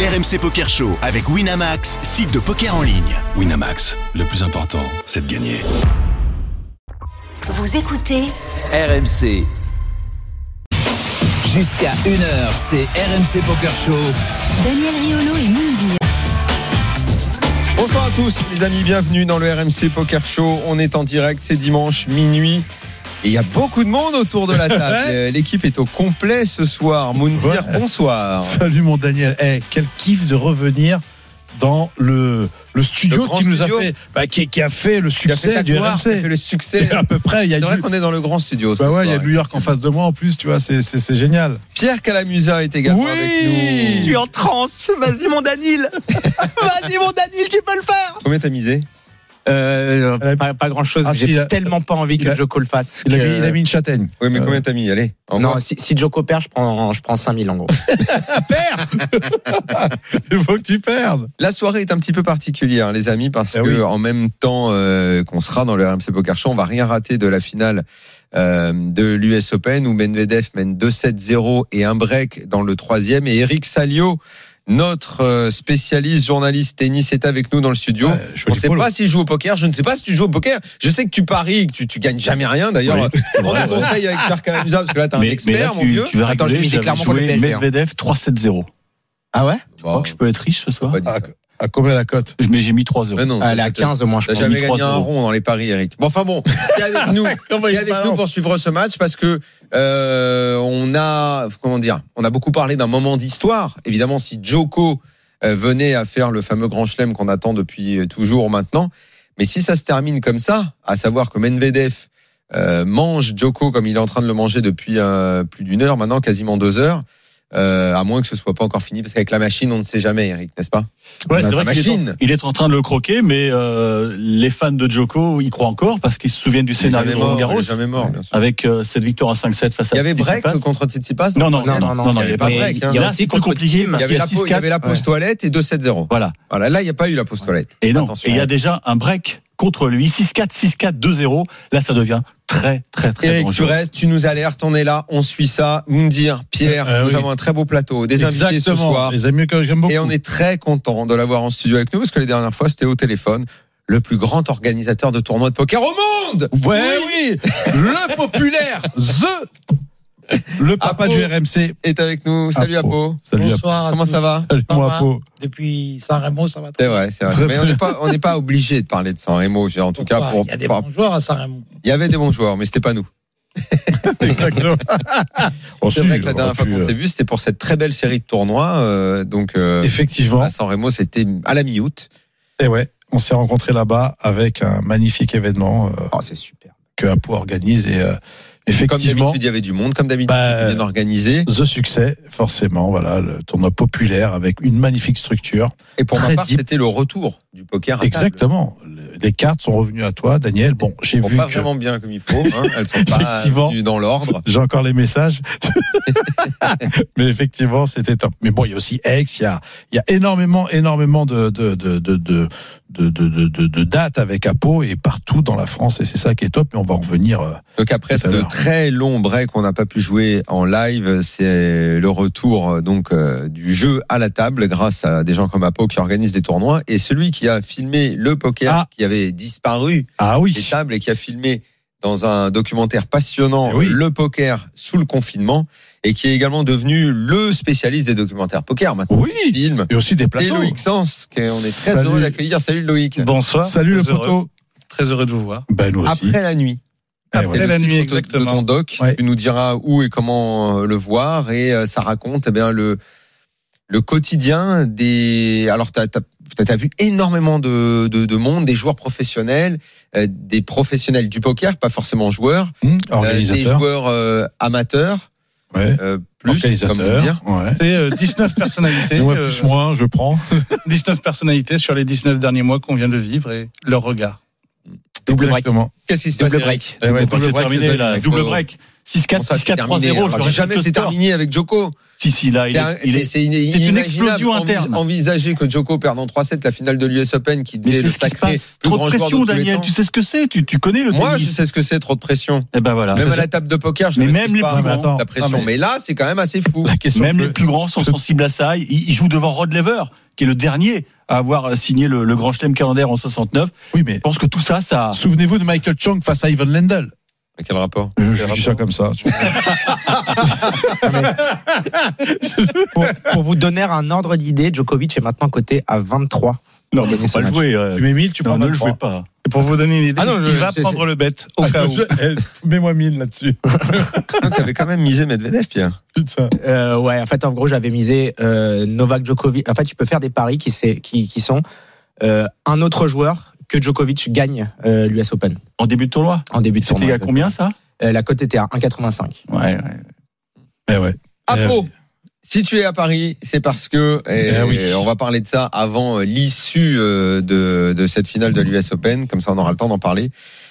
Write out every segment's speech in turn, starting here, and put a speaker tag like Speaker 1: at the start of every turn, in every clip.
Speaker 1: RMC Poker Show avec Winamax, site de poker en ligne.
Speaker 2: Winamax, le plus important, c'est de gagner.
Speaker 3: Vous écoutez
Speaker 4: RMC. Jusqu'à 1h, c'est RMC Poker Show.
Speaker 3: Daniel Riolo et Moundir.
Speaker 5: Bonsoir à tous les amis, bienvenue dans le RMC Poker Show. On est en direct, c'est dimanche minuit. Et il y a beaucoup de monde autour de la table. Euh, L'équipe est au complet ce soir. Moundir,
Speaker 6: Ouais.
Speaker 5: bonsoir.
Speaker 6: Salut mon Daniel. Eh, quel kiff de revenir dans le, le
Speaker 5: Le
Speaker 6: studio
Speaker 5: grand
Speaker 6: qui nous
Speaker 5: studio.
Speaker 6: a fait bah, qui, qui a fait le
Speaker 5: Tu as fait
Speaker 6: succès
Speaker 5: ta
Speaker 6: du
Speaker 5: gloire, tu as
Speaker 6: RMC.
Speaker 5: fait le succès.
Speaker 6: à peu près, il y a
Speaker 5: C'est vrai
Speaker 6: du,
Speaker 5: qu'on est dans le grand studio. ce
Speaker 6: bah ouais, il y a
Speaker 5: soir.
Speaker 6: New York en face de moi en plus, tu vois, c'est c'est- c'est génial.
Speaker 5: Pierre Calamusa est également
Speaker 6: Oui.
Speaker 5: avec
Speaker 6: Je
Speaker 5: nous.
Speaker 6: suis
Speaker 7: en transe. Vas-y, mon Danil. Vas-y, mon Danil, tu peux le faire.
Speaker 5: Combien t'as misé
Speaker 7: Euh, pas, grand chose.
Speaker 6: Ah,
Speaker 7: J'ai
Speaker 6: si, il a-
Speaker 7: tellement pas envie que
Speaker 6: il a-
Speaker 7: Joko le fasse.
Speaker 6: Il a,
Speaker 7: que-
Speaker 6: mis, il a mis une châtaigne.
Speaker 5: Oui, mais
Speaker 6: Euh,
Speaker 5: combien t'as mis Allez.
Speaker 7: Non, si, si Joko perd, je prends, je prends 5000 en gros.
Speaker 6: Il faut que tu perdes.
Speaker 5: La soirée est un petit peu particulière, les amis, parce
Speaker 6: Eh
Speaker 5: que
Speaker 6: oui.
Speaker 5: en même temps euh, qu'on sera dans le RMC Poker Show, on va rien rater de la finale euh, de l'US Open où Medvedev mène 2-7-0 et un break dans le troisième. Et Eric Salio, notre euh, spécialiste journaliste tennis, est avec nous dans le studio.
Speaker 6: Ouais, joli
Speaker 5: on ne sait
Speaker 6: polo.
Speaker 5: pas s'il joue au poker. Je ne sais pas si tu joues au poker. Je sais que tu paries, que tu, tu gagnes jamais rien. D'ailleurs, prends des conseils avec Pierre Calamusa parce que là, t'es un expert,
Speaker 8: là,
Speaker 5: mon
Speaker 8: tu-
Speaker 5: vieux.
Speaker 8: Tu vas
Speaker 7: Attends, j'ai
Speaker 8: rigoler,
Speaker 7: misé
Speaker 8: j'avais
Speaker 7: clairement pour le
Speaker 8: joué
Speaker 7: PSG, hein.
Speaker 8: Medvedev 3-7-0.
Speaker 7: Ah ouais
Speaker 8: Je crois que je peux être riche ce soir.
Speaker 5: Bah, dis
Speaker 6: À,
Speaker 5: ça.
Speaker 6: à combien la cote
Speaker 8: Mais j'ai mis 3 euros.
Speaker 5: Mais non,
Speaker 7: Ah, Elle est à
Speaker 5: c'est-
Speaker 7: 15 au moins, je
Speaker 5: T'as
Speaker 7: pense.
Speaker 5: jamais
Speaker 8: Trois
Speaker 5: gagné un
Speaker 8: euros.
Speaker 5: rond dans les paris, Eric. Bon, enfin bon, t'es avec nous,
Speaker 6: Comment
Speaker 5: t'es
Speaker 6: il
Speaker 5: avec nous
Speaker 6: balance
Speaker 5: pour suivre ce match parce que euh, on a, comment dire, on a beaucoup parlé d'un moment d'histoire. Évidemment, si Joko euh, venait à faire le fameux grand chelem qu'on attend depuis euh, toujours maintenant, mais si ça se termine comme ça, à savoir que Medvedev euh, mange Joko comme il est en train de le manger depuis euh, plus d'une heure maintenant, quasiment deux heures. euh, à moins que ce soit pas encore fini, parce qu'avec la machine, on ne sait jamais, Eric, n'est-ce pas
Speaker 8: Ouais,
Speaker 5: Bah,
Speaker 8: c'est vrai
Speaker 5: la
Speaker 8: qu'il est en-
Speaker 5: machine.
Speaker 8: Il est en train de le croquer, mais euh, les fans de Djoko y croient encore parce qu'ils se souviennent du
Speaker 5: Il
Speaker 8: scénario
Speaker 5: est
Speaker 8: de
Speaker 5: jamais mort,
Speaker 8: Roland
Speaker 5: il est
Speaker 8: Garros
Speaker 5: jamais mort, bien sûr.
Speaker 8: avec euh, cette victoire à 5-7 face à
Speaker 5: Il y avait break
Speaker 8: Tsitsipas.
Speaker 5: contre Tsitsipas
Speaker 8: Non,
Speaker 5: dans
Speaker 8: non,
Speaker 5: le
Speaker 8: non,
Speaker 5: troisième
Speaker 8: non, non, il y avait
Speaker 5: pas
Speaker 8: pas
Speaker 5: de break,
Speaker 8: break.
Speaker 5: hein.
Speaker 7: Il y a
Speaker 8: Là,
Speaker 7: aussi
Speaker 8: c'est plus
Speaker 7: contre
Speaker 8: compliqué.
Speaker 7: Tim.
Speaker 5: Il y avait la, pause, il y avait la pause toilette et 2-7-0.
Speaker 8: Voilà.
Speaker 5: Voilà, Ah là, il n'y a pas eu la pause toilette.
Speaker 8: Et non,
Speaker 5: Attention.
Speaker 8: et il y a déjà un break contre lui. 6-4, 6-4, 2-0. Là, ça devient très, très, très
Speaker 5: Eric, tu
Speaker 8: dangereux.
Speaker 5: restes, tu nous alertes, on est là, on suit ça. Moundir, Pierre,
Speaker 6: Euh, euh,
Speaker 5: nous
Speaker 6: oui.
Speaker 5: avons un très beau plateau, des invités ce soir.
Speaker 6: Les amis que j'aime beaucoup.
Speaker 5: Et on est très content de l'avoir en studio avec nous parce que les dernières fois, c'était au téléphone. Le plus grand organisateur de tournois de poker au monde
Speaker 6: Ouais, oui, le populaire, the, le papa
Speaker 5: Apo.
Speaker 6: du RMC.
Speaker 5: est avec nous. Salut Apo.
Speaker 6: Salut Apo.
Speaker 9: Bonsoir. à
Speaker 5: Comment
Speaker 9: tous.
Speaker 5: ça va
Speaker 6: Salut mon
Speaker 9: va
Speaker 6: Apo.
Speaker 9: Depuis Saint-Rémy, ça va
Speaker 5: C'est
Speaker 9: très bien.
Speaker 5: vrai, c'est vrai. Mais on n'est pas, on n'est pas obligé de parler de ça en MO. En tout cas,
Speaker 9: Pourquoi
Speaker 5: pour,
Speaker 9: Il y a des
Speaker 5: par-
Speaker 9: bons joueurs à Saint-Rémy.
Speaker 5: il y avait des bons joueurs, mais c'était pas nous.
Speaker 6: Exactement. On euh,
Speaker 5: C'est
Speaker 6: suit,
Speaker 5: vrai que la
Speaker 6: on
Speaker 5: dernière fois
Speaker 6: aurait
Speaker 5: qu'on
Speaker 6: pu,
Speaker 5: s'est vu, c'était pour cette très belle série de tournois. euh, donc,
Speaker 6: euh,
Speaker 5: euh,
Speaker 6: Effectivement.
Speaker 5: à San Remo, c'était à la mi-août.
Speaker 6: Et ouais, on s'est rencontrés là-bas avec un magnifique événement euh,
Speaker 7: Oh, c'est super.
Speaker 6: que Apo organise et euh,
Speaker 5: Comme
Speaker 6: effectivement.
Speaker 5: d'habitude, il y avait du monde, comme d'habitude,
Speaker 6: Bah,
Speaker 5: c'était bien organisé.
Speaker 6: The succès, forcément, voilà, le tournoi populaire avec une magnifique structure.
Speaker 5: Et pour ma
Speaker 6: très
Speaker 5: part,
Speaker 6: deep.
Speaker 5: c'était le retour du poker. à table.
Speaker 6: Exactement. Le- Les cartes sont revenues à toi, Daniel. Bon, j'ai
Speaker 5: Bon,
Speaker 6: vu
Speaker 5: pas
Speaker 6: que
Speaker 5: vraiment bien comme il faut. Hein. Elles sont pas
Speaker 6: Effectivement.
Speaker 5: venues dans l'ordre.
Speaker 6: j'ai encore les messages. Mais effectivement, c'était top. Mais bon, il y a aussi Aix, il y a, il y a énormément, énormément de, de, de, de, de, de, de, de- de- de dates avec Apo et partout dans la France. Et c'est ça qui est top. Mais on va en revenir. euh,
Speaker 5: Donc après
Speaker 6: Tout à
Speaker 5: ce
Speaker 6: l'heure.
Speaker 5: très long break qu'on n'a pas pu jouer en live, c'est le retour euh, donc euh, du jeu à la table grâce à des gens comme Apo qui organisent des tournois et celui qui a filmé le poker
Speaker 6: Ah.
Speaker 5: qui avait disparu
Speaker 6: Ah oui.
Speaker 5: des tables et qui a filmé dans un documentaire passionnant
Speaker 6: Eh oui.
Speaker 5: le poker sous le confinement et qui est également devenu le spécialiste des documentaires poker maintenant.
Speaker 6: Oui.
Speaker 5: Film.
Speaker 6: Et aussi des
Speaker 5: Et
Speaker 6: plateaux.
Speaker 5: Loïc Sens, qui est- on est très
Speaker 6: Salut.
Speaker 5: heureux d'accueillir. Salut Loïc.
Speaker 10: Bonsoir.
Speaker 6: Salut le
Speaker 10: Très heureux.
Speaker 6: poteau.
Speaker 10: Très heureux de vous voir.
Speaker 6: Ben nous aussi.
Speaker 5: Après la nuit.
Speaker 6: Eh
Speaker 10: Après
Speaker 6: ouais.
Speaker 5: le
Speaker 10: la
Speaker 5: titre
Speaker 10: nuit,
Speaker 5: de- De
Speaker 10: exactement.
Speaker 5: ton doc,
Speaker 6: Ouais.
Speaker 5: tu nous diras où et comment euh, le voir et euh, ça raconte eh bien le le quotidien des. Alors t'as t'as as vu énormément de, de, de monde, des joueurs professionnels, euh, des professionnels du poker, pas forcément joueurs,
Speaker 6: Hum,
Speaker 5: euh, des
Speaker 6: organisateur.
Speaker 5: joueurs euh, amateurs,
Speaker 6: ouais.
Speaker 5: euh, plus comme on
Speaker 6: organisateur.
Speaker 5: dire.
Speaker 6: Ouais.
Speaker 10: C'est euh, 19 personnalités.
Speaker 6: Et moi,
Speaker 10: euh,
Speaker 6: plus moins, je prends.
Speaker 10: 19 personnalités sur les 19 derniers mois qu'on vient de vivre et leur regard.
Speaker 7: Double break.
Speaker 6: Exactement.
Speaker 5: Qu'est-ce qui se passe
Speaker 7: Double
Speaker 5: Eric
Speaker 7: break.
Speaker 6: Eh ouais,
Speaker 8: Donc,
Speaker 6: double
Speaker 8: c'est
Speaker 6: break,
Speaker 8: terminé,
Speaker 6: les
Speaker 8: là.
Speaker 5: amis.
Speaker 8: Double
Speaker 5: Faut-
Speaker 8: break.
Speaker 5: Bon, ça,
Speaker 8: 6-4,
Speaker 5: c'est
Speaker 8: 6-4,
Speaker 5: terminé.
Speaker 8: 3-0.
Speaker 5: Alors,
Speaker 8: je
Speaker 5: jamais
Speaker 8: rajoute
Speaker 5: c'est
Speaker 8: le score.
Speaker 5: terminé avec Joko.
Speaker 8: Si, si, là, Ah, il
Speaker 5: C'est un-
Speaker 8: est- il
Speaker 5: c'est-
Speaker 8: est.
Speaker 5: c'est iné-
Speaker 8: c'est une
Speaker 5: inimaginable
Speaker 8: explosion
Speaker 5: envis-
Speaker 8: interne.
Speaker 5: Envisager que Djoko perde en 3-7 la finale de l'US Open qui
Speaker 8: Mais
Speaker 5: devait
Speaker 8: c'est
Speaker 5: le
Speaker 8: ce qui se
Speaker 5: sacré
Speaker 8: passe.
Speaker 5: plus
Speaker 8: Trop
Speaker 5: grand
Speaker 8: de
Speaker 5: joueur
Speaker 8: pression,
Speaker 5: tous les
Speaker 8: Daniel.
Speaker 5: temps.
Speaker 8: Tu sais ce que c'est tu, tu connais le
Speaker 5: Moi, je
Speaker 8: tennis.
Speaker 5: sais ce que c'est trop de pression.
Speaker 8: Eh ben voilà.
Speaker 5: Même
Speaker 8: C'est
Speaker 5: à la table de poker, je
Speaker 8: Mais
Speaker 5: ne
Speaker 8: même
Speaker 5: maîtrise
Speaker 8: les
Speaker 5: pas
Speaker 8: plus
Speaker 5: vraiment
Speaker 6: grands.
Speaker 5: la pression.
Speaker 6: Non, mais-
Speaker 5: Mais là, c'est quand même assez fou.
Speaker 6: La question
Speaker 8: Même
Speaker 6: que-
Speaker 8: les plus grands sont
Speaker 6: je-
Speaker 8: sensibles à ça. Ils, ils jouent devant Rod Lever, qui est le dernier à avoir signé le, le Grand Chelem calendaire en 69.
Speaker 6: Oui, mais
Speaker 8: Je pense que tout ça, ça.
Speaker 6: souvenez-vous de Michael Chang face à Ivan Lendl.
Speaker 5: Quel rapport
Speaker 6: Je, je dis ça comme ça. tu vois.
Speaker 7: Pour, pour vous donner un ordre d'idée, Djokovic est maintenant coté à 23.
Speaker 8: Non, mais
Speaker 7: Gagner
Speaker 8: faut
Speaker 7: ce
Speaker 8: pas le
Speaker 7: match.
Speaker 8: jouer. euh.
Speaker 6: Tu mets 1000, tu
Speaker 8: Non,
Speaker 6: prends
Speaker 8: ne le
Speaker 6: 23.
Speaker 8: jouez pas.
Speaker 10: Et pour vous donner une idée,
Speaker 7: Ah non, je-
Speaker 10: il va
Speaker 7: c'est-
Speaker 10: prendre le bet au cas où.
Speaker 6: Je- eh, Mets-moi 1000 là-dessus.
Speaker 5: Tu avais Ah, quand même misé Medvedev, Pierre.
Speaker 6: Putain.
Speaker 7: Euh, ouais, en fait, en gros, j'avais misé euh, Novak Djokovic. En fait, tu peux faire des paris qui, c'est- qui, qui sont euh, un autre joueur que Djokovic gagne euh, l'US Open
Speaker 8: En début de tournoi.
Speaker 7: en début de
Speaker 8: C'était
Speaker 7: tournoi.
Speaker 8: il y a combien ça
Speaker 7: Euh, La cote était à 1,85.
Speaker 8: Ouais, ouais.
Speaker 6: Eh ouais. Eh
Speaker 5: Apo,
Speaker 6: oui.
Speaker 5: si tu es à Paris, c'est parce que, et
Speaker 6: Eh oui.
Speaker 5: on va parler de ça avant euh, l'issue euh, de, de cette finale de l'US Open, comme ça on aura le temps d'en parler.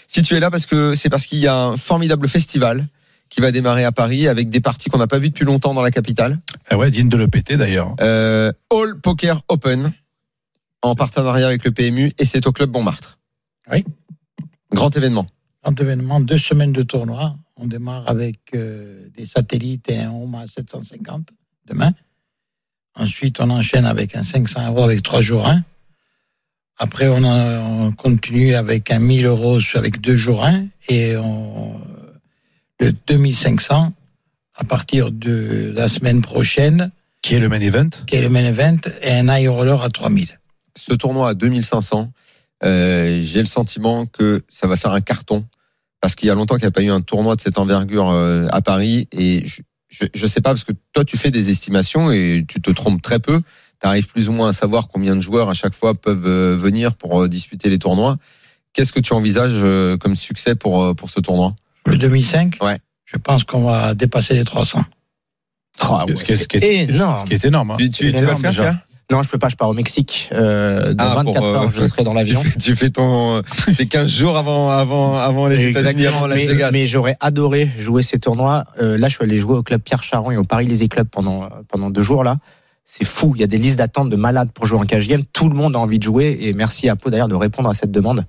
Speaker 5: Si tu es là, parce que c'est parce qu'il y a un formidable festival qui va démarrer à Paris avec des parties qu'on n'a pas vues depuis longtemps dans la capitale.
Speaker 6: Eh ouais, digne de le péter d'ailleurs.
Speaker 5: Euh, All Poker Open en partenariat avec le PMU et c'est au club Montmartre.
Speaker 9: Oui.
Speaker 5: Grand événement.
Speaker 7: Un événement, deux semaines de tournoi.
Speaker 9: Voilà. On démarre avec euh, des satellites et un Home à 750 demain. Ensuite, on enchaîne avec un 500 euros avec 3 jours 1. Après, on, euh, on continue avec un 1000 euros sur- avec 2 jours 1 et on, le 2500 à partir de la semaine prochaine,
Speaker 6: Qui est le main event
Speaker 9: qui est le main event, et un high roller à 3000.
Speaker 5: ce tournoi à 2500, euh, j'ai le sentiment que ça va faire un carton. Parce qu'il y a longtemps qu'il n'y a pas eu un tournoi de cette envergure euh, à Paris. Et je- je ne sais pas, parce que toi, tu fais des estimations et tu te trompes très peu. Tu arrives plus ou moins à savoir combien de joueurs à chaque fois peuvent euh, venir pour euh, disputer les tournois. Qu'est-ce que tu envisages euh, comme succès pour, euh, pour ce tournoi
Speaker 9: Le 2005,
Speaker 5: Ouais.
Speaker 9: je pense qu'on va dépasser les 300.
Speaker 6: Ce qui est- ce qui est-
Speaker 7: Ah, énorme.
Speaker 6: Ce qui est énorme. hein.
Speaker 5: Tu, tu-
Speaker 7: c'est
Speaker 5: tu vas
Speaker 7: énorme,
Speaker 5: faire
Speaker 6: déjà.
Speaker 5: Pierre
Speaker 7: Non, je peux pas, je pars au Mexique. Euh, dans
Speaker 5: Ah, pour,
Speaker 7: 24 heures,
Speaker 5: euh,
Speaker 7: je serai dans
Speaker 5: tu
Speaker 7: l'avion.
Speaker 5: fais, tu fais ton. euh, T'es 15 jours avant, avant, avant les États-Unis, avant Las
Speaker 7: mais,
Speaker 5: Vegas.
Speaker 7: mais j'aurais adoré jouer ces tournois. Euh, là, je suis allé jouer au club Pierre Charon et au Paris Lézé Club pendant, euh, pendant deux jours. là. C'est fou. Il y a des listes d'attente de malades pour jouer en cage game. Tout le monde a envie de jouer. Et merci à Pau d'ailleurs de répondre à cette demande.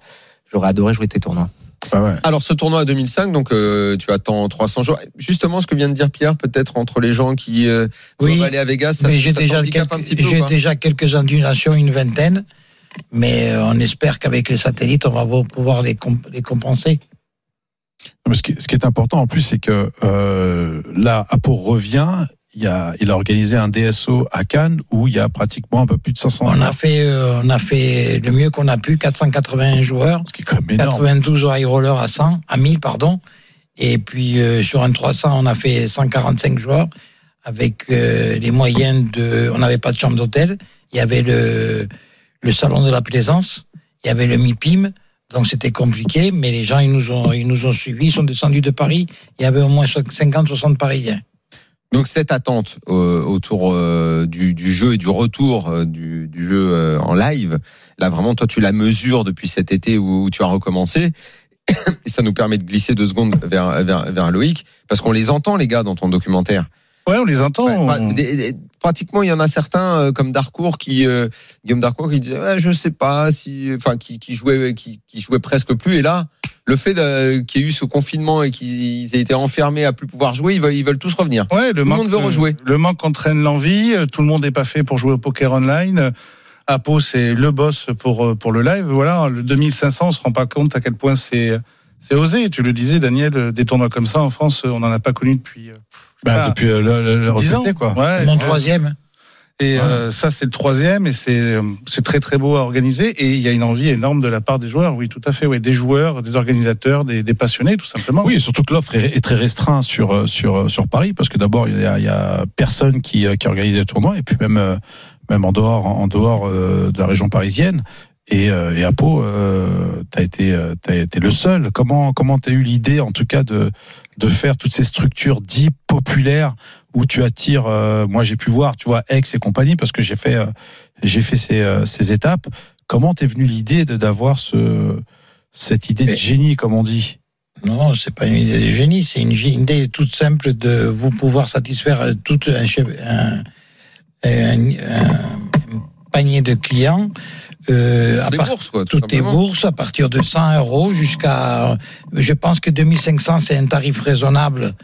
Speaker 7: J'aurais adoré jouer tes tournois.
Speaker 6: Ah ouais.
Speaker 5: Alors ce tournoi à 2005, donc euh, tu attends 300 jours. Justement, ce que vient de dire Pierre, peut-être entre les gens qui euh,
Speaker 9: Oui.
Speaker 5: doivent aller à Vegas, ça,
Speaker 9: Mais j'ai
Speaker 5: ça
Speaker 9: déjà,
Speaker 5: t'handicape
Speaker 9: quelques-
Speaker 5: un petit peu. ou
Speaker 9: j'ai
Speaker 5: pas
Speaker 9: déjà quelques ondulations, une vingtaine. Mais euh, on espère qu'avec les satellites, on va vo- pouvoir les, comp- les compenser.
Speaker 6: Mais ce, qui, ce qui est important en plus, c'est que euh, là, Apo revient. Il a, il a organisé un DSO à Cannes où il y a pratiquement un peu plus de 500
Speaker 9: On a
Speaker 6: joueurs,
Speaker 9: fait, euh, on a fait le mieux qu'on a pu, 481 joueurs,
Speaker 6: ce qui est quand même énorme.
Speaker 9: 92 high roller à 100, à 1000 pardon. Et puis euh, sur un 300, on a fait 145 joueurs avec euh, les moyens de. On n'avait pas de chambre d'hôtel. Il y avait le le salon de la plaisance. Il y avait le MIPIM. Donc c'était compliqué, mais les gens ils nous ont ils nous ont suivis, ils sont descendus de Paris. Il y avait au moins 50-60 Parisiens.
Speaker 5: Donc cette attente euh, autour euh, du, du jeu et du retour euh, du, du jeu euh, en live, là vraiment toi tu la mesures depuis cet été où, où tu as recommencé. Et ça nous permet de glisser deux secondes vers, vers, vers Loïc, parce qu'on les entend les gars dans ton documentaire.
Speaker 10: Ouais, on les entend.
Speaker 9: Oh.
Speaker 5: Ouais, pra-
Speaker 6: Bah,
Speaker 10: on-
Speaker 5: des- des- pratiquement, il y en a certains euh, comme Darcourt qui euh, Guillaume Darcourt qui disait Ouais, je sais pas si enfin qui, qui jouait qui, qui jouait presque plus et là le fait de- qu'il y ait eu ce confinement et qu'ils aient été enfermés à plus pouvoir jouer, ils veulent, ils veulent tous revenir.
Speaker 10: Ouais, le
Speaker 5: le
Speaker 10: manque,
Speaker 5: monde veut
Speaker 10: euh,
Speaker 5: rejouer.
Speaker 10: Le manque entraîne l'envie. euh, Tout le monde n'est pas fait pour jouer au poker online. euh, Apo, c'est le boss pour, euh, pour le live. Voilà, le 2500, on se rend pas compte à quel point c'est, c'est osé. Tu le disais, Daniel, euh, des tournois comme ça en France, euh, on n'en a pas connu depuis. euh,
Speaker 6: Bah,
Speaker 10: Ah,
Speaker 6: depuis euh, le, le, le
Speaker 10: 10 ans.
Speaker 6: retraité, quoi.
Speaker 10: Ouais,
Speaker 9: Mon
Speaker 10: ouais.
Speaker 9: troisième.
Speaker 10: Et euh, ça, c'est le troisième, et c'est euh, c'est très très beau à organiser. Et il y a une envie énorme de la part des joueurs, oui, tout à fait, oui, des joueurs, des organisateurs, des, des passionnés, tout simplement.
Speaker 6: Bah Oui, et surtout que l'offre est, est très restreinte sur euh, sur euh, sur Paris parce que d'abord il y a, il y a personne qui euh, qui organise le tournoi et puis même euh, même en dehors en dehors euh, de la région parisienne et euh, et à Pau euh, t'as été euh, t'as été le seul. Comment comment t'as eu l'idée en tout cas de de faire toutes ces structures dites populaires où tu attires euh, moi j'ai pu voir tu vois Aix et compagnie parce que j'ai fait euh, j'ai fait ces euh, ces étapes. Comment t'es venu l'idée de d'avoir ce cette idée de
Speaker 9: Mais-
Speaker 6: génie comme on dit
Speaker 9: Non, c'est pas une idée de génie, c'est une gé- une idée toute simple de vous pouvoir satisfaire euh, tout un, chef- un- un- un panier de clients. euh, à
Speaker 5: Des
Speaker 9: part-
Speaker 5: bourses, quoi.
Speaker 9: toutes les
Speaker 5: simplement.
Speaker 9: bourses à partir de 100 euros jusqu'à. Je pense que 2500, c'est un tarif raisonnable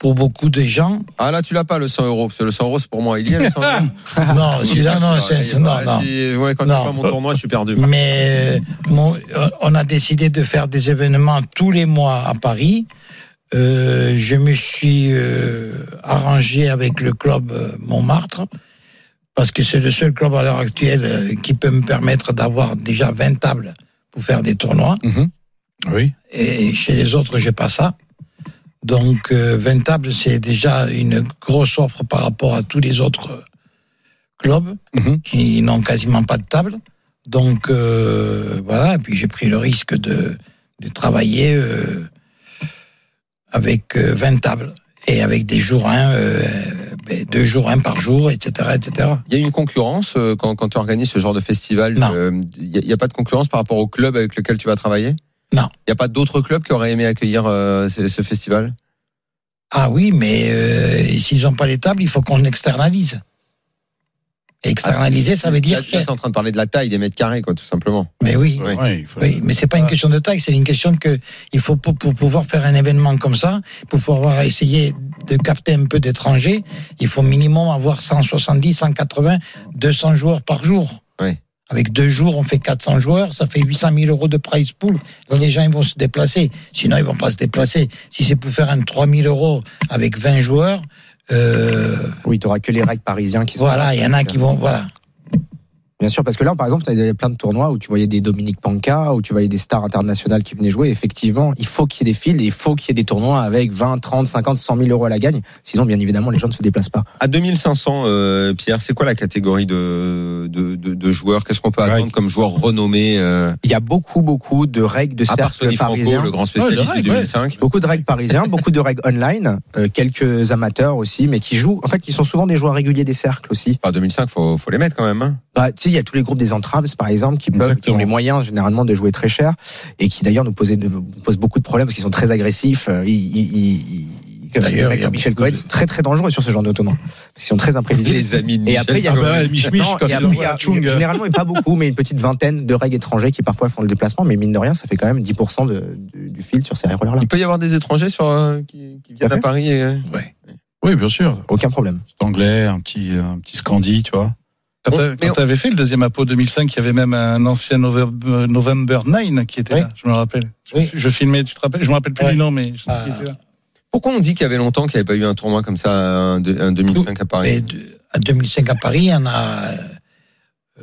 Speaker 9: pour beaucoup de gens.
Speaker 5: Ah là, tu l'as pas le 100 euros, parce que le 100 euros, c'est pour moi. Il y a le 100 euros.
Speaker 9: Non, celui-là, non, c'est, c'est- non,
Speaker 5: Ah,
Speaker 9: non.
Speaker 5: si- ouais, quand
Speaker 9: Non.
Speaker 5: tu fais mon tournoi, je suis perdu.
Speaker 9: Mais euh, mon- euh, on a décidé de faire des événements tous les mois à Paris. Euh, je me suis euh, arrangé avec le club euh, Montmartre parce que c'est le seul club à l'heure actuelle euh, qui peut me permettre d'avoir déjà 20 tables pour faire des tournois.
Speaker 6: Oui.
Speaker 9: Et chez les autres, j'ai pas ça. Donc, euh, 20 tables, c'est déjà une grosse offre par rapport à tous les autres clubs
Speaker 6: Mhm.
Speaker 9: qui n'ont quasiment pas de table. Donc, euh, voilà. Et puis, j'ai pris le risque de, de travailler euh, avec euh, 20 tables et avec des jours 1, deux jours 1 par jour, etc. etc.
Speaker 5: Il y a une concurrence euh, quand, quand tu organises ce genre de festival.
Speaker 9: Non.
Speaker 5: euh, Il n'y a, pas de concurrence par rapport au club avec lequel tu vas travailler
Speaker 9: Non.
Speaker 5: Il n'y a pas d'autres clubs qui auraient aimé accueillir euh, ce, ce festival
Speaker 9: Ah oui, mais euh, s'ils n'ont pas les tables, il faut qu'on externalise. Externaliser, ça veut dire
Speaker 5: Ah, Là, tu es en train de parler de la taille des mètres carrés, quoi, tout simplement.
Speaker 9: Mais oui,
Speaker 5: Oui.
Speaker 6: Ouais, il faut-
Speaker 9: oui, mais c'est pas une question de taille, c'est une question que il faut pour, pour pouvoir faire un événement comme ça, pour pouvoir essayer de capter un peu d'étrangers, il faut minimum avoir 170, 180, 200 joueurs par jour.
Speaker 5: Oui.
Speaker 9: Avec deux jours, on fait 400 joueurs, ça fait 800 000 euros de prize pool. Là, les gens, ils vont se déplacer. Sinon, ils vont pas se déplacer. Si c'est pour faire un 3000 euros avec 20 joueurs, euh,
Speaker 7: Oui, tu n'auras que les règles parisiens qui sont
Speaker 9: voilà, il y en a qui vont, voilà.
Speaker 7: Bien sûr, parce que là, par exemple, il y avait plein de tournois où tu voyais des Dominique Panca, où tu voyais des stars internationales qui venaient jouer. Effectivement, il faut qu'il y ait des files, et il faut qu'il y ait des tournois avec 20, 30, 50, 100 000 euros à la gagne. Sinon, bien évidemment, les gens ne se déplacent pas.
Speaker 5: À 2500, euh, Pierre, c'est quoi la catégorie de, de, de- de joueurs Qu'est-ce qu'on peut
Speaker 6: Ouais.
Speaker 5: attendre comme joueur renommé euh,
Speaker 7: Il y a beaucoup, beaucoup de règles de
Speaker 5: À part
Speaker 7: cercle
Speaker 5: Sonny Franco,
Speaker 7: parisien.
Speaker 5: le grand spécialiste
Speaker 6: Ouais,
Speaker 5: de
Speaker 6: le règle,
Speaker 5: 2005.
Speaker 7: Beaucoup de règles parisiens, beaucoup de règles online, euh, quelques amateurs aussi, mais qui jouent. En fait, qui sont souvent des joueurs réguliers des cercles aussi.
Speaker 5: Enfin, 2005, faut, faut les mettre quand même. hein.
Speaker 7: Bah, tu sais, il y a tous les groupes des entraves, par exemple, qui, peuvent, qui
Speaker 6: Exactement.
Speaker 7: ont les moyens généralement de jouer très cher et qui d'ailleurs nous posaient de- nous posent beaucoup de problèmes parce qu'ils sont très agressifs. euh, Ils, ils, ils- ils- comme
Speaker 9: D'ailleurs,
Speaker 7: les mecs
Speaker 9: il y a
Speaker 7: comme Michel
Speaker 9: beaucoup
Speaker 7: Cohen
Speaker 9: de-
Speaker 7: sont très très dangereux sur ce genre de tournoi. Ils sont très imprévisibles.
Speaker 5: Les amis de
Speaker 7: Et
Speaker 5: Michel
Speaker 7: après, il y a-
Speaker 6: Ah
Speaker 5: Jonas.
Speaker 6: bah ouais, le miche-miche,
Speaker 7: Non,
Speaker 6: quand
Speaker 7: et
Speaker 6: il
Speaker 7: après, il y
Speaker 6: envoie
Speaker 7: a-
Speaker 6: la tchung, hein.
Speaker 7: généralement, et pas beaucoup, mais une petite vingtaine de règles étrangers qui parfois font le déplacement, mais mine de rien, ça fait quand même 10% de- du, du fil sur ces rollers-là.
Speaker 5: Il peut y avoir des étrangers sur, euh, qui, qui viennent
Speaker 7: Tout à
Speaker 5: à
Speaker 7: fait.
Speaker 5: Paris. et, euh,
Speaker 6: Oui, bien sûr.
Speaker 7: Aucun problème.
Speaker 6: Petit anglais, un petit, un petit scandi, tu vois.
Speaker 10: Quand
Speaker 5: Bon,
Speaker 10: t'as-
Speaker 5: mais
Speaker 10: quand t'avais fait le deuxième Apo 2005, il y avait même un ancien Nove- euh, November 9 qui était
Speaker 9: Oui.
Speaker 10: là, je me rappelle. Je-
Speaker 9: Oui.
Speaker 10: Je, filmais, tu te rappelles Je me rappelle plus
Speaker 9: Oui.
Speaker 10: du nom, mais je sais qu'il
Speaker 9: Ah.
Speaker 10: était là.
Speaker 5: Pourquoi on dit qu'il y avait longtemps qu'il n'y avait pas eu un tournoi comme ça, un, de- un 2005 à Paris
Speaker 9: Mais de- à 2005 à Paris, on a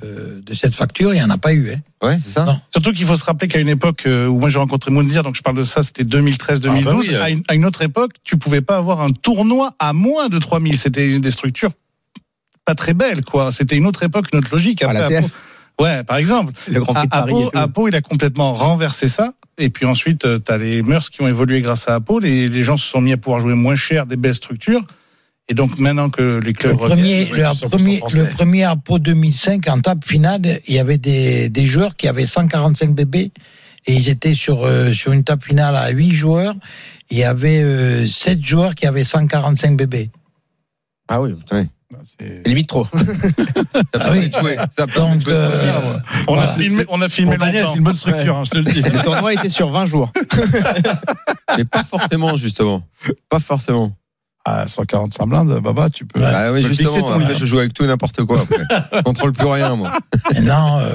Speaker 9: euh, de cette facture, il n'y en a pas eu. Hein.
Speaker 5: Ouais, c'est ça
Speaker 9: Non.
Speaker 10: Surtout qu'il faut se rappeler qu'à une époque euh, où moi j'ai rencontré Moundir, donc je parle de ça, c'était 2013-2012.
Speaker 6: Ah bah oui, euh.
Speaker 10: à, une, à une autre époque, tu pouvais pas avoir un tournoi à moins de 3000. C'était une des structures pas très belles, quoi. C'était une autre époque, une autre logique.
Speaker 7: Voilà,
Speaker 10: Après, à
Speaker 7: CS,
Speaker 10: Pau- ouais, par exemple.
Speaker 7: le Grand
Speaker 10: À,
Speaker 7: Prix de
Speaker 10: à
Speaker 7: Paris.
Speaker 10: Pau,
Speaker 7: et tout.
Speaker 10: à Pau, il a complètement renversé ça. Et puis ensuite, tu as les mœurs qui ont évolué grâce à Apo. Les, les gens se sont mis à pouvoir jouer moins cher des belles structures. Et donc maintenant que les
Speaker 9: Le
Speaker 10: clubs
Speaker 9: premier,
Speaker 10: reviennent,
Speaker 9: le, premier, le premier Apo 2005, en table finale, il y avait des, des joueurs qui avaient 145 bébés et ils étaient sur, euh, sur une table finale à 8 joueurs. Il y avait 7 joueurs qui avaient 145 bébés.
Speaker 7: Ah oui,
Speaker 6: C'est-
Speaker 7: limite trop.
Speaker 5: Ça
Speaker 9: Ah
Speaker 5: permet
Speaker 9: oui.
Speaker 5: de jouer, ça permet de
Speaker 9: Donc,
Speaker 5: jouer.
Speaker 9: euh,
Speaker 10: on,
Speaker 9: voilà.
Speaker 10: a filmé, on a filmé
Speaker 6: Pour Daniel,
Speaker 10: longtemps.
Speaker 6: c'est une bonne structure, hein, je te le dis.
Speaker 7: Le tournoi était sur 20 jours.
Speaker 5: Mais pas forcément, justement. Pas forcément.
Speaker 6: À 145 blindes, Baba, tu peux.
Speaker 5: Ah oui,
Speaker 6: tu peux le fixer,
Speaker 5: justement.
Speaker 6: ton
Speaker 5: après,
Speaker 6: livre.
Speaker 5: je joue avec tout et n'importe quoi. Après. Je contrôle plus rien, moi.
Speaker 9: maintenant, euh,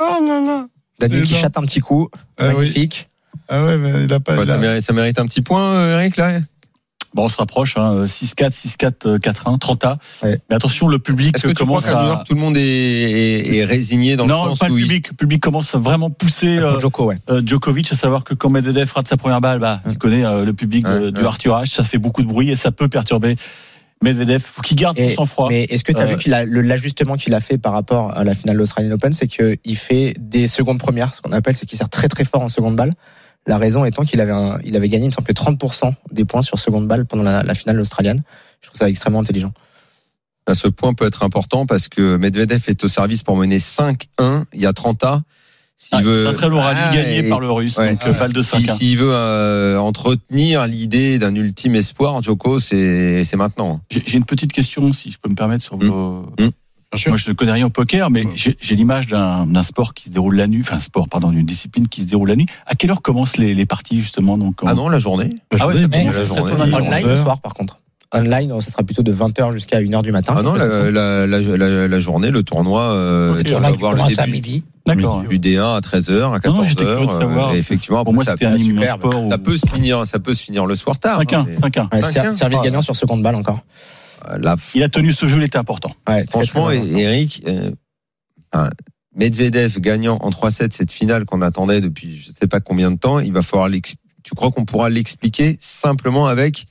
Speaker 6: Oh là là.
Speaker 7: Daniel
Speaker 6: C'est
Speaker 7: qui
Speaker 6: énorme.
Speaker 7: chatte un petit coup.
Speaker 6: Ah oui.
Speaker 7: magnifique.
Speaker 6: Ah ouais, mais il a pas.
Speaker 5: Bah,
Speaker 6: il a-
Speaker 5: ça, mérite, ça mérite un petit point, euh, Eric, là.
Speaker 8: Bon, on se rapproche, hein, 6-4, 6-4, euh, 4-1, 30A.
Speaker 7: Ouais.
Speaker 8: Mais attention, le public euh,
Speaker 5: Est-ce que tu crois
Speaker 8: commence
Speaker 5: qu'à New York,
Speaker 8: à.
Speaker 5: tout le monde est, est- est résigné dans
Speaker 8: non,
Speaker 5: le sens
Speaker 8: pas le
Speaker 5: où il-
Speaker 8: public. Le public commence à vraiment pousser euh,
Speaker 7: Pour Joko, ouais.
Speaker 8: euh, Djokovic, à savoir que quand Medvedev frappe sa première balle, bah, tu connais euh, le public de-
Speaker 5: Ouais,
Speaker 8: du
Speaker 5: ouais.
Speaker 8: Arthur H, ça fait beaucoup de bruit et ça peut perturber Medvedev. Faut qu'il garde
Speaker 7: Et-
Speaker 8: son sang-froid.
Speaker 7: Mais est-ce que tu as
Speaker 8: Euh,
Speaker 7: vu qu'il a- le- l'ajustement qu'il a fait par rapport à la finale de l'Australian Open, c'est qu'il fait des secondes premières, ce qu'on appelle, c'est qu'il sert très très fort en seconde balle. La raison étant qu'il avait, un- il avait gagné, il me semble que 30% des points sur seconde balle pendant la, la finale australienne. Je trouve ça extrêmement intelligent.
Speaker 5: Bah, ce point peut être important parce que Medvedev est au service pour mener 5-1. Il y a 30 A. s'il veut.
Speaker 8: Pascal aura
Speaker 5: Ah,
Speaker 8: dit gagné
Speaker 5: et-
Speaker 8: hein, par le russe,
Speaker 5: ouais.
Speaker 8: donc euh, balle de
Speaker 5: Si-
Speaker 8: 5
Speaker 5: S'il veut euh, entretenir l'idée d'un ultime espoir, Joko, c'est c'est maintenant.
Speaker 8: J'ai j'ai une petite question, si je peux me permettre, sur
Speaker 5: Mm.
Speaker 8: vos...
Speaker 6: sûr.
Speaker 8: Moi, je ne connais rien au poker, mais
Speaker 6: Mm.
Speaker 8: j'ai j'ai l'image d'un d'un sport qui se déroule la nuit, enfin, sport, pardon, d'une discipline qui se déroule la nuit. À quelle heure commencent les, les parties, justement donc,
Speaker 5: Ah
Speaker 8: en-
Speaker 5: non, la journée.
Speaker 8: Ah ouais, ça
Speaker 9: mais-
Speaker 8: commence
Speaker 5: la
Speaker 8: à
Speaker 5: journée.
Speaker 8: 80 heures.
Speaker 7: Online le soir, par contre. Online, oh, ça sera plutôt de 20h jusqu'à 1h du matin.
Speaker 5: Ah non,
Speaker 7: quelque chose comme
Speaker 5: la, la, la, la- la journée, le tournoi, euh,
Speaker 9: Le
Speaker 5: tu
Speaker 9: tournoi
Speaker 5: vas
Speaker 9: qui
Speaker 5: voir le
Speaker 9: commence à
Speaker 5: début
Speaker 9: midi.
Speaker 8: D'accord.
Speaker 5: du D1 à 13h, à
Speaker 8: Non, non, j'étais curieux de
Speaker 5: 14h.
Speaker 8: savoir.
Speaker 5: effectivement,
Speaker 8: Pour moi,
Speaker 5: après,
Speaker 8: c'était
Speaker 5: ça,
Speaker 8: un immense
Speaker 5: superbe.
Speaker 8: sport.
Speaker 5: ça peut se finir, ça peut se finir le soir tard.
Speaker 8: 5-1,
Speaker 5: hein, mais,
Speaker 8: 5-1.
Speaker 7: ça. Ouais, ser-
Speaker 5: 5-1,
Speaker 7: service
Speaker 5: ouais.
Speaker 7: gagnant sur seconde balle encore.
Speaker 5: euh, la
Speaker 8: Il a tenu ce jeu, il était important.
Speaker 7: Ouais, très,
Speaker 5: Franchement,
Speaker 7: très
Speaker 5: et-
Speaker 7: important.
Speaker 5: Eric, euh, enfin, Medvedev gagnant en 3-7 cette finale qu'on attendait depuis je ne sais pas combien de temps, il va falloir l'ex- tu crois qu'on pourra l'expliquer simplement avec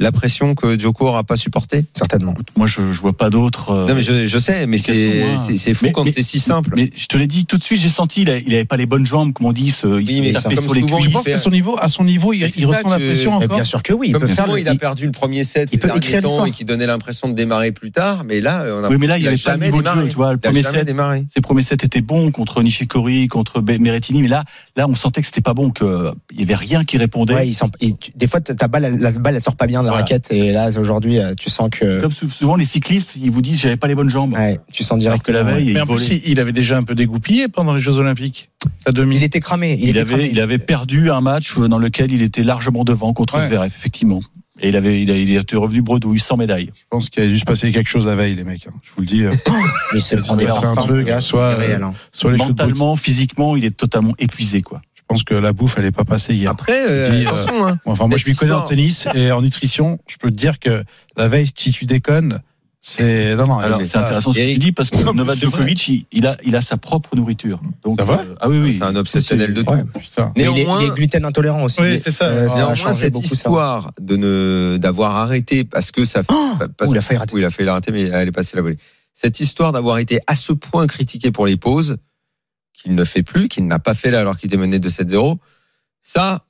Speaker 5: la pression que Djoko aura pas supportée
Speaker 7: certainement.
Speaker 8: Écoute, Moi, je ne vois pas d'autres. euh,
Speaker 5: Non mais je, je sais, mais c'est
Speaker 8: explication, hein.
Speaker 5: c'est- c'est fou
Speaker 8: Mais-
Speaker 5: quand
Speaker 8: mais-
Speaker 5: c'est si simple.
Speaker 8: Mais je te l'ai dit tout de suite, j'ai senti, il n'avait pas les bonnes jambes, comme on dit, il se, il
Speaker 5: Oui, mais
Speaker 8: se tapait
Speaker 5: comme
Speaker 8: sur les
Speaker 5: souvent,
Speaker 8: cuisses.
Speaker 5: il
Speaker 6: Je pense
Speaker 5: fait-
Speaker 6: qu'à son niveau, à son niveau, il,
Speaker 5: Mais c'est
Speaker 6: il
Speaker 5: ça
Speaker 6: ressent la
Speaker 5: que-
Speaker 6: pression
Speaker 7: Mais
Speaker 6: encore.
Speaker 7: bien sûr que oui, il
Speaker 5: Comme
Speaker 7: peut faire.
Speaker 5: souvent,
Speaker 7: le-
Speaker 5: il a perdu le premier set
Speaker 7: il
Speaker 5: ces
Speaker 7: peut
Speaker 5: derniers
Speaker 7: écrire
Speaker 5: temps
Speaker 7: l'histoire.
Speaker 5: et qui donnait l'impression de démarrer plus tard, mais là, euh, on a
Speaker 8: Oui, mais là, il
Speaker 5: il
Speaker 8: n'y
Speaker 5: a
Speaker 8: avait pas de
Speaker 5: jamais
Speaker 8: niveau de jeu,
Speaker 5: démarré.
Speaker 8: tu vois. Le
Speaker 5: il a
Speaker 8: premier
Speaker 5: jamais
Speaker 8: set,
Speaker 5: démarré.
Speaker 8: Ses premiers sets étaient bons contre Nishikori, contre Be- Berrettini, mais là, là, on sentait que c'était pas bon, qu'il y avait rien qui répondait.
Speaker 7: Ouais, il sent- il- tu- des fois, ta balle, elle- la balle, elle sort pas bien de la
Speaker 8: Voilà.
Speaker 7: raquette. Et là, aujourd'hui, euh, tu sens que.
Speaker 8: Comme sou- souvent, les cyclistes, ils vous disent j'avais pas les bonnes jambes.
Speaker 7: Ouais, tu sens
Speaker 8: Alors
Speaker 7: direct
Speaker 8: que la veille,
Speaker 10: Mais
Speaker 8: il,
Speaker 10: en plus,
Speaker 8: volait.
Speaker 10: il il avait déjà un peu dégoupillé pendant les Jeux Olympiques. Sa
Speaker 7: Il
Speaker 10: demi.
Speaker 7: était cramé.
Speaker 8: Il
Speaker 7: était
Speaker 8: avait,
Speaker 7: cramé.
Speaker 8: il avait perdu un match dans lequel il était largement devant contre
Speaker 10: Ouais.
Speaker 8: Zverev, effectivement. Et il avait, il a- il était revenu bredouille, sans médaille.
Speaker 6: Je pense qu'il a dû se passer quelque chose la veille, les mecs. hein. Je vous le dis. euh,
Speaker 7: Il se prend des
Speaker 6: c'est un
Speaker 7: larmes.
Speaker 6: truc,
Speaker 7: C'est
Speaker 6: soit,
Speaker 7: réel, hein.
Speaker 6: soit les choses. Je
Speaker 8: Mentalement, physiquement, il est totalement épuisé, quoi.
Speaker 6: pense que la bouffe, elle est pas passée hier.
Speaker 5: Après, euh,
Speaker 6: Dis, euh,
Speaker 5: attention, hein.
Speaker 6: Enfin, moi,
Speaker 5: Cette
Speaker 6: je m'y connais en
Speaker 5: histoire.
Speaker 6: tennis et en nutrition. Je peux te dire que la veille, si tu déconnes, c'est. Non, non,
Speaker 8: Alors,
Speaker 6: mais
Speaker 8: c'est
Speaker 6: ça-
Speaker 8: intéressant ce que
Speaker 5: Eric-
Speaker 8: tu dis parce que
Speaker 6: Non, mais
Speaker 8: Novak
Speaker 6: c'est vrai.
Speaker 8: Djokovic, il, il a, il a sa propre nourriture. Donc,
Speaker 6: Ça va
Speaker 8: euh, ah oui, oui.
Speaker 5: c'est un obsessionnel de tout.
Speaker 6: Ouais, putain.
Speaker 7: Mais il est-
Speaker 5: Néanmoins-
Speaker 7: il est gluten intolérant aussi.
Speaker 10: Oui,
Speaker 7: Mais-
Speaker 10: c'est ça.
Speaker 7: euh,
Speaker 10: Ah,
Speaker 7: a
Speaker 5: Néanmoins,
Speaker 7: changé
Speaker 5: cette
Speaker 7: beaucoup, ça.
Speaker 5: histoire de ne d'avoir arrêté parce que ça parce
Speaker 7: Oh Ouh, il a
Speaker 5: que-
Speaker 7: failli rater.
Speaker 5: oui, il a failli la rater, mais elle est passée la volée. Cette histoire d'avoir été à ce point critiqué pour les pauses qu'il ne fait plus, qu'il n'a pas fait là alors qu'il était mené de 7-0, ça,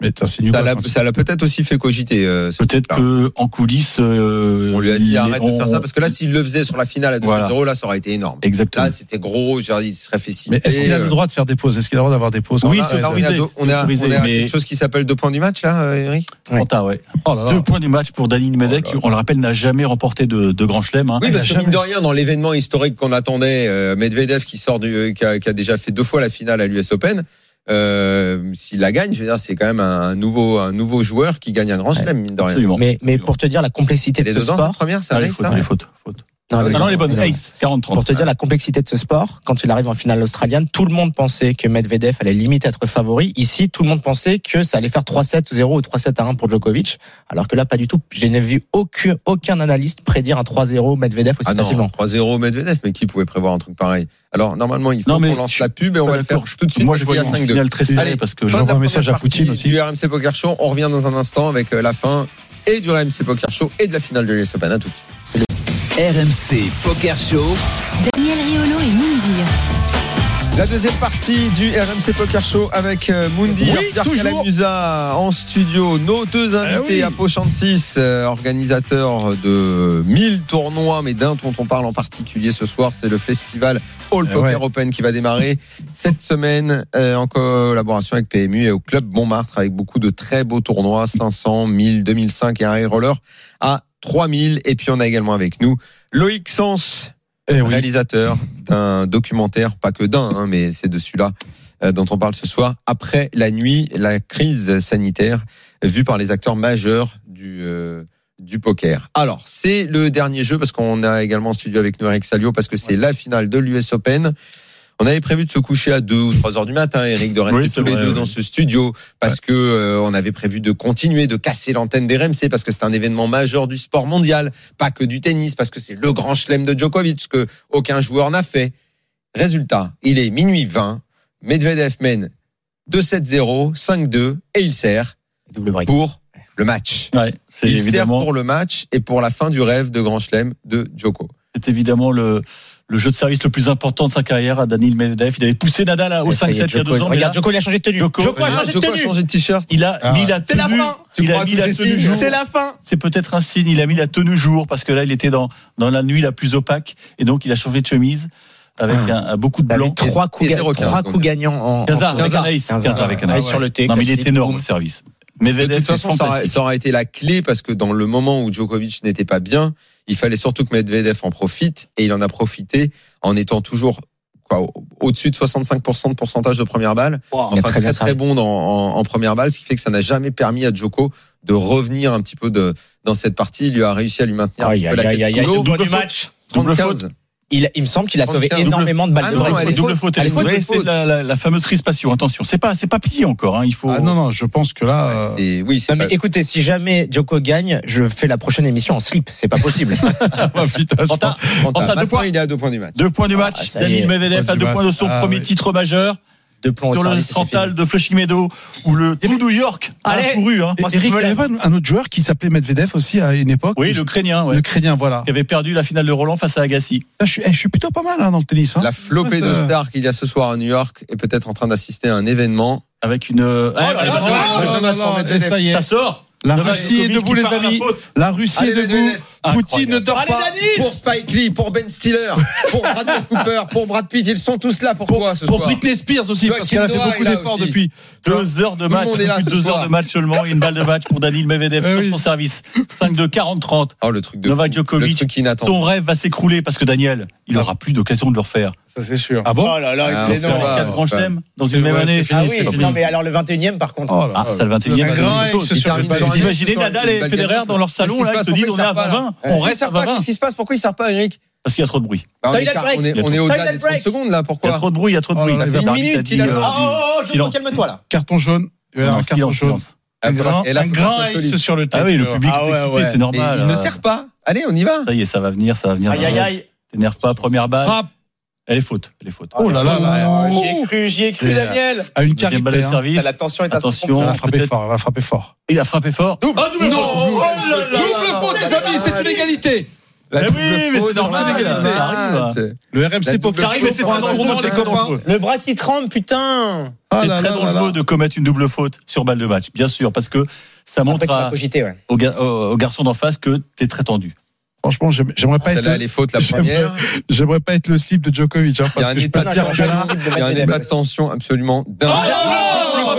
Speaker 6: Mais t'insinues
Speaker 5: ça
Speaker 6: quoi
Speaker 5: l'a
Speaker 6: quand tu-
Speaker 5: ça l'a peut-être aussi fait cogiter. euh, ce
Speaker 8: Peut-être
Speaker 5: truc-là.
Speaker 8: que en coulisses, euh,
Speaker 5: on lui a dit
Speaker 8: il-
Speaker 5: arrête de
Speaker 8: on-
Speaker 5: faire ça parce que Ah, là, s'il le faisait sur la finale à 2-0,
Speaker 8: Voilà.
Speaker 5: là, ça aurait été énorme.
Speaker 8: Exactement.
Speaker 5: Là, c'était gros, je veux dire, il serait fait citer,
Speaker 6: Mais est-ce qu'il a
Speaker 5: euh,
Speaker 6: le droit de faire des pauses Est-ce qu'il a le droit d'avoir des pauses
Speaker 8: Oui,
Speaker 6: Ah,
Speaker 8: c'est
Speaker 6: ouais,
Speaker 5: on est à,
Speaker 8: autorisé.
Speaker 5: deux- on est à-
Speaker 8: Autorisé,
Speaker 5: on est à
Speaker 8: mais-
Speaker 5: quelque chose qui s'appelle deux points du match, là, euh, Eric
Speaker 8: Quentin, ouais.
Speaker 6: oh là là.
Speaker 8: Deux points du match pour Dani Medvedev,
Speaker 5: Oh là
Speaker 8: qui, on le rappelle, n'a jamais remporté de, de grand chelem. hein.
Speaker 5: Oui, parce que
Speaker 6: jamais-
Speaker 5: mine de rien, dans l'événement historique qu'on attendait, euh, Medvedev qui sort du, euh, qui, a, qui a déjà fait deux fois la finale à l'US Open, euh, s'il la gagne, je veux dire, c'est quand même un nouveau, un nouveau joueur qui gagne un grand chelem, mine de rien.
Speaker 8: Absolument.
Speaker 7: Mais, mais pour te dire la complexité de
Speaker 5: Les
Speaker 7: ce
Speaker 5: deux ans, la
Speaker 7: sport.
Speaker 5: première, hein ça
Speaker 8: Ah, les
Speaker 5: arrive,
Speaker 8: fautes,
Speaker 5: ça
Speaker 8: les fautes, fautes.
Speaker 7: Non,
Speaker 8: Ah
Speaker 7: mais-
Speaker 8: non, les bonnes.
Speaker 7: non.
Speaker 8: Ace, 40-30.
Speaker 7: Pour te dire la complexité de ce sport, quand il arrive en finale australienne, tout le monde pensait que Medvedev allait limite être favori. Ici, tout le monde pensait que ça allait faire 3-7 0 ou 3-7 à 1 pour Djokovic. Alors que là, pas du tout. Je n'ai vu aucun, aucun analyste prédire un 3-0 Medvedev aussi
Speaker 5: Ah non,
Speaker 7: facilement.
Speaker 5: 3-0 Medvedev, mais qui pouvait prévoir un truc pareil Alors normalement, il faut
Speaker 8: Non, mais
Speaker 5: qu'on lance
Speaker 8: je-
Speaker 5: la pub et on
Speaker 8: Pas
Speaker 5: va le faire
Speaker 8: d'accord, je-
Speaker 5: tout de suite.
Speaker 8: Moi, je
Speaker 5: parce
Speaker 8: vois
Speaker 5: qu'il y a
Speaker 8: une
Speaker 5: 5-2.
Speaker 8: finale très
Speaker 5: Allez.
Speaker 8: serrée parce
Speaker 5: Fin de
Speaker 8: que
Speaker 5: la
Speaker 6: J'envoie un
Speaker 5: première
Speaker 6: message à
Speaker 5: partie
Speaker 6: Poutine aussi.
Speaker 5: Du RMC Poker Show, on revient dans un instant avec euh, la fin et du RMC Poker Show et de la finale de l'US Open. À tout. de suite.
Speaker 4: RMC Poker Show.
Speaker 3: Daniel Riolo et Moundir.
Speaker 5: La deuxième partie du RMC Poker Show avec euh, Mundi
Speaker 6: Oui,
Speaker 5: Pierre
Speaker 6: toujours. Eh
Speaker 5: Calamusa en studio. Nos deux invités,
Speaker 6: oui.
Speaker 5: Apo Chantis, euh, organisateur de 1000 tournois, mais d'un dont on parle en particulier ce soir, c'est le festival All
Speaker 6: Eh
Speaker 5: Poker
Speaker 6: ouais.
Speaker 5: Open qui va démarrer cette semaine euh, en collaboration avec PMU et au Club Montmartre avec beaucoup de très beaux tournois, 500, 1000, 2005 et un high roller à 3000. Et puis on a également avec nous Loïc Sens,
Speaker 6: Eh oui.
Speaker 5: réalisateur d'un documentaire, pas que d'un, hein, mais c'est de celui-là euh, dont on parle ce soir. Après la nuit, la crise sanitaire vue par les acteurs majeurs du euh, du poker. Alors, c'est le dernier jeu parce qu'on a également en studio avec nous Eric Salio parce que c'est la finale de l'US Open. On avait prévu de se coucher à 2 ou 3 heures du matin, Eric, de rester
Speaker 8: Oui, c'est
Speaker 5: tous les
Speaker 8: vrai,
Speaker 5: deux
Speaker 8: oui.
Speaker 5: dans ce studio parce que euh, on avait prévu de continuer de casser l'antenne des RMC parce que c'est un événement majeur du sport mondial, pas que du tennis parce que c'est le grand chelem de Djokovic que aucun joueur n'a fait. Résultat, il est minuit 20, Medvedev mène 2-7-0, 5-2 et il sert
Speaker 7: Double break.
Speaker 5: pour le match.
Speaker 8: Ouais, c'est
Speaker 5: Il sert
Speaker 8: évidemment,
Speaker 5: pour le match et pour la fin du rêve de grand chelem de Djoko.
Speaker 8: c'est évidemment le, le jeu de service le plus important de sa carrière à Daniel Medvedev. Il avait poussé Nadal à- au
Speaker 7: Et Eh, ça y est,
Speaker 8: 5-7 il y a
Speaker 7: Djoko-
Speaker 8: deux ans. mais là,
Speaker 7: Regarde, Djoko, il a changé de tenue.
Speaker 8: Djoko-
Speaker 7: Djoko a
Speaker 8: Ah,
Speaker 7: changé de
Speaker 5: Djoko a
Speaker 7: tenue.
Speaker 5: changé de t-shirt.
Speaker 8: il a
Speaker 6: Ah,
Speaker 8: mis la tenue. Il a mis la tenue. jour.
Speaker 7: C'est la fin.
Speaker 8: C'est peut-être un signe. Il a mis la tenue jour parce que là, il était dans, dans la nuit la plus opaque et donc il a changé de chemise. avec un, un- beaucoup de
Speaker 7: T'avais
Speaker 8: blancs.
Speaker 7: trois coups,
Speaker 5: et
Speaker 7: ga-
Speaker 5: 0,15,
Speaker 7: trois
Speaker 5: donc.
Speaker 7: coups gagnants en.
Speaker 8: Quinzard,
Speaker 7: en-
Speaker 8: avec un ace.
Speaker 7: Quinzard,
Speaker 8: Quinzard avec un ace.
Speaker 7: ace sur le thé.
Speaker 8: Non, mais il est
Speaker 7: classique.
Speaker 8: énorme le service. Mais
Speaker 5: De
Speaker 8: Medvedev,
Speaker 5: toute façon,
Speaker 8: c'est
Speaker 5: ça aurait,
Speaker 8: fantastique.
Speaker 5: ça aurait été la clé parce que dans le moment où Djokovic n'était pas bien, il fallait surtout que Medvedev en profite et il en a profité en étant toujours quoi, au- au-dessus de 65% de pourcentage de première balle.
Speaker 7: Il a
Speaker 5: Enfin, très
Speaker 7: très bien
Speaker 5: très,
Speaker 7: servi.
Speaker 5: bon dans- en, en première balle, ce qui fait que ça n'a jamais permis à Djoko de revenir un petit peu de, dans cette partie. Il lui a réussi à lui maintenir un
Speaker 7: Aïe,
Speaker 5: petit peu
Speaker 7: aïe,
Speaker 5: la
Speaker 7: aïe,
Speaker 5: tête
Speaker 7: aïe,
Speaker 5: sous
Speaker 7: aïe,
Speaker 5: l'eau.
Speaker 7: ce double faute.
Speaker 5: 35.
Speaker 7: Il, il me semble qu'il a sauvé
Speaker 5: 35,
Speaker 7: énormément de balles
Speaker 5: Ah
Speaker 7: de
Speaker 5: non,
Speaker 7: break.
Speaker 5: elle est
Speaker 8: double
Speaker 5: faute.
Speaker 8: faute,
Speaker 5: Elle est
Speaker 8: elle est
Speaker 5: faute,
Speaker 8: vraie,
Speaker 5: elle est
Speaker 8: c'est
Speaker 5: faute.
Speaker 8: la, la- la fameuse crispation. Attention, c'est pas, c'est pas plié encore. hein, Il faut.
Speaker 6: Ah non, non, je pense que là. euh,
Speaker 5: Et oui, c'est
Speaker 7: Non, mais
Speaker 5: pas-
Speaker 7: écoutez, si jamais Djoko gagne, je fais la prochaine émission en slip. C'est pas possible.
Speaker 6: ah, putain, je
Speaker 8: Quentin,
Speaker 5: Quentin,
Speaker 8: Quentin, deux
Speaker 5: maintenant,
Speaker 8: points.
Speaker 5: il est à deux points du match.
Speaker 8: Deux points du match.
Speaker 7: Ah, ça y est,
Speaker 8: Daniel Medvedev
Speaker 6: points
Speaker 8: à
Speaker 6: du
Speaker 8: deux
Speaker 6: match.
Speaker 8: points de son
Speaker 6: Ah,
Speaker 8: premier
Speaker 6: oui.
Speaker 8: titre majeur
Speaker 7: Deux points au
Speaker 8: sur le
Speaker 7: service, c'est
Speaker 8: Santal
Speaker 7: fini.
Speaker 8: de Flushing Meadow où le tout New York a
Speaker 7: Allez.
Speaker 8: couru. hein.
Speaker 6: pense- Eric, il y avait pas un autre joueur qui s'appelait Medvedev aussi à une époque.
Speaker 8: Oui, le Ukrainien, ouais,
Speaker 6: Le Crédien, voilà.
Speaker 8: qui avait perdu la finale de Roland face à Agassi.
Speaker 6: Là, je, suis, eh, je suis plutôt pas mal hein, dans le tennis. hein.
Speaker 5: La flopée de
Speaker 6: Euh,
Speaker 5: stars qu'il y a ce soir à New York est peut-être en train d'assister à un événement.
Speaker 8: Avec une. euh,
Speaker 6: Oh
Speaker 8: ouais,
Speaker 6: là
Speaker 8: bah,
Speaker 6: là,
Speaker 8: ça
Speaker 6: oh
Speaker 8: va.
Speaker 6: là là
Speaker 5: match pour
Speaker 6: là,
Speaker 5: Medvedev.
Speaker 6: et ça y est.
Speaker 8: eh, Ça sort.
Speaker 6: La
Speaker 8: Novak
Speaker 6: Russie est
Speaker 8: Djokovic
Speaker 6: debout,
Speaker 8: qui
Speaker 6: les
Speaker 8: part à la
Speaker 6: amis.
Speaker 8: faute.
Speaker 6: La Russie
Speaker 5: Allez,
Speaker 6: est debout.
Speaker 5: Medvedev.
Speaker 6: Poutine ne dort pas.
Speaker 5: pour Spike Lee, pour Ben Stiller, pour Bradley Cooper, pour Brad Pitt, ils sont tous là pour, toi ce
Speaker 6: Pour
Speaker 5: soir.
Speaker 6: Britney Spears aussi,
Speaker 5: Joaquin
Speaker 6: parce qu'elle a fait
Speaker 5: Noah est
Speaker 6: beaucoup
Speaker 5: là
Speaker 6: d'efforts
Speaker 5: aussi.
Speaker 6: depuis.
Speaker 8: Deux heures
Speaker 5: Tout
Speaker 8: de
Speaker 5: le
Speaker 8: match,
Speaker 5: monde est là
Speaker 8: plus de
Speaker 5: ce
Speaker 8: deux
Speaker 5: soir.
Speaker 8: heures de match seulement et une balle de match pour Daniel Medvedev
Speaker 6: Eh
Speaker 8: sur
Speaker 6: oui.
Speaker 8: son service. 5-2, 40-30.
Speaker 5: Oh le truc de
Speaker 8: Novak
Speaker 5: fou,
Speaker 8: Djokovic,
Speaker 5: le truc inattendu.
Speaker 8: Ton rêve va s'écrouler parce que Daniel, il
Speaker 6: Ah.
Speaker 8: aura plus d'occasion de le refaire.
Speaker 6: Ça, c'est sûr.
Speaker 8: Ah bon
Speaker 7: Oh là là,
Speaker 5: Ah, on
Speaker 7: il est
Speaker 8: Faire
Speaker 5: s'en
Speaker 8: les
Speaker 7: énorme.
Speaker 5: va.
Speaker 8: quatre grands
Speaker 5: c'est
Speaker 8: chelems dans une
Speaker 6: Ouais,
Speaker 8: même année.
Speaker 6: c'est
Speaker 7: Ah
Speaker 6: fini,
Speaker 7: oui,
Speaker 6: c'est fini.
Speaker 7: non mais alors le 21 e par contre.
Speaker 6: Oh là
Speaker 8: Ah,
Speaker 6: là.
Speaker 8: ça le 21
Speaker 6: Un grand
Speaker 8: e
Speaker 6: ex
Speaker 5: Il
Speaker 6: sur le
Speaker 5: termine
Speaker 6: palais.
Speaker 5: sur une-
Speaker 8: Vous imaginez
Speaker 5: sur une
Speaker 8: Nadal et
Speaker 5: balle
Speaker 8: Federer
Speaker 5: gagnante.
Speaker 8: dans leur
Speaker 5: Qu'est-ce
Speaker 8: salon,
Speaker 5: qui se
Speaker 8: là, ils
Speaker 5: passe
Speaker 8: se disent
Speaker 5: Pourquoi
Speaker 8: on
Speaker 5: il
Speaker 8: est à
Speaker 5: sert pas,
Speaker 8: 20,
Speaker 5: là
Speaker 8: on reste à
Speaker 5: Il sert pas,
Speaker 8: 20,
Speaker 5: Qu'est-ce qui se passe Pourquoi il sert pas Eric
Speaker 8: parce qu'il y a trop de bruit.
Speaker 5: Bah, on,
Speaker 7: Toilet
Speaker 5: est quart-
Speaker 7: break.
Speaker 5: on est, on est
Speaker 8: Toilet
Speaker 5: au-delà des
Speaker 7: break.
Speaker 5: 30 secondes là,
Speaker 8: Il y a
Speaker 5: pourquoi
Speaker 8: trop de bruit, il y a trop
Speaker 6: Oh
Speaker 8: de
Speaker 6: là
Speaker 8: bruit.
Speaker 6: là,
Speaker 8: La
Speaker 6: il y a
Speaker 8: barre
Speaker 5: une minute
Speaker 8: d'Italie,
Speaker 5: qu'il a-
Speaker 8: euh,
Speaker 5: Oh,
Speaker 7: Oh,
Speaker 8: du-
Speaker 7: je
Speaker 8: silence.
Speaker 7: calme-toi là.
Speaker 6: Carton jaune. Il va y avoir
Speaker 8: Non,
Speaker 6: Un carton
Speaker 8: silence,
Speaker 6: jaune.
Speaker 8: silence.
Speaker 6: Un grand,
Speaker 5: Et là,
Speaker 6: un
Speaker 5: faut
Speaker 6: grand
Speaker 5: que ça soit
Speaker 6: ex
Speaker 5: solide.
Speaker 6: sur le tapis.
Speaker 8: Ah oui, le public
Speaker 7: Ah
Speaker 8: est
Speaker 7: ouais,
Speaker 8: excité,
Speaker 7: ouais.
Speaker 8: c'est
Speaker 5: Et
Speaker 8: normal.
Speaker 5: Il ne
Speaker 8: Euh,
Speaker 5: sert pas. Allez, on y va.
Speaker 8: Ça y est, ça va venir, ça va venir.
Speaker 7: Aïe aïe aïe.
Speaker 8: T'énerve pas, première balle.
Speaker 6: Frappe.
Speaker 8: Elle est faute, elle est faute.
Speaker 6: Oh là là là.
Speaker 7: J'y ai cru, j'y ai cru
Speaker 6: Et-
Speaker 7: Daniel.
Speaker 6: À une
Speaker 8: Deuxième balle de
Speaker 6: carité. hein.
Speaker 8: service.
Speaker 7: La tension est à son
Speaker 8: Attention,
Speaker 6: Elle va frapper
Speaker 8: peut-être-
Speaker 6: fort, elle va frapper fort.
Speaker 8: il a frappé fort.
Speaker 5: Double,
Speaker 6: Non,
Speaker 5: oh
Speaker 6: double. Double faute, les amis, c'est une égalité.
Speaker 5: La
Speaker 8: Mais
Speaker 5: double
Speaker 8: Eh oui, mais
Speaker 5: faute,
Speaker 8: c'est normal,
Speaker 5: la
Speaker 8: les gars,
Speaker 5: double
Speaker 8: ça arrive.
Speaker 5: faute.
Speaker 6: Le
Speaker 5: La
Speaker 6: RMC
Speaker 5: double
Speaker 6: Poker
Speaker 5: faute,
Speaker 6: Show,
Speaker 5: c'est
Speaker 6: pour
Speaker 5: très
Speaker 6: un
Speaker 5: dangereux,
Speaker 6: tournoi
Speaker 5: c'est
Speaker 6: des
Speaker 5: très
Speaker 6: copains.
Speaker 7: Le bras qui tremble, putain.
Speaker 6: Ah
Speaker 8: C'est
Speaker 6: là
Speaker 8: très
Speaker 6: là là
Speaker 8: dangereux
Speaker 6: là.
Speaker 8: de commettre une double faute sur balle de match, bien sûr, parce que ça
Speaker 7: Après,
Speaker 8: montre
Speaker 7: tu vas
Speaker 8: à,
Speaker 7: cogiter, ouais.
Speaker 8: au, ga- au- au garçon d'en face que t'es très tendu.
Speaker 6: Franchement, j'aime- j'aimerais pas, être
Speaker 5: Celle-là,
Speaker 6: le-
Speaker 5: elle est faute la
Speaker 6: J'aime
Speaker 5: première.
Speaker 6: j'aimerais pas être le slip de Djokovic, hein,
Speaker 5: Il y a
Speaker 6: parce
Speaker 5: un
Speaker 6: que je peux
Speaker 5: état
Speaker 6: te dire que là,
Speaker 5: Il y a un état de tension absolument dingue.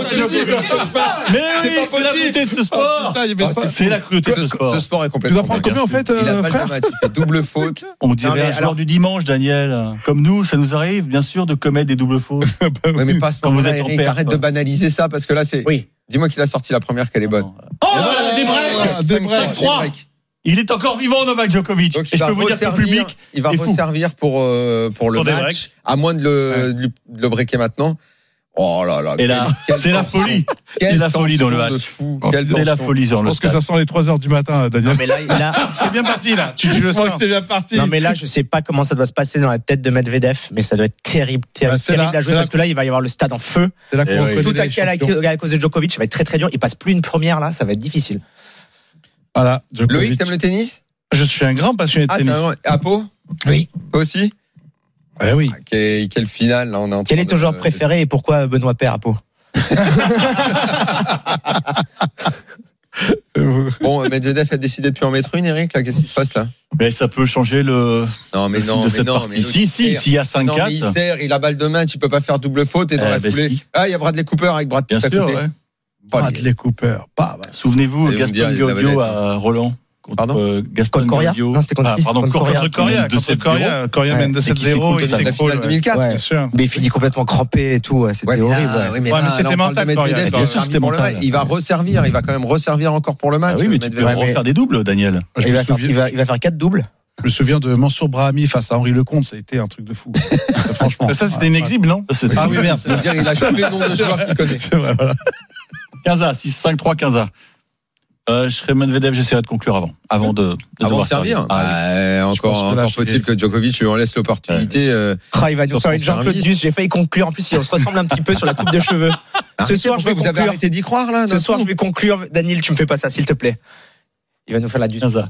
Speaker 8: Mais oui,
Speaker 5: pas
Speaker 8: c'est la
Speaker 5: possible.
Speaker 8: beauté de ce sport
Speaker 6: putain, il y avait
Speaker 5: Ah,
Speaker 6: ça.
Speaker 8: C'est la cruauté de ce
Speaker 5: Ce,
Speaker 8: sport.
Speaker 5: ce sport est
Speaker 6: Tu
Speaker 5: complètement
Speaker 6: dois prendre
Speaker 5: dingue.
Speaker 6: combien en fait,
Speaker 5: Il a
Speaker 6: euh,
Speaker 5: pas
Speaker 6: frère
Speaker 5: de match, il fait double faute.
Speaker 8: On
Speaker 7: Non,
Speaker 8: dirait
Speaker 7: mais
Speaker 8: un
Speaker 7: alors-
Speaker 8: joueur du dimanche, Daniel. Comme nous, ça nous arrive, bien sûr, de commettre des doubles fautes.
Speaker 5: Ouais, mais pas à ce
Speaker 8: Quand vous
Speaker 5: moment-là,
Speaker 8: êtes en
Speaker 5: Eric,
Speaker 8: perte,
Speaker 5: arrête
Speaker 8: quoi.
Speaker 5: de banaliser ça parce que là, c'est.
Speaker 7: Oui.
Speaker 5: Dis-moi qu'il a sorti la première qu'elle est bonne.
Speaker 7: Oh,
Speaker 8: voilà, des breaks.
Speaker 6: Ah, des breaks.
Speaker 8: 5-3. Il est encore vivant, Novak Djokovic.
Speaker 5: Donc,
Speaker 8: Et
Speaker 5: il
Speaker 8: je
Speaker 5: va
Speaker 8: peux vous dire que le
Speaker 5: resservir,
Speaker 8: public,
Speaker 5: il va
Speaker 8: est fou.
Speaker 5: resservir pour, euh, pour le
Speaker 8: Pour des
Speaker 5: match, à moins de le, de lui- de le breaker maintenant. Oh là là.
Speaker 8: Et là,
Speaker 5: quelle-
Speaker 8: c'est
Speaker 5: quelle
Speaker 8: la
Speaker 5: tension.
Speaker 8: folie.
Speaker 5: Quelle
Speaker 8: C'est la folie dans le
Speaker 5: tension de
Speaker 8: match.
Speaker 5: fou.
Speaker 6: Oh,
Speaker 5: Quelle
Speaker 8: C'est la
Speaker 5: tension.
Speaker 8: folie dans
Speaker 6: Je
Speaker 8: le
Speaker 6: pense que
Speaker 8: stade.
Speaker 6: ça sent les 3 heures du matin, Daniel.
Speaker 7: mais là, là,
Speaker 6: C'est bien parti là, tu, tu le
Speaker 10: sens.
Speaker 6: C'est bien parti.
Speaker 7: non mais là, je sais pas comment ça doit se passer dans la tête de Medvedev, mais ça doit être terrible, terrible,
Speaker 6: Bah, c'est
Speaker 7: terrible
Speaker 6: là,
Speaker 7: à jouer
Speaker 6: c'est
Speaker 7: parce
Speaker 6: là.
Speaker 7: que là, il va y avoir le stade en feu.
Speaker 6: C'est là
Speaker 8: Eh
Speaker 6: qu'on
Speaker 8: oui.
Speaker 6: reconnaît
Speaker 7: Tout à
Speaker 6: les
Speaker 7: à,
Speaker 6: champions.
Speaker 7: la- à cause de Djokovic, ça va être très très dur. Il passe plus une première là, ça va être difficile.
Speaker 6: Voilà,
Speaker 5: Loïc,
Speaker 6: Djokovic.
Speaker 5: t'aimes le tennis
Speaker 6: Je suis un grand passionné de
Speaker 5: Ah,
Speaker 6: tennis.
Speaker 5: t'as un- Apo
Speaker 9: Oui.
Speaker 5: Toi aussi
Speaker 6: Eh oui.
Speaker 5: Ah, Quelle quelle finale, là, on est en
Speaker 7: Quel
Speaker 5: train
Speaker 7: est ton
Speaker 5: de-
Speaker 7: joueur
Speaker 5: de-
Speaker 7: préféré et pourquoi Benoît Père à Pau
Speaker 5: Bon, euh, Medvedev a décidé de plus en mettre une, Eric, là, qu'est-ce qui se passe là
Speaker 8: Mais ça peut changer le,
Speaker 5: Non, mais
Speaker 8: le fil
Speaker 5: non,
Speaker 8: de
Speaker 5: mais
Speaker 8: cette
Speaker 5: non, mais
Speaker 8: partie. Si, si, s'il y a
Speaker 5: Non, mais il
Speaker 8: 5-4.
Speaker 5: sert, il a balle de match, il peut pas faire double faute et dans
Speaker 8: Eh,
Speaker 5: la
Speaker 8: bah,
Speaker 5: foulée.
Speaker 8: si.
Speaker 5: Ah, il y a Bradley Cooper avec Brad
Speaker 8: Bien
Speaker 5: Pitt à
Speaker 8: sûr,
Speaker 5: côté.
Speaker 8: ouais.
Speaker 5: Pas les-
Speaker 6: Bradley Cooper. Bah, bah.
Speaker 8: Souvenez-vous,
Speaker 5: Allez, vous me direz,
Speaker 8: Gaston
Speaker 5: il l'avait
Speaker 8: Gaudio
Speaker 5: là,
Speaker 8: à Roland. Contre
Speaker 5: Pardon
Speaker 8: euh, Gaston
Speaker 7: Contre Coria
Speaker 8: Gaudio.
Speaker 7: Non, c'était contre
Speaker 8: Ah,
Speaker 7: qui
Speaker 8: pardon,
Speaker 7: Contre
Speaker 8: contre
Speaker 7: Coria.
Speaker 8: Coria.
Speaker 6: Contre Coria,
Speaker 8: de
Speaker 6: contre
Speaker 8: 7-0.
Speaker 6: Coria, Coria
Speaker 7: Ouais.
Speaker 6: mène de
Speaker 8: Et qui s'écroule
Speaker 6: 7-0, il
Speaker 8: totalement.
Speaker 5: la
Speaker 6: s'écroule.
Speaker 5: finale
Speaker 6: ouais.
Speaker 5: 2004.
Speaker 7: Ouais.
Speaker 6: Bien sûr.
Speaker 7: Mais il finit complètement crampé et tout. ouais, C'était
Speaker 5: Ouais, mais là,
Speaker 7: horrible. ouais.
Speaker 5: ouais, mais
Speaker 6: Ouais,
Speaker 5: là,
Speaker 6: mais
Speaker 5: là,
Speaker 6: c'était
Speaker 5: on parle
Speaker 6: mental,
Speaker 5: de Medvedev,
Speaker 6: Florian.
Speaker 5: il va
Speaker 8: Bien sûr,
Speaker 5: servir
Speaker 8: c'était
Speaker 5: pour le
Speaker 8: mental.
Speaker 5: match. Il va resservir, il va quand même resservir encore pour le
Speaker 8: Ah
Speaker 5: match.
Speaker 8: oui, mais tu peux
Speaker 5: Medvedev.
Speaker 8: refaire des doubles, Daniel.
Speaker 6: Je
Speaker 7: il,
Speaker 6: me
Speaker 7: va faire, il,
Speaker 6: souviens-
Speaker 7: va, il va faire 4 doubles.
Speaker 6: je me souviens de Mansour Brahmi face à Henri Lecomte, ça a été un truc de fou. Franchement.
Speaker 10: Ça, c'était inexhibe, non
Speaker 8: Ça, c'est
Speaker 6: Ah oui, merde.
Speaker 5: Je veux dire, il a tous les noms de joueurs qu'il connaît.
Speaker 6: C'est vrai, voilà.
Speaker 8: 15 à 6, 5, 3, 15 à. Euh, je serai Medvedev, j'essaierai de conclure avant. Avant de, de
Speaker 5: Avant de
Speaker 8: devoir
Speaker 5: servir,
Speaker 8: Ah, oui.
Speaker 5: Bah, euh,
Speaker 6: Je pense
Speaker 5: encore,
Speaker 6: que là,
Speaker 5: encore
Speaker 6: je
Speaker 5: faut-il
Speaker 6: suis-
Speaker 5: que Djokovic lui en laisse l'opportunité. euh,
Speaker 7: Ah, il va nous
Speaker 5: Sur
Speaker 7: faire
Speaker 5: son
Speaker 7: une Jean-Claude
Speaker 5: service.
Speaker 7: Duss. J'ai failli conclure. En plus, on se ressemble un petit peu sur la coupe de cheveux. Ce
Speaker 5: arrêtez,
Speaker 7: soir,
Speaker 5: pourquoi
Speaker 7: je vais
Speaker 5: vous avez
Speaker 7: conclure.
Speaker 5: arrêté d'y croire là.
Speaker 7: Ce
Speaker 5: d'un
Speaker 7: soir,
Speaker 5: coup
Speaker 7: je vais conclure. Daniel, tu me fais pas ça, s'il te plaît. Il va nous faire la Duss.
Speaker 8: 15 à.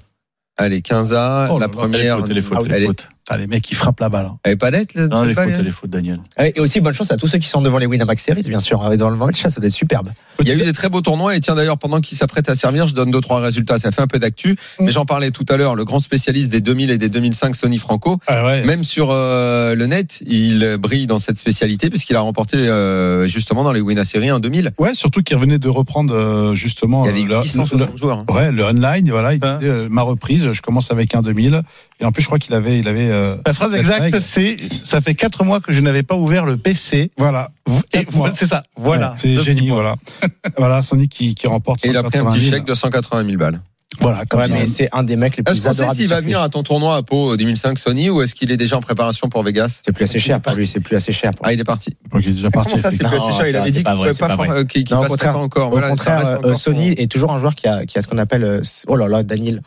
Speaker 5: Allez, 15
Speaker 8: Oh
Speaker 5: à
Speaker 8: là là,
Speaker 5: la
Speaker 8: elle est
Speaker 5: première. ah,
Speaker 6: Oh
Speaker 7: Oh
Speaker 8: faute, elle est faute, elle est
Speaker 5: elle est-
Speaker 8: faute.
Speaker 6: Putain, les mecs, ils frappent la balle. hein.
Speaker 5: Elle est pas nette, là,
Speaker 8: Non, les
Speaker 5: Bah, pas
Speaker 8: fautes,
Speaker 5: nette.
Speaker 8: les fautes, Daniel.
Speaker 7: Ouais, Ah Et aussi, bonne chance à tous ceux qui sont devant les Winamax Series, bien sûr. hein, Dans le match, ça, ça doit être superbe.
Speaker 5: Il y a eu des très beaux tournois et tiens d'ailleurs pendant qu'il s'apprête à servir, je donne deux trois résultats. Ça fait un peu
Speaker 7: Mm.
Speaker 5: d'actu, mais j'en parlais tout à l'heure. Le grand spécialiste des 2000 et des 2005, Sony Franco,
Speaker 6: Ah ouais.
Speaker 5: même sur euh, le net, il brille dans cette spécialité puisqu'il a remporté euh, justement dans les Wina Series en 2000.
Speaker 6: Ouais, surtout qu'il revenait de reprendre euh, justement
Speaker 7: Oh
Speaker 5: Il y avait eu
Speaker 6: euh, la-
Speaker 5: 860 joueurs. hein.
Speaker 6: le- ouais, le online. et Voilà, il
Speaker 10: Hein.
Speaker 6: disait, euh, ma reprise, je commence avec un 2000. Et en plus, je crois qu'il avait, il avait. euh,
Speaker 10: La phrase
Speaker 6: cette
Speaker 10: exacte,
Speaker 6: règle.
Speaker 10: c'est ça fait 4 mois que je n'avais pas ouvert le PC.
Speaker 6: Voilà.
Speaker 10: Et
Speaker 6: Quatre mois.
Speaker 10: c'est ça, voilà.
Speaker 6: Ouais, c'est
Speaker 10: Deux
Speaker 6: génie.
Speaker 10: petits points.
Speaker 6: Voilà. voilà, Sony qui, qui remporte.
Speaker 5: Et il a pris un
Speaker 6: 180
Speaker 5: petit
Speaker 6: 000.
Speaker 5: chèque de 180 000 balles.
Speaker 6: Voilà, comme
Speaker 7: Ouais,
Speaker 6: ça.
Speaker 7: mais c'est un des mecs les
Speaker 5: Est-ce
Speaker 7: plus
Speaker 5: qu'on sait
Speaker 7: adorables.
Speaker 5: s'il
Speaker 7: du
Speaker 5: Ah, va
Speaker 7: circuit.
Speaker 5: venir à ton tournoi à Pau euh, 2005 Sony ou est-ce qu'il est déjà en préparation pour Vegas
Speaker 7: C'est plus assez cher pour lui, c'est plus assez cher pour
Speaker 5: Ah,
Speaker 7: lui.
Speaker 5: il est parti.
Speaker 6: Donc, il est déjà parti.
Speaker 5: Comment ça, c'est
Speaker 8: effectivement.
Speaker 5: plus assez cher Il
Speaker 8: Non,
Speaker 5: avait
Speaker 8: c'est
Speaker 5: dit
Speaker 8: pas
Speaker 5: qu'il
Speaker 8: vrai,
Speaker 5: pouvait
Speaker 8: c'est pas
Speaker 5: pas faire-
Speaker 8: vrai.
Speaker 5: euh, qu'il qu'il
Speaker 7: Non, au
Speaker 5: passerait
Speaker 7: contraire,
Speaker 5: pas encore.
Speaker 7: Au
Speaker 5: Voilà, ça
Speaker 7: contraire,
Speaker 5: reste
Speaker 7: euh,
Speaker 5: encore
Speaker 7: Sony est toujours un joueur qui a, qui a ce qu'on appelle. euh, Oh là là, Daniel.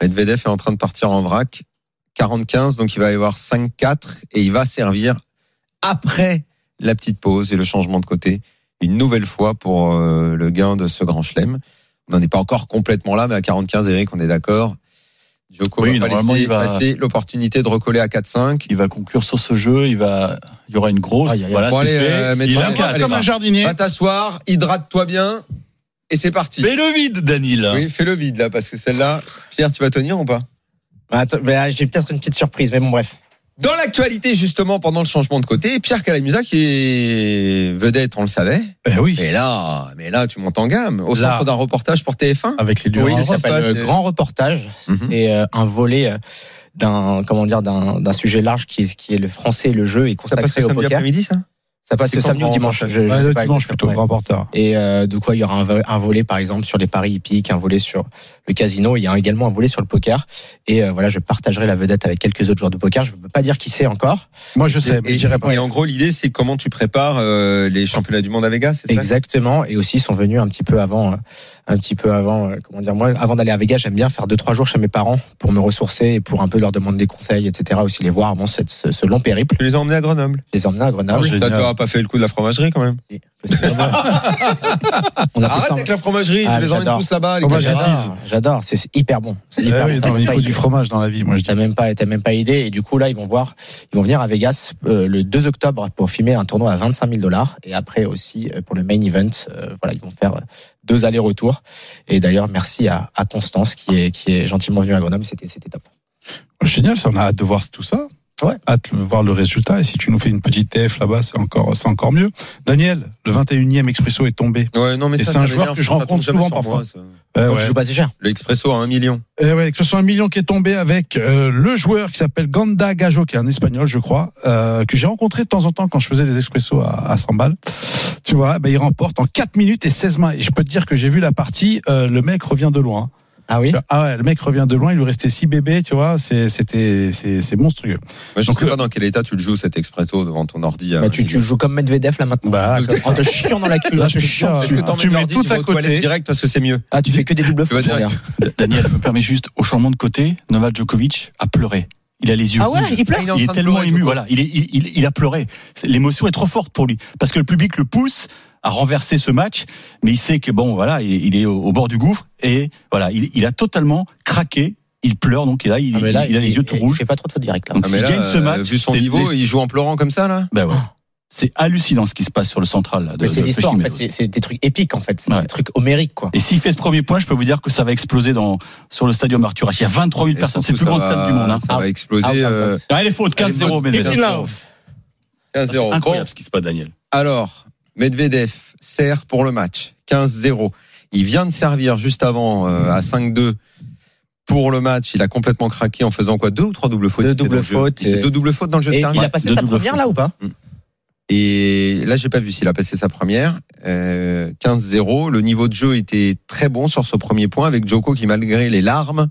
Speaker 5: Medvedev est en train de partir en vrac. 45, donc il va y avoir 5-4 et il va servir après la petite pause et le changement de côté une nouvelle fois pour euh, le gain de ce grand chelem. On n'en est pas encore complètement là, mais à 45, Eric, on est d'accord. Djoko
Speaker 8: Oui,
Speaker 5: va pas
Speaker 8: normalement,
Speaker 5: laisser
Speaker 8: il va-
Speaker 5: passer l'opportunité de recoller à 4-5.
Speaker 8: Il va conclure sur ce jeu. Il va, il y aura une grosse.
Speaker 7: Aïe, aïe, aïe.
Speaker 8: Voilà,
Speaker 5: Bon,
Speaker 8: c'est
Speaker 5: allez,
Speaker 8: fait.
Speaker 5: euh,
Speaker 8: il
Speaker 5: médecin,
Speaker 8: a
Speaker 5: on
Speaker 8: un
Speaker 5: passe
Speaker 8: cadre.
Speaker 5: les
Speaker 10: Comme un
Speaker 5: mains.
Speaker 10: jardinier.
Speaker 5: Va t'asseoir, hydrate-toi bien et c'est parti.
Speaker 8: Fais le vide, Daniel.
Speaker 5: Oui, fais le vide là, parce que celle-là, Pierre, tu vas tenir ou pas
Speaker 7: Bah, attends, bah, J'ai peut-être une petite surprise, mais bon, bref.
Speaker 5: Dans l'actualité, justement, pendant le changement de côté, Pierre Calamusa, qui est vedette, on le savait.
Speaker 6: Eh oui.
Speaker 5: Mais là, mais là, tu montes en gamme. Au
Speaker 6: Là.
Speaker 5: centre d'un reportage pour TF1.
Speaker 6: Avec les
Speaker 5: Oui,
Speaker 6: Durand.
Speaker 5: il
Speaker 7: Ça
Speaker 5: passe,
Speaker 7: s'appelle
Speaker 5: euh,
Speaker 7: le grand reportage.
Speaker 5: Mhm.
Speaker 7: C'est euh, un volet euh, d'un comment dire d'un d'un sujet large qui, qui est le français et le jeu et consacré au poker.
Speaker 5: après-midi, ça
Speaker 7: Ça passe
Speaker 5: C'est
Speaker 7: le
Speaker 5: quand
Speaker 7: samedi
Speaker 5: le
Speaker 7: ou
Speaker 5: grand
Speaker 7: dimanche.
Speaker 5: reportage
Speaker 7: Je, je
Speaker 6: Ouais,
Speaker 7: sais
Speaker 6: le
Speaker 7: pas
Speaker 6: dimanche plutôt,
Speaker 7: exactement.
Speaker 6: grand porteur.
Speaker 7: Et euh, de quoi il y aura un, vo- un volet par exemple sur les paris hippiques, un volet sur le casino, il y a également un volet sur le poker. Et euh, voilà, je partagerai la vedette avec quelques autres joueurs de poker. Je ne peux pas dire qui c'est encore.
Speaker 6: Moi, je sais, mais
Speaker 5: Et,
Speaker 6: j'irai pas.
Speaker 5: et en gros, l'idée, c'est comment tu prépares euh, les championnats du monde à Vegas, c'est ça
Speaker 7: Exactement. Et aussi, ils sont venus un petit peu avant, euh, un petit peu avant, euh, comment dire, moi, avant d'aller à Vegas, j'aime bien faire deux trois jours chez mes parents pour me ressourcer et pour un peu leur demander des conseils, etc. Aussi les voir, bon, cette- ce, ce long périple.
Speaker 5: Tu les as emmenés à Grenoble.
Speaker 7: Je les emmener à
Speaker 6: Ah,
Speaker 7: Grenoble.
Speaker 5: Toi, tu n'auras pas fait le coup de la fromagerie quand même.
Speaker 7: On a fait
Speaker 5: Arrête
Speaker 7: ça. en-
Speaker 5: avec la fromagerie,
Speaker 7: Ah,
Speaker 5: tu les emmènes
Speaker 7: j'adore.
Speaker 5: tous là-bas. les
Speaker 6: Fromage
Speaker 5: gars.
Speaker 7: J'adore, j'adore. C'est c'est hyper bon. C'est
Speaker 6: Eh
Speaker 7: hyper
Speaker 6: oui,
Speaker 7: bon.
Speaker 6: non, mais il
Speaker 7: T'as
Speaker 6: faut
Speaker 7: même
Speaker 6: du
Speaker 7: pas-
Speaker 6: fromage dans la vie, moi je dis.
Speaker 7: T'as même pas, t'as même pas idée. Et du coup, là, ils vont voir, ils vont venir à Vegas euh, le 2 octobre pour filmer un tournoi à 25 000 dollars. Et après aussi euh, pour le main event, euh, voilà, ils vont faire euh, deux allers-retours. Et d'ailleurs, merci à, à Constance qui est, qui est gentiment venue à Grenoble. C'était, c'était top.
Speaker 8: Ah
Speaker 6: Génial, ça, on a hâte de voir tout ça.
Speaker 7: Ouais.
Speaker 6: Hâte de voir le résultat. Et si tu nous fais une petite TF là-bas, c'est encore, c'est encore mieux. Daniel, le 21e Expresso est tombé.
Speaker 5: Ouais, non, mais ça,
Speaker 6: Et c'est
Speaker 5: ça
Speaker 6: un
Speaker 5: me
Speaker 6: joueur
Speaker 5: dénerve,
Speaker 6: que je
Speaker 5: ça tombe
Speaker 6: rencontre
Speaker 5: jamais
Speaker 6: souvent
Speaker 5: sur moi,
Speaker 6: parfois.
Speaker 5: ça.
Speaker 6: Eh
Speaker 7: Quand
Speaker 6: ouais.
Speaker 7: tu joues pas, c'est cher.
Speaker 5: Le Expresso à 1 million.
Speaker 6: Eh ouais, Expresso 1 million qui est tombé avec euh, le joueur qui s'appelle Ganda Gajo, qui est un espagnol, je crois, euh, que j'ai rencontré de temps en temps quand je faisais des Expresso à, à 100 balles. Tu vois, ben, il remporte en 4 minutes et 16 mains. Et je peux te dire que j'ai vu la partie, euh, le mec revient de loin.
Speaker 7: Ah oui?
Speaker 6: Ah ouais, le mec revient de loin, il lui restait 6 bébés, tu vois, c'est- c'était, c'est c'est monstrueux.
Speaker 5: Moi, je ne
Speaker 6: Donc,
Speaker 5: sais
Speaker 8: euh,
Speaker 6: le-
Speaker 5: pas dans quel état tu le joues, cet Expresso, devant ton ordi. à
Speaker 7: Bah,
Speaker 5: 1
Speaker 7: tu, tu
Speaker 5: million.
Speaker 7: joues comme Medvedev là maintenant.
Speaker 6: Bah,
Speaker 7: en te chiant dans la culotte.
Speaker 6: Là,
Speaker 8: Ah,
Speaker 7: en
Speaker 6: je te
Speaker 7: te chiant
Speaker 6: jure,
Speaker 5: Est-ce que
Speaker 7: dessus.
Speaker 5: t'emmènes
Speaker 6: tu mets
Speaker 5: l'ordi,
Speaker 6: tout
Speaker 5: tu vas
Speaker 6: à
Speaker 5: aux toilettes
Speaker 6: côté.
Speaker 5: direct parce que c'est mieux.
Speaker 7: Ah, tu fais que des doubles
Speaker 5: Tu vas
Speaker 7: fautes,
Speaker 5: direct.
Speaker 7: regarde.
Speaker 8: Daniel, je me permets juste, au changement de côté, Novak Djokovic a pleuré. Il a les yeux.
Speaker 7: Ah ouais,
Speaker 8: rouges.
Speaker 7: il pleure.
Speaker 5: est en train
Speaker 8: Il est
Speaker 5: de
Speaker 8: tellement
Speaker 5: pleurer,
Speaker 8: ému,
Speaker 5: Djoko.
Speaker 8: voilà. Il, est, il, il- il a pleuré. C'est- L'émotion est trop forte pour lui. Parce que le public le pousse à renverser ce match, mais il sait que bon, voilà, il, il est au, au bord du gouffre et voilà, il, il a totalement craqué. Il pleure, donc et là, il,
Speaker 7: Ah, mais là,
Speaker 8: il a les yeux tout
Speaker 7: il-
Speaker 8: rouges.
Speaker 7: Il fait pas trop de fautes directes là.
Speaker 8: Donc,
Speaker 5: Ah,
Speaker 8: s'il
Speaker 5: mais là,
Speaker 8: gagne ce
Speaker 5: euh,
Speaker 8: match,
Speaker 5: vu son
Speaker 8: c'est-
Speaker 5: niveau,
Speaker 8: les-
Speaker 5: il joue en pleurant comme ça, là
Speaker 8: ben ouais. C'est hallucinant ce qui se passe sur le central. là, de-
Speaker 7: Ah. Mais c'est
Speaker 8: de
Speaker 7: l'histoire, en
Speaker 8: Pechimelo.
Speaker 7: fait. C'est, c'est des trucs épiques, en fait. C'est
Speaker 8: Ouais.
Speaker 7: des trucs homériques, quoi.
Speaker 8: Et s'il fait ce premier point, je peux vous dire que ça va exploser dans, sur le stadium Arthur H. Il y a 23 000
Speaker 5: Et
Speaker 8: personnes. C'est le
Speaker 5: surtout,
Speaker 8: plus grand
Speaker 5: ça va-
Speaker 8: stade du monde. Hein.
Speaker 5: Ça va exploser.
Speaker 7: Ah,
Speaker 5: euh,
Speaker 8: Ah, elle est faute, 15-0,
Speaker 5: Elle est faute.
Speaker 8: mesdames.
Speaker 5: 15-0.
Speaker 8: C'est incroyable
Speaker 5: Bon.
Speaker 8: ce qui se passe, Daniel.
Speaker 5: Alors, Medvedev sert pour le match. 15-0. Il vient de servir juste avant euh, à 5-2. Pour le match, il a complètement craqué en faisant quoi Deux ou trois doubles fautes
Speaker 7: Deux
Speaker 5: il fait
Speaker 7: doubles
Speaker 5: dans le jeu
Speaker 7: fautes,
Speaker 5: Il fait
Speaker 7: et-
Speaker 5: Deux doubles fautes dans le jeu de
Speaker 7: Et
Speaker 5: service.
Speaker 7: il a passé
Speaker 8: Deux
Speaker 7: sa
Speaker 8: doubles
Speaker 7: première là ou pas
Speaker 5: Et là, j'ai pas vu s'il a passé sa première. Euh, 15-0. Le niveau de jeu était très bon sur ce premier point avec Joko qui, malgré les larmes,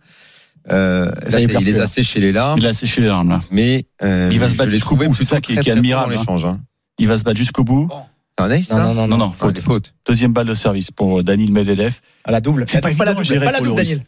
Speaker 5: euh,
Speaker 7: Ça,
Speaker 5: là,
Speaker 7: il
Speaker 5: il,
Speaker 7: pleure
Speaker 5: les
Speaker 7: plus,
Speaker 5: a
Speaker 7: hein.
Speaker 5: séchées les larmes.
Speaker 8: Il a séché les larmes, là.
Speaker 5: Mais euh,
Speaker 8: Il va se
Speaker 5: je
Speaker 8: battre
Speaker 5: l'ai
Speaker 8: jusqu'au
Speaker 5: trouvé
Speaker 8: bout, c'est
Speaker 5: plutôt
Speaker 8: ça qui est-
Speaker 5: très,
Speaker 8: qui est
Speaker 5: très bon
Speaker 8: admirable,
Speaker 5: dans
Speaker 8: hein.
Speaker 5: l'échange. hein.
Speaker 8: Il va se battre jusqu'au bout.
Speaker 5: C'est un ace,
Speaker 7: Non,
Speaker 5: ça
Speaker 7: non, non,
Speaker 8: Non,
Speaker 7: non.
Speaker 8: non,
Speaker 5: Faute.
Speaker 8: faute.
Speaker 5: les fautes.
Speaker 8: Deuxième balle de service pour Daniel Medvedev.
Speaker 7: À la double.
Speaker 8: C'est pas
Speaker 7: la
Speaker 8: évident à
Speaker 7: double,
Speaker 8: gérer
Speaker 7: pas la
Speaker 8: pour le
Speaker 7: double,
Speaker 8: Russe.
Speaker 7: Daniel.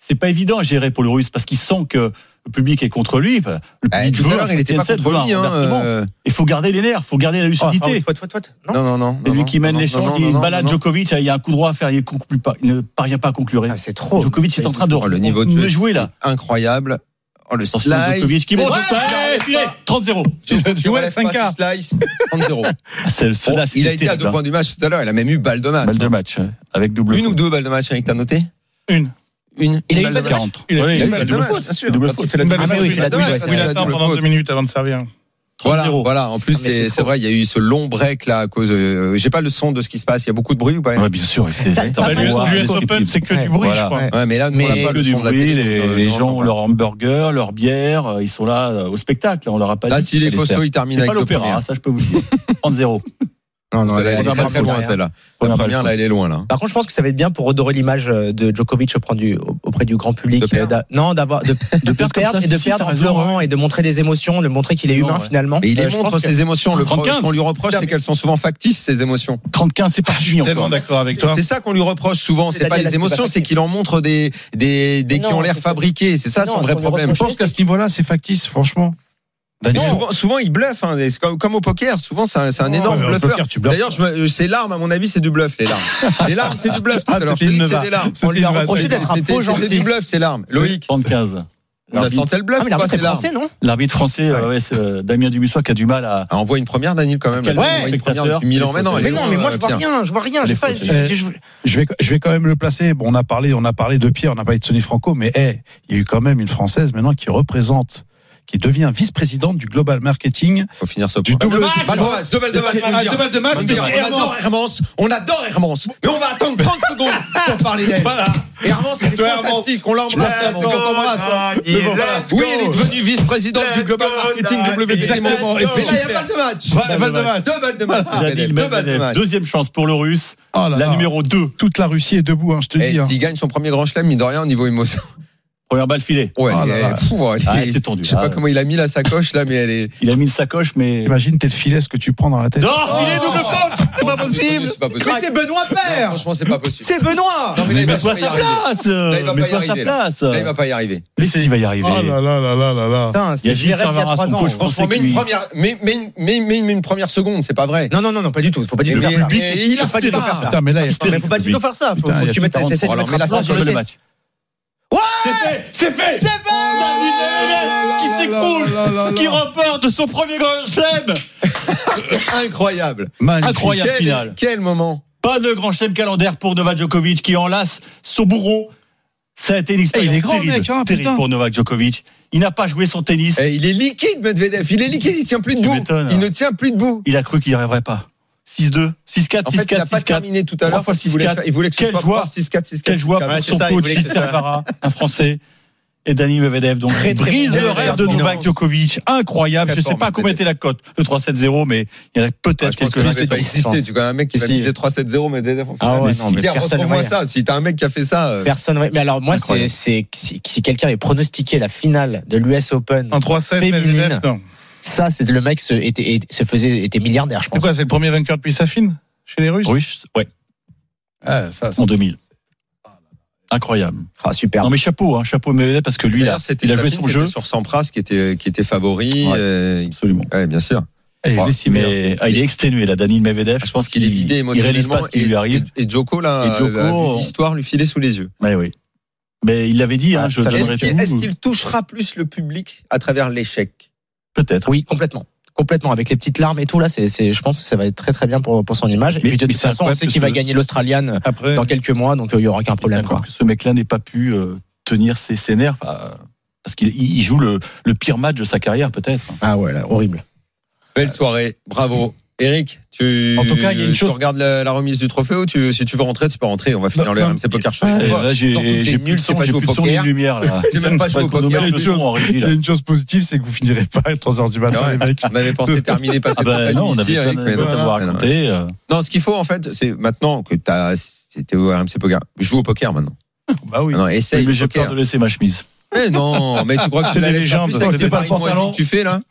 Speaker 8: C'est pas évident à gérer pour le russe parce qu'il sent que le public est contre lui. Le
Speaker 5: Eh,
Speaker 8: public
Speaker 5: tout à l'heure, il n'était pas contre lui. hein, euh,
Speaker 8: Il faut garder les nerfs, il faut garder la
Speaker 7: Oh,
Speaker 8: lucidité.
Speaker 7: faute, faute, faute, faute. Non
Speaker 5: Non, non, non.
Speaker 8: C'est
Speaker 5: non,
Speaker 8: lui
Speaker 5: non,
Speaker 8: qui mène
Speaker 5: non, non,
Speaker 8: l'échange,
Speaker 5: non,
Speaker 8: il
Speaker 5: non,
Speaker 8: balade
Speaker 5: non, non.
Speaker 8: Djokovic, il y a un coup droit à faire, il, conclut pas, il ne parvient pas à conclure.
Speaker 7: Ah, C'est trop.
Speaker 8: Djokovic est en train de
Speaker 5: Le oh, niveau de jeu
Speaker 8: me jouer là.
Speaker 5: est incroyable. Oh, le
Speaker 8: Attention, Djokovic
Speaker 5: slice.
Speaker 8: qui monte.
Speaker 5: Ouais,
Speaker 8: Ouais,
Speaker 5: je
Speaker 8: filé, 30-0.
Speaker 5: Tu
Speaker 10: dit, ouais,
Speaker 5: relèves pas
Speaker 10: 5K.
Speaker 5: ce Slice, 30-0.
Speaker 8: Ah, c'est-
Speaker 5: il
Speaker 8: celui-là,
Speaker 5: a
Speaker 8: c'était
Speaker 5: été à
Speaker 8: terrible,
Speaker 5: deux
Speaker 8: hein.
Speaker 5: points du match tout à l'heure. Il a même eu balle de match.
Speaker 8: Balle de match, euh, avec double
Speaker 5: Une ou
Speaker 8: faute.
Speaker 5: deux balles de match, Eric, t'as noté
Speaker 10: Une.
Speaker 5: Une.
Speaker 8: Il a eu
Speaker 5: balle
Speaker 8: balle de 40.
Speaker 10: Il a-
Speaker 8: Ouais,
Speaker 10: il a eu
Speaker 5: balle de
Speaker 8: double
Speaker 5: match,
Speaker 8: faute.
Speaker 5: bien sûr.
Speaker 8: Double
Speaker 5: Quand
Speaker 8: faute. Ah,
Speaker 5: il fait la
Speaker 10: Une balle
Speaker 5: double
Speaker 6: Ah
Speaker 10: de
Speaker 5: faute,
Speaker 10: match,
Speaker 5: il fait la
Speaker 10: oui,
Speaker 5: double
Speaker 10: il
Speaker 5: faute,
Speaker 10: attend- il
Speaker 5: il fait la
Speaker 10: attend
Speaker 5: double
Speaker 10: pendant
Speaker 5: faute.
Speaker 10: deux minutes avant de servir.
Speaker 5: Voilà,
Speaker 8: 30-0.
Speaker 5: voilà. En plus,
Speaker 7: Ah, mais
Speaker 5: c'est
Speaker 7: c'est
Speaker 5: c'est
Speaker 7: trop.
Speaker 5: vrai, il y a eu ce long break là à cause. euh, J'ai pas le son de ce qui se passe. Il y a beaucoup de bruit ou pas
Speaker 8: Ouais, bien sûr. c'est-
Speaker 7: Ça-
Speaker 8: c'est
Speaker 7: Bah,
Speaker 8: un
Speaker 10: L'US
Speaker 8: bois
Speaker 10: Open,
Speaker 8: indescriptible.
Speaker 10: c'est que du
Speaker 7: Ouais,
Speaker 10: bruit,
Speaker 8: voilà.
Speaker 10: je crois.
Speaker 5: Ouais, mais là, nous, on n'a
Speaker 8: Mais
Speaker 5: pas
Speaker 8: que
Speaker 5: le
Speaker 8: du
Speaker 5: son de la
Speaker 8: bruit,
Speaker 5: télé, donc,
Speaker 8: les,
Speaker 5: euh,
Speaker 8: les
Speaker 5: on
Speaker 8: gens,
Speaker 5: entend
Speaker 8: leur hamburger, leur bière, euh, ils sont là euh, au spectacle. On leur a pas
Speaker 5: pas. Là,
Speaker 8: dit.
Speaker 5: s'il est
Speaker 8: Allez,
Speaker 5: costaud,
Speaker 8: c'est-
Speaker 5: il termine
Speaker 8: c'est pas
Speaker 5: avec le
Speaker 8: l'opéra,
Speaker 5: premier.
Speaker 8: hein, ça je peux vous le dire. 30-0.
Speaker 7: Non, non,
Speaker 5: Celle-là,
Speaker 7: elle
Speaker 5: Elle
Speaker 7: est
Speaker 5: est très
Speaker 7: vraiment
Speaker 5: très loin,
Speaker 7: derrière.
Speaker 5: celle-là. La
Speaker 8: Première
Speaker 5: première,
Speaker 8: balle,
Speaker 5: là, elle est loin, là.
Speaker 7: Par contre, je pense que ça va être bien pour redorer l'image euh, de Djokovic auprès du, auprès du grand public.
Speaker 5: De perdre.
Speaker 7: Euh, d'a- non, d'avoir de, de
Speaker 8: perdre comme
Speaker 7: perdre
Speaker 8: ça,
Speaker 7: et de
Speaker 8: si, si,
Speaker 7: perdre
Speaker 8: t'as
Speaker 7: en
Speaker 8: raison,
Speaker 7: pleurant et de montrer des émotions, de montrer qu'il est
Speaker 8: Non,
Speaker 7: humain
Speaker 8: ouais.
Speaker 7: finalement.
Speaker 5: Mais il
Speaker 7: Euh,
Speaker 5: les
Speaker 7: je
Speaker 5: montre
Speaker 7: pense que-
Speaker 5: ses émotions. Le pro-
Speaker 8: 35.
Speaker 5: Ce qu'on lui reproche,
Speaker 10: Putain,
Speaker 5: c'est
Speaker 10: mais-
Speaker 5: qu'elles sont souvent factices, ces émotions.
Speaker 8: 35, c'est pas
Speaker 5: Bah,
Speaker 8: fini
Speaker 10: Tellement
Speaker 8: encore.
Speaker 10: d'accord avec toi.
Speaker 5: C'est ça qu'on lui reproche souvent. C'est
Speaker 7: C'est-à-dire,
Speaker 5: pas
Speaker 7: là,
Speaker 5: les
Speaker 7: c'est pas
Speaker 5: émotions, c'est
Speaker 7: factice.
Speaker 5: qu'il en montre des, des, des qui
Speaker 7: Non,
Speaker 5: ont l'air
Speaker 7: c'est-
Speaker 5: fabriqués. C'est ça
Speaker 7: Non,
Speaker 5: son
Speaker 7: ce
Speaker 5: vrai
Speaker 7: qu'on lui
Speaker 5: problème.
Speaker 6: Je pense qu'à ce niveau-là, c'est factice, franchement.
Speaker 5: Mais Bah, souvent, souvent, il bluffe. hein. C'est comme, comme au poker. Souvent, c'est un, c'est un énorme
Speaker 6: mais au
Speaker 5: bluffeur.
Speaker 6: poker, tu bluffes.
Speaker 5: D'ailleurs, je me- ces larmes, à mon avis, c'est du bluff, les larmes. les larmes, c'est du bluff. Tout
Speaker 6: Ah,
Speaker 5: à l'heure, je
Speaker 6: c'était
Speaker 5: te
Speaker 6: une
Speaker 5: dis
Speaker 6: Ah,
Speaker 5: que c'est
Speaker 6: nova.
Speaker 5: des larmes.
Speaker 7: on lui a
Speaker 6: C'était-
Speaker 7: reproché d'être un
Speaker 5: C'était
Speaker 7: faux
Speaker 5: c'était
Speaker 7: gentil.
Speaker 5: du bluff, ces larmes. Loïc,
Speaker 8: 35.
Speaker 5: on a
Speaker 8: L'arbitre-
Speaker 5: senti le bluff.
Speaker 7: Ah, mais
Speaker 5: quoi,
Speaker 7: l'arbitre
Speaker 5: ces
Speaker 7: est
Speaker 5: larmes
Speaker 7: français, non
Speaker 8: L'arbitre français, euh, ouais, c'est, euh, Damien Dubussois, qui a du mal à.
Speaker 5: Ah, on voit une première, Daniel, quand même. là.
Speaker 8: Quel
Speaker 5: On voit une première depuis mille ans. Mais non, elle
Speaker 7: Mais
Speaker 5: est
Speaker 7: non,
Speaker 5: loin,
Speaker 7: mais moi
Speaker 5: euh,
Speaker 7: je vois
Speaker 5: Pierre.
Speaker 7: rien, je vois rien. J'ai
Speaker 8: Les
Speaker 7: pas.
Speaker 8: fautes.
Speaker 7: je-
Speaker 5: Euh,
Speaker 7: je-
Speaker 6: Euh, Je vais, je vais quand même le placer. Bon, on a parlé, on a parlé de Pierre, on a parlé de Sonny Franco, mais hey, il y a eu quand même une Française maintenant qui représente, qui devient vice-présidente du global marketing
Speaker 5: Faut finir ce
Speaker 6: du
Speaker 5: point.
Speaker 6: double.
Speaker 5: Balle de match, deux balles de match,
Speaker 6: Ah,
Speaker 5: faut le dire.
Speaker 6: deux balles de match,
Speaker 5: Faut le
Speaker 6: mais
Speaker 5: dire.
Speaker 6: c'est
Speaker 5: on adore Hermance, on adore Hermance, mais on va attendre 30 secondes pour parler d'elle. Et Hermance, elle est
Speaker 6: Toi, Hermance.
Speaker 5: fantastique, on l'embrasse. hein.
Speaker 6: Ouais,
Speaker 5: Hermance.
Speaker 6: let's go, Mais bon, voilà.
Speaker 5: Oui, elle est devenue vice-présidente du Global Marketing WTM.
Speaker 6: Exactement, et
Speaker 5: Mais
Speaker 6: c'est
Speaker 5: là, il y a
Speaker 6: super.
Speaker 5: balle de match.
Speaker 6: Balle de Balle de match. match.
Speaker 5: Deux balles de match.
Speaker 8: Zadil
Speaker 5: Medvedev, Deux balles de
Speaker 8: Medvedev,
Speaker 5: match. Ah.
Speaker 8: Deuxième chance pour le russe,
Speaker 6: Oh là
Speaker 8: la
Speaker 6: là.
Speaker 8: numéro 2.
Speaker 6: Toute la Russie est debout, hein, je te
Speaker 5: Et
Speaker 6: dis. hein.
Speaker 5: Eh, s'il gagne son premier grand chelem, mine de rien, au niveau émotion.
Speaker 8: Première balle filée.
Speaker 5: Ouais,
Speaker 6: Ah
Speaker 5: elle
Speaker 6: là
Speaker 5: est-
Speaker 6: là.
Speaker 5: pfou, elle est-
Speaker 8: Oh Ah, elle s'est tendue.
Speaker 5: Je sais pas
Speaker 8: Ah.
Speaker 5: comment il a mis la sacoche là, mais elle est.
Speaker 8: Il a mis une sacoche, mais.
Speaker 6: T'imagines, t'es le filet, ce que tu prends dans la tête.
Speaker 8: Non, il
Speaker 5: Oh,
Speaker 8: est double faute
Speaker 5: C'est pas possible. C'est pas possible.
Speaker 7: c'est Benoît Père
Speaker 5: Franchement, c'est pas possible.
Speaker 7: C'est Benoît
Speaker 5: Non, mais là, il va
Speaker 8: Mets-toi à
Speaker 5: pas y
Speaker 8: sa
Speaker 5: arriver.
Speaker 8: place
Speaker 5: il va pas y
Speaker 8: Mets-toi à sa
Speaker 5: arriver, là.
Speaker 8: place
Speaker 7: Ah,
Speaker 5: Là, il va Ah, bah. pas y arriver.
Speaker 8: Mais si, il va y
Speaker 6: Oh
Speaker 8: arriver.
Speaker 6: là là là là là là.
Speaker 7: Putain,
Speaker 8: Il y
Speaker 7: c'est
Speaker 8: a
Speaker 7: je l'ai rêvé il
Speaker 8: Gilles
Speaker 7: y a
Speaker 8: Servara à son
Speaker 7: trois ans.
Speaker 8: coach, je pense.
Speaker 5: hein. Franchement, mets une
Speaker 8: qu'il-
Speaker 5: première, mais, mais, mais, mais, mais une première seconde, c'est pas vrai.
Speaker 7: Non, non, non, non, pas du tout. Faut pas du
Speaker 5: Et
Speaker 7: tout
Speaker 5: mais-
Speaker 7: faire ça.
Speaker 5: mais il a
Speaker 7: Faut pas du
Speaker 5: fait
Speaker 7: tout faire
Speaker 5: ça.
Speaker 7: ça.
Speaker 6: Putain, mais là, il y a-
Speaker 7: Mais faut pas du tout faire ça. Faut
Speaker 6: Putain,
Speaker 7: faut
Speaker 6: il y
Speaker 7: que
Speaker 6: a
Speaker 7: tu mettes-
Speaker 6: 40,
Speaker 7: t'essaies de
Speaker 5: alors,
Speaker 7: mettre
Speaker 5: mais
Speaker 7: un
Speaker 5: là,
Speaker 7: plan
Speaker 5: ça,
Speaker 7: sur
Speaker 8: Balle
Speaker 7: le
Speaker 8: de
Speaker 7: côté.
Speaker 8: match. C'est fait C'est fait
Speaker 7: Oh,
Speaker 8: Qui s'écroule Qui remporte son premier grand chelem
Speaker 5: Incroyable.
Speaker 6: Magnifique.
Speaker 8: Incroyable
Speaker 5: Quel-
Speaker 8: finale
Speaker 5: Quel moment.
Speaker 8: Pas de grand chelem calendaire pour Novak Djokovic qui enlace son bourreau. Ça a été une expérience
Speaker 6: Eh, il est grand,
Speaker 8: terrible,
Speaker 6: mec, hein,
Speaker 8: terrible
Speaker 6: putain.
Speaker 8: pour Novak Djokovic. Il n'a pas joué son tennis.
Speaker 5: Eh, il est liquide, Medvedev. Il est liquide. Il tient plus
Speaker 8: Tu
Speaker 5: debout.
Speaker 8: m'étonnes,
Speaker 5: Il
Speaker 8: hein.
Speaker 5: ne tient plus debout.
Speaker 8: Il a cru qu'il n'y arriverait pas. 6-2, 6-4,
Speaker 5: En fait, il
Speaker 8: 6-4,
Speaker 5: n'a pas
Speaker 8: 6-4.
Speaker 5: terminé tout à
Speaker 8: Trois
Speaker 5: l'heure.
Speaker 8: fois
Speaker 5: parce qu'il voulait
Speaker 8: 6-4.
Speaker 5: faire- Il voulait que ce
Speaker 8: Quel
Speaker 5: soit
Speaker 8: joueur.
Speaker 5: propre, 6-4, 6-4.
Speaker 8: Quel joueur pour
Speaker 5: Ouais, Ah, c'est
Speaker 8: son
Speaker 5: ça, il
Speaker 8: coach,
Speaker 5: voulait que
Speaker 8: Gilles
Speaker 5: ce soit-
Speaker 8: Servara, un Français, et Dani Medvedev. Donc,
Speaker 7: Très,
Speaker 8: il
Speaker 7: très
Speaker 8: brise
Speaker 7: bon.
Speaker 8: le rêve de
Speaker 5: Très
Speaker 8: Novak
Speaker 5: fort,
Speaker 8: Djokovic. Incroyable.
Speaker 5: Très
Speaker 8: Je ne sais
Speaker 5: fort,
Speaker 8: pas combien
Speaker 5: Medvedev.
Speaker 8: était la cote, le 3-7-0, mais il y en a
Speaker 5: Ouais,
Speaker 8: peut-être
Speaker 5: je pense que
Speaker 8: quelques-uns qui
Speaker 5: pas
Speaker 8: étaient-
Speaker 5: existé. Tu as un mec qui
Speaker 7: Si,
Speaker 5: va
Speaker 7: si.
Speaker 5: miser 3-7-0, Medvedev. en finale.
Speaker 7: Ah ouais,
Speaker 5: Mais
Speaker 7: non, mais
Speaker 5: Pierre,
Speaker 7: personne
Speaker 5: retrouve-moi
Speaker 7: ne
Speaker 5: ça. Si t'as un mec qui a fait ça. euh,
Speaker 7: Personne, ouais. Mais alors, moi, c'est,
Speaker 8: Incroyable.
Speaker 7: c'est, si, si quelqu'un est pronostiqué la finale de l'US Open,
Speaker 10: En 3-7,
Speaker 7: Féminine.
Speaker 10: Medvedev, non.
Speaker 7: ça, c'est le mec se, était, était- se faisait, était milliardaire, je
Speaker 10: C'est
Speaker 7: pense.
Speaker 10: quoi, c'est le premier vainqueur depuis Safin Chez les Russes
Speaker 8: Russe, ouais,
Speaker 10: Ah, ça, ça.
Speaker 8: en 2000. Incroyable.
Speaker 7: Ah, super.
Speaker 8: Non, mais chapeau, hein, chapeau Medvedev, parce que lui, là,
Speaker 5: d'ailleurs, c'était
Speaker 8: il a
Speaker 5: sa
Speaker 8: joué
Speaker 5: fille,
Speaker 8: son
Speaker 5: c'était
Speaker 8: jeu.
Speaker 5: Sur Sampras, qui était, qui était favori.
Speaker 8: Ouais.
Speaker 5: euh, il-
Speaker 8: Absolument.
Speaker 5: Ouais, bien sûr.
Speaker 6: Eh,
Speaker 5: Ouais.
Speaker 6: laissez-
Speaker 8: Mais ah, il est exténué, là, Daniel Medvedev.
Speaker 5: Ah, Je pense qu'il est vidé
Speaker 8: Il réalise
Speaker 5: émotionnellement.
Speaker 8: pas ce qui lui arrive.
Speaker 5: Et, et Joko, euh, là,
Speaker 8: Et Djoko,
Speaker 5: a vu
Speaker 8: on-
Speaker 5: l'histoire lui filer sous les yeux.
Speaker 8: Ouais, oui. Mais il l'avait dit,
Speaker 5: Ah,
Speaker 8: hein, je
Speaker 7: ça
Speaker 8: donnerai
Speaker 5: Est-ce qu'il-
Speaker 8: tout.
Speaker 5: est-ce qu'il touchera plus le public à travers l'échec
Speaker 8: Peut-être.
Speaker 7: Oui, complètement. Complètement. Avec les petites larmes et tout, là, c'est, c'est, je pense que ça va être très, très bien pour, pour son image. Et
Speaker 8: Mais-
Speaker 7: puis, de
Speaker 8: mais
Speaker 7: toute
Speaker 8: c'est
Speaker 7: façon, on
Speaker 8: incroyable
Speaker 7: sait
Speaker 8: que
Speaker 7: qu'il
Speaker 8: ce-
Speaker 7: va gagner l'Australian
Speaker 10: Après,
Speaker 7: dans quelques mois, donc euh, il y aura aucun problème, quoi.
Speaker 8: D'accord que ce mec-là n'ait pas pu euh, tenir ses, ses nerfs. euh, parce qu'il il- il joue le, le pire match de sa carrière, peut-être.
Speaker 7: Ah ouais, là, horrible.
Speaker 5: Belle soirée, bravo. Eric, tu,
Speaker 6: En tout cas, il y a une
Speaker 5: tu
Speaker 6: chose-
Speaker 5: regardes la, la remise du trophée ou tu, si tu veux rentrer, tu peux rentrer. On va finir
Speaker 6: Non,
Speaker 5: le
Speaker 6: non,
Speaker 5: RMC Poker Show.
Speaker 8: Et
Speaker 5: Toi,
Speaker 8: Là,
Speaker 5: tant que
Speaker 8: j'ai
Speaker 5: t'es
Speaker 8: j'ai plus
Speaker 5: nul,
Speaker 8: de
Speaker 5: c'est
Speaker 8: son,
Speaker 5: pas
Speaker 8: j'ai
Speaker 5: jouer au
Speaker 8: plus de son ni
Speaker 5: poker.
Speaker 8: de lumière. là.
Speaker 5: J'ai même pas joué au
Speaker 8: Faut qu'on
Speaker 5: poker.
Speaker 8: nomme les
Speaker 6: chose.
Speaker 8: leçons en régie,
Speaker 6: Il y
Speaker 8: là.
Speaker 6: a une chose positive, c'est que vous finirez pas à 3h du matin,
Speaker 5: Ah ouais.
Speaker 6: les mecs.
Speaker 5: On avait pensé terminer, passer
Speaker 8: Ah
Speaker 5: toute la
Speaker 8: bah
Speaker 5: nuit
Speaker 8: non, on
Speaker 5: ici,
Speaker 8: avait
Speaker 5: Eric,
Speaker 8: plein
Speaker 5: mais
Speaker 8: de-
Speaker 5: non,
Speaker 8: plein de
Speaker 5: non,
Speaker 8: à
Speaker 5: non.
Speaker 8: raconter. euh,
Speaker 5: Non, ce qu'il faut en fait, c'est maintenant que t'as, c'était au RMC Poker, joue au poker maintenant.
Speaker 6: Bah oui.
Speaker 5: Non, essaye
Speaker 8: Mais
Speaker 5: le
Speaker 8: j'ai peur
Speaker 5: poker.
Speaker 8: de laisser ma chemise.
Speaker 5: Mais non, mais tu crois que
Speaker 6: C'est
Speaker 5: tu la
Speaker 6: des
Speaker 5: laisses faire
Speaker 6: légendes.
Speaker 5: plus avec
Speaker 6: C'est
Speaker 5: le
Speaker 6: pas
Speaker 5: Paris
Speaker 6: le pantalon.
Speaker 5: moisi que tu fais là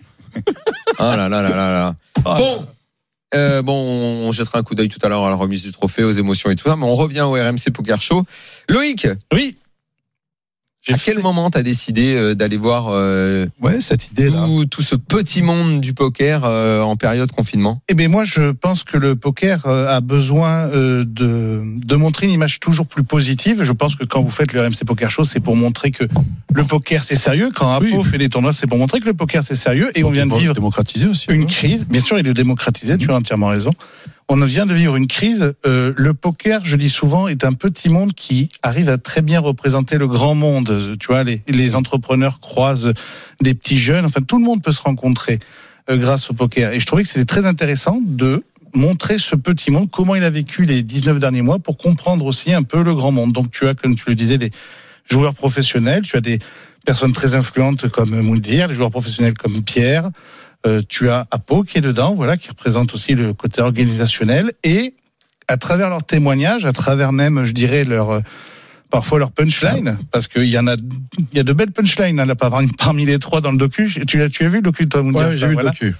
Speaker 5: Ah là là là là là.
Speaker 6: Ah
Speaker 5: Bon. Euh, bon, on jettera un coup d'œil tout à l'heure à la remise du trophée, aux émotions et tout ça, mais on revient au RMC Poker Show. Loïc,
Speaker 6: Oui.
Speaker 5: À quel moment t'as décidé euh, d'aller voir euh,
Speaker 6: Ouais, cette idée là.
Speaker 5: tout, tout ce petit monde du poker euh, en période confinement
Speaker 10: Eh bien, moi, je pense que le poker euh, a besoin euh, de, de montrer une image toujours plus positive. Je pense que quand vous faites le RMC Poker Show, c'est pour montrer que le poker, c'est sérieux. Quand Apo
Speaker 6: Oui, mais-
Speaker 10: fait des tournois, c'est pour montrer que le poker, c'est sérieux. Et on vient de
Speaker 6: Démo-
Speaker 10: vivre
Speaker 6: démocratiser aussi.
Speaker 10: une
Speaker 6: hein.
Speaker 10: crise. Bien sûr, il est démocratisé, tu as entièrement raison. On vient de vivre une crise. Euh, le poker, je dis souvent, est un petit monde qui arrive à très bien représenter le grand monde. Euh, Tu vois, les, les entrepreneurs croisent des petits jeunes. Enfin, tout le monde peut se rencontrer euh, grâce au poker. Et je trouvais que c'était très intéressant de montrer ce petit monde, comment il a vécu les 19 derniers mois pour comprendre aussi un peu le grand monde. Donc, tu as, comme tu le disais, des joueurs professionnels, tu as des personnes très influentes comme Moundir, des joueurs professionnels comme Pierre, euh, tu as Apo qui est dedans, voilà, qui représente aussi le côté organisationnel. Et à travers leurs témoignages, à travers même, je dirais, leur euh, parfois leur
Speaker 6: Ah.
Speaker 10: punchline, parce qu'il y en a, il y a de belles punchlines hein, là, parmi, parmi les trois dans le docu. Tu l'as, tu as vu le docu, toi, Moundir
Speaker 6: Ouais, j'ai vu
Speaker 10: Voilà.
Speaker 6: le docu.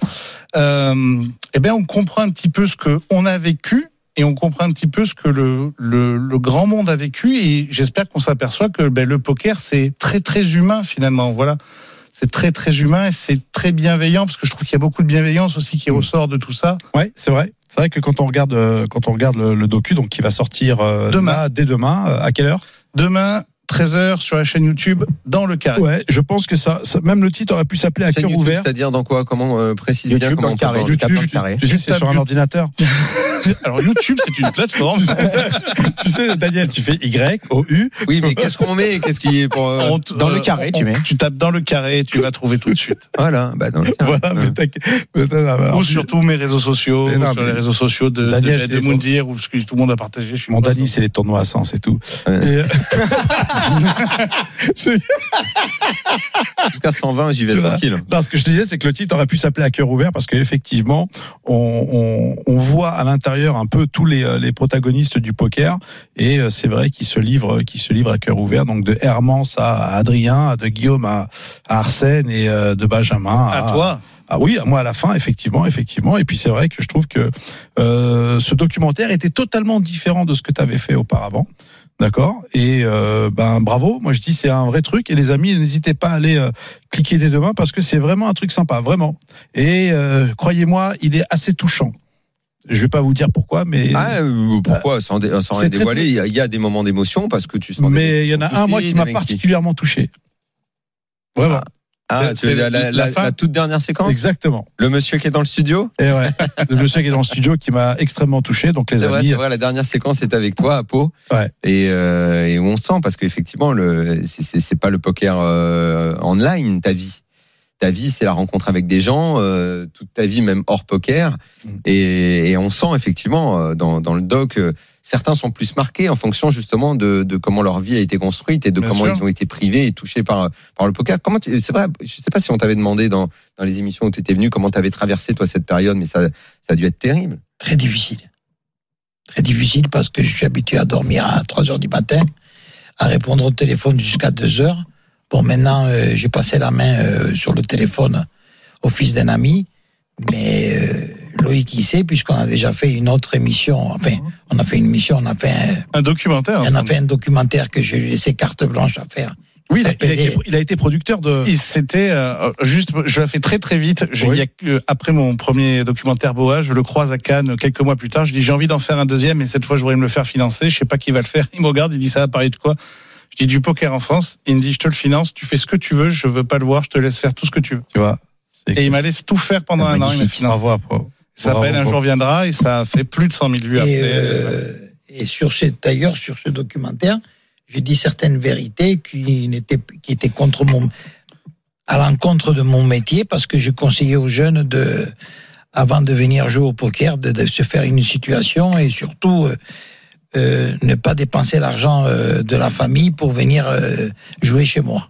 Speaker 10: Euh, eh bien, on comprend un petit peu ce que on a vécu et on comprend un petit peu ce que le, le, le grand monde a vécu. Et j'espère qu'on s'aperçoit que ben, le poker, c'est très, très humain finalement. Voilà. C'est très, très humain et c'est très bienveillant parce que je trouve qu'il y a beaucoup de bienveillance aussi qui ressort de tout ça.
Speaker 6: Mm. Ouais, c'est vrai. C'est vrai que quand on regarde, euh, quand on regarde le, le docu, donc qui va sortir euh,
Speaker 10: Demain.
Speaker 6: là, dès demain, euh, à quelle heure
Speaker 10: Demain, 13h sur la chaîne YouTube, dans le carré.
Speaker 6: Ouais, je pense que ça, ça- même le titre aurait pu s'appeler à
Speaker 5: Chaîne
Speaker 6: cœur
Speaker 5: YouTube,
Speaker 6: ouvert.
Speaker 5: C'est-à-dire dans quoi Comment euh, précise bien
Speaker 7: YouTube
Speaker 5: comment
Speaker 7: dans
Speaker 5: on
Speaker 7: le carré,
Speaker 5: peut-
Speaker 7: YouTube.
Speaker 6: tu,
Speaker 7: Tape dans le carré.
Speaker 6: tu sais, c'est sur un
Speaker 10: Tape-
Speaker 6: ordinateur.
Speaker 10: Alors, YouTube, c'est une plateforme.
Speaker 6: tu sais, Daniel, tu fais Y, O, U.
Speaker 5: Oui, mais qu'est-ce qu'on met Qu'est-ce qui est pour euh,
Speaker 10: On-
Speaker 7: Dans le carré, tu mets.
Speaker 10: Tu tapes dans le carré et tu vas trouver tout de suite.
Speaker 5: Voilà, bah dans le carré.
Speaker 6: Voilà, mais t'as que- mais t'as- alors,
Speaker 10: Ou sur tous mes réseaux sociaux,
Speaker 6: Mais
Speaker 10: ou
Speaker 6: non,
Speaker 10: sur
Speaker 6: mais-
Speaker 10: les réseaux sociaux de, de,
Speaker 6: Daniel, c'est
Speaker 10: de
Speaker 6: les
Speaker 10: Moundir, ou ce que tout le monde a partagé. je suis
Speaker 6: Mon
Speaker 10: pas
Speaker 6: Dani, c'est les tournois à sens et tout.
Speaker 5: Ouais.
Speaker 6: Et- euh, C'est-
Speaker 5: Jusqu'à 120, j'y vais
Speaker 6: Tu vois.
Speaker 5: tranquille.
Speaker 6: non, ce que je te disais, c'est que le titre aurait pu s'appeler à cœur ouvert parce qu'effectivement, on, on, on voit à l'intérieur un peu tous les, euh, les protagonistes du poker et euh, c'est vrai qu'ils se livrent, qu'ils se livrent à cœur ouvert. Donc de Hermance à Adrien, de Guillaume à, à Arsène et euh, de Benjamin
Speaker 10: À toi
Speaker 6: Ah oui, à moi à la fin, effectivement, effectivement. Et puis c'est vrai que je trouve que euh, ce documentaire était totalement différent de ce que tu avais fait auparavant. D'accord Et euh, ben bravo, moi je dis c'est un vrai truc. Et les amis, n'hésitez pas à aller euh, cliquer dès demain parce que c'est vraiment un truc sympa, vraiment. Et euh, croyez-moi, il est assez touchant. Je vais pas vous dire pourquoi, mais
Speaker 5: Ah, euh, pourquoi Sans, dé- sans
Speaker 6: C'est
Speaker 5: rien
Speaker 6: très-
Speaker 5: dévoiler, il y, a- il y a des moments d'émotion parce que tu sens.
Speaker 6: mais il y en a un moi qui m'a
Speaker 5: parti
Speaker 6: particulièrement touché. Vraiment,
Speaker 5: Ah, tu veux
Speaker 10: C'est
Speaker 5: dire
Speaker 10: la
Speaker 5: la, la-
Speaker 10: fin
Speaker 5: la toute dernière séquence
Speaker 6: exactement.
Speaker 5: Le monsieur qui est dans le studio
Speaker 6: Et ouais, le monsieur qui est dans le studio qui m'a extrêmement touché. Donc les
Speaker 5: C'est vrai,
Speaker 6: amis,
Speaker 5: c'est vrai, la dernière séquence est avec toi, à Pau.
Speaker 6: Ouais.
Speaker 5: Et, euh, et on sent, parce qu'effectivement, le- c'est- c'est c'est pas le poker euh, online, ta vie. Ta vie, c'est la rencontre avec des gens, euh, toute ta vie, même hors poker.
Speaker 6: Mm.
Speaker 5: Et, et on sent effectivement euh, dans, dans le doc, euh, certains sont plus marqués en fonction justement de, de comment leur vie a été construite et de
Speaker 10: Bien
Speaker 5: comment
Speaker 10: sûr.
Speaker 5: ils ont été privés et touchés par, par le poker. Comment tu- c'est vrai, je sais pas si on t'avait demandé dans, dans les émissions où tu étais venu comment tu avais traversé toi cette période, mais ça, ça a dû être terrible.
Speaker 9: Très difficile. Très difficile parce que je suis habitué à dormir à 3 heures du matin, à répondre au téléphone jusqu'à 2 heures. Bon, maintenant, euh, j'ai passé la main euh, sur le téléphone au fils d'un ami, mais euh, Loïc, il sait, puisqu'on a déjà fait une autre émission. Enfin, on a fait une émission, on a fait un,
Speaker 10: Un documentaire.
Speaker 6: hein,
Speaker 9: on a fait un documentaire que je lui ai laissé carte blanche à faire.
Speaker 6: oui, il a,
Speaker 9: Ça
Speaker 6: il a été,
Speaker 9: s'appelait-
Speaker 6: il a été producteur de.
Speaker 10: Et c'était euh, juste, je la fais très très vite. Je-
Speaker 6: Oui.
Speaker 10: il y a que- euh, après mon premier documentaire Boa, je le croise à Cannes quelques mois plus tard. Je dis j'ai envie d'en faire un deuxième, mais cette fois je voudrais me le faire financer. Je sais pas qui va le faire. Il me regarde, il dit ça va parler de quoi Je dis du poker en France. Il me dit je te le finance, tu fais ce que tu veux, je veux pas le voir, je te laisse faire tout ce que tu veux.
Speaker 6: Tu vois.
Speaker 10: Et il m'a laissé tout faire pendant un an. Il m'a
Speaker 6: Magnifique.
Speaker 10: financé.
Speaker 6: Bravo à Pau.
Speaker 10: Ça s'appelle
Speaker 6: Bravo,
Speaker 10: Un
Speaker 6: Pau.
Speaker 10: jour viendra et ça a fait plus de 100 000 vues après.
Speaker 9: Et, euh, et sur ces, d'ailleurs, sur ce documentaire, j'ai dit certaines vérités qui, n'étaient, qui étaient contre mon, à l'encontre de mon métier parce que je conseillais aux jeunes de, avant de venir jouer au poker, de, de se faire une situation et surtout euh, euh, ne pas dépenser l'argent euh, de la famille pour venir euh, jouer chez moi.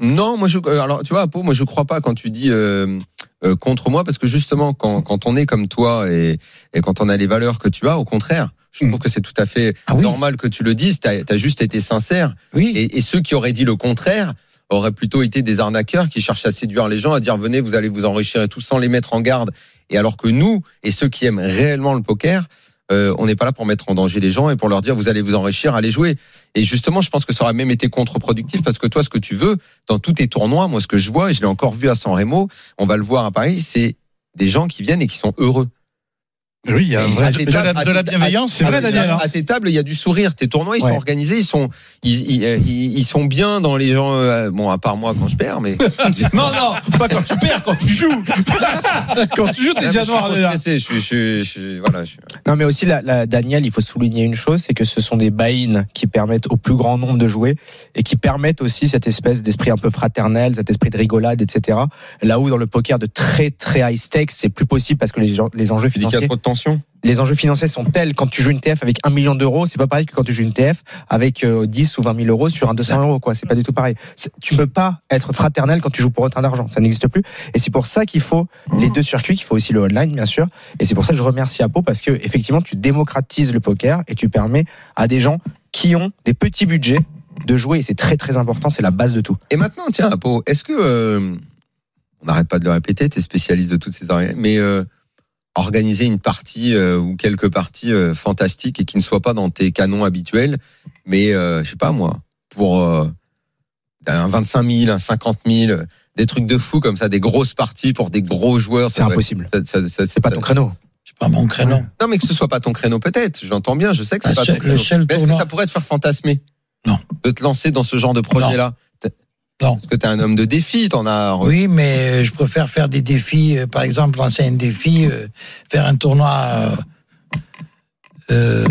Speaker 5: Non, moi je euh, alors tu vois Apo, moi je crois pas quand tu dis euh, euh, contre moi parce que justement quand, quand on est comme toi et, et quand on a les valeurs que tu as, au contraire, je trouve que c'est tout à fait
Speaker 9: Ah oui,
Speaker 5: normal que tu le dises. T'as as juste été sincère
Speaker 9: oui.
Speaker 5: et, et ceux qui auraient dit le contraire auraient plutôt été des arnaqueurs qui cherchent à séduire les gens, à dire venez, vous allez vous enrichir et tout sans les mettre en garde. Et alors que nous et ceux qui aiment réellement le poker Euh, on n'est pas là pour mettre en danger les gens et pour leur dire vous allez vous enrichir, allez jouer. Et justement, je pense que ça aurait même été contre-productif parce que toi, ce que tu veux dans tous tes tournois, moi, ce que je vois, et je l'ai encore vu à San Remo, on va le voir à Paris, c'est des gens qui viennent et qui sont heureux.
Speaker 6: Oui, il y a un vrai.
Speaker 5: À tes
Speaker 10: de la-
Speaker 5: tables-
Speaker 10: de la
Speaker 5: à tes-
Speaker 10: bienveillance,
Speaker 5: à-
Speaker 10: c'est vrai,
Speaker 9: ah,
Speaker 5: à tes
Speaker 10: Daniel,
Speaker 5: tables-
Speaker 10: hein.
Speaker 5: Ah, À tes tables, il y a du sourire. Tes tournois, ils sont
Speaker 7: Ouais.
Speaker 5: organisés, ils sont, ils, ils, euh, ils- ils sont bien dans les gens. euh, bon, à part moi quand je perds, mais Ah,
Speaker 6: Non, non, pas quand tu perds, quand tu joues. quand tu joues, t'es déjà
Speaker 5: Ah, je suis
Speaker 6: noir
Speaker 5: trop
Speaker 10: hein.
Speaker 6: déjà.
Speaker 5: stressé, Je suis, je suis- je suis- voilà. je suis-
Speaker 7: Non, mais aussi, la, la- Daniel, il faut souligner une chose, c'est que ce sont des buy-in qui permettent au plus grand nombre de jouer et qui permettent aussi cette espèce d'esprit un peu fraternel, cet esprit de rigolade, etc. Là où dans le poker de très très high stakes, c'est plus possible parce que les, gens- les enjeux
Speaker 5: Tu dis qu'il y a
Speaker 7: financiers,
Speaker 5: trop de tension.
Speaker 7: les enjeux financiers sont tels quand tu joues une TF avec 1 million d'euros, c'est pas pareil que quand tu joues une TF avec euh, 10 ou 20 000 euros sur un 200 euros, quoi. C'est pas du tout pareil. C'est- Tu peux pas être fraternel quand tu joues pour autant d'argent. Ça n'existe plus. Et c'est pour ça qu'il faut les deux circuits, qu'il faut aussi le online, bien sûr. Et c'est pour ça que je remercie Apo parce que, effectivement, tu démocratises le poker et tu permets à des gens qui ont des petits budgets de jouer. Et c'est très, très important. C'est la base de tout.
Speaker 5: Et maintenant, tiens, Apo, est-ce que euh, on n'arrête pas de le répéter, t'es spécialiste de toutes ces arrières, mais euh, organiser une partie euh, ou quelques parties euh, fantastiques et qui ne soient pas dans tes canons habituels, mais euh, je sais pas moi, pour euh, un 25 000, un 50 000, des trucs de fou comme ça, des grosses parties pour des gros joueurs,
Speaker 7: C'est
Speaker 5: ça doit-
Speaker 7: impossible.
Speaker 5: ça- ça- ça-
Speaker 7: C'est pas ton créneau.
Speaker 9: C'est pas mon créneau.
Speaker 5: Non, mais que ce soit pas ton créneau, peut-être. J'entends bien, je sais que c'est
Speaker 9: Ah La
Speaker 5: pas
Speaker 9: seule-
Speaker 5: ton
Speaker 9: le
Speaker 5: créneau.
Speaker 9: seul
Speaker 5: Mais est-ce que
Speaker 9: tournoi-
Speaker 5: ça pourrait te faire fantasmer
Speaker 9: Non.
Speaker 5: De te lancer dans ce genre de projet-là T'as-
Speaker 9: Non.
Speaker 5: Parce que t'es un homme de défi, t'en as.
Speaker 9: Oui, mais euh, je préfère faire des défis. euh, Par exemple, lancer un défi, euh, faire un tournoi. euh, euh,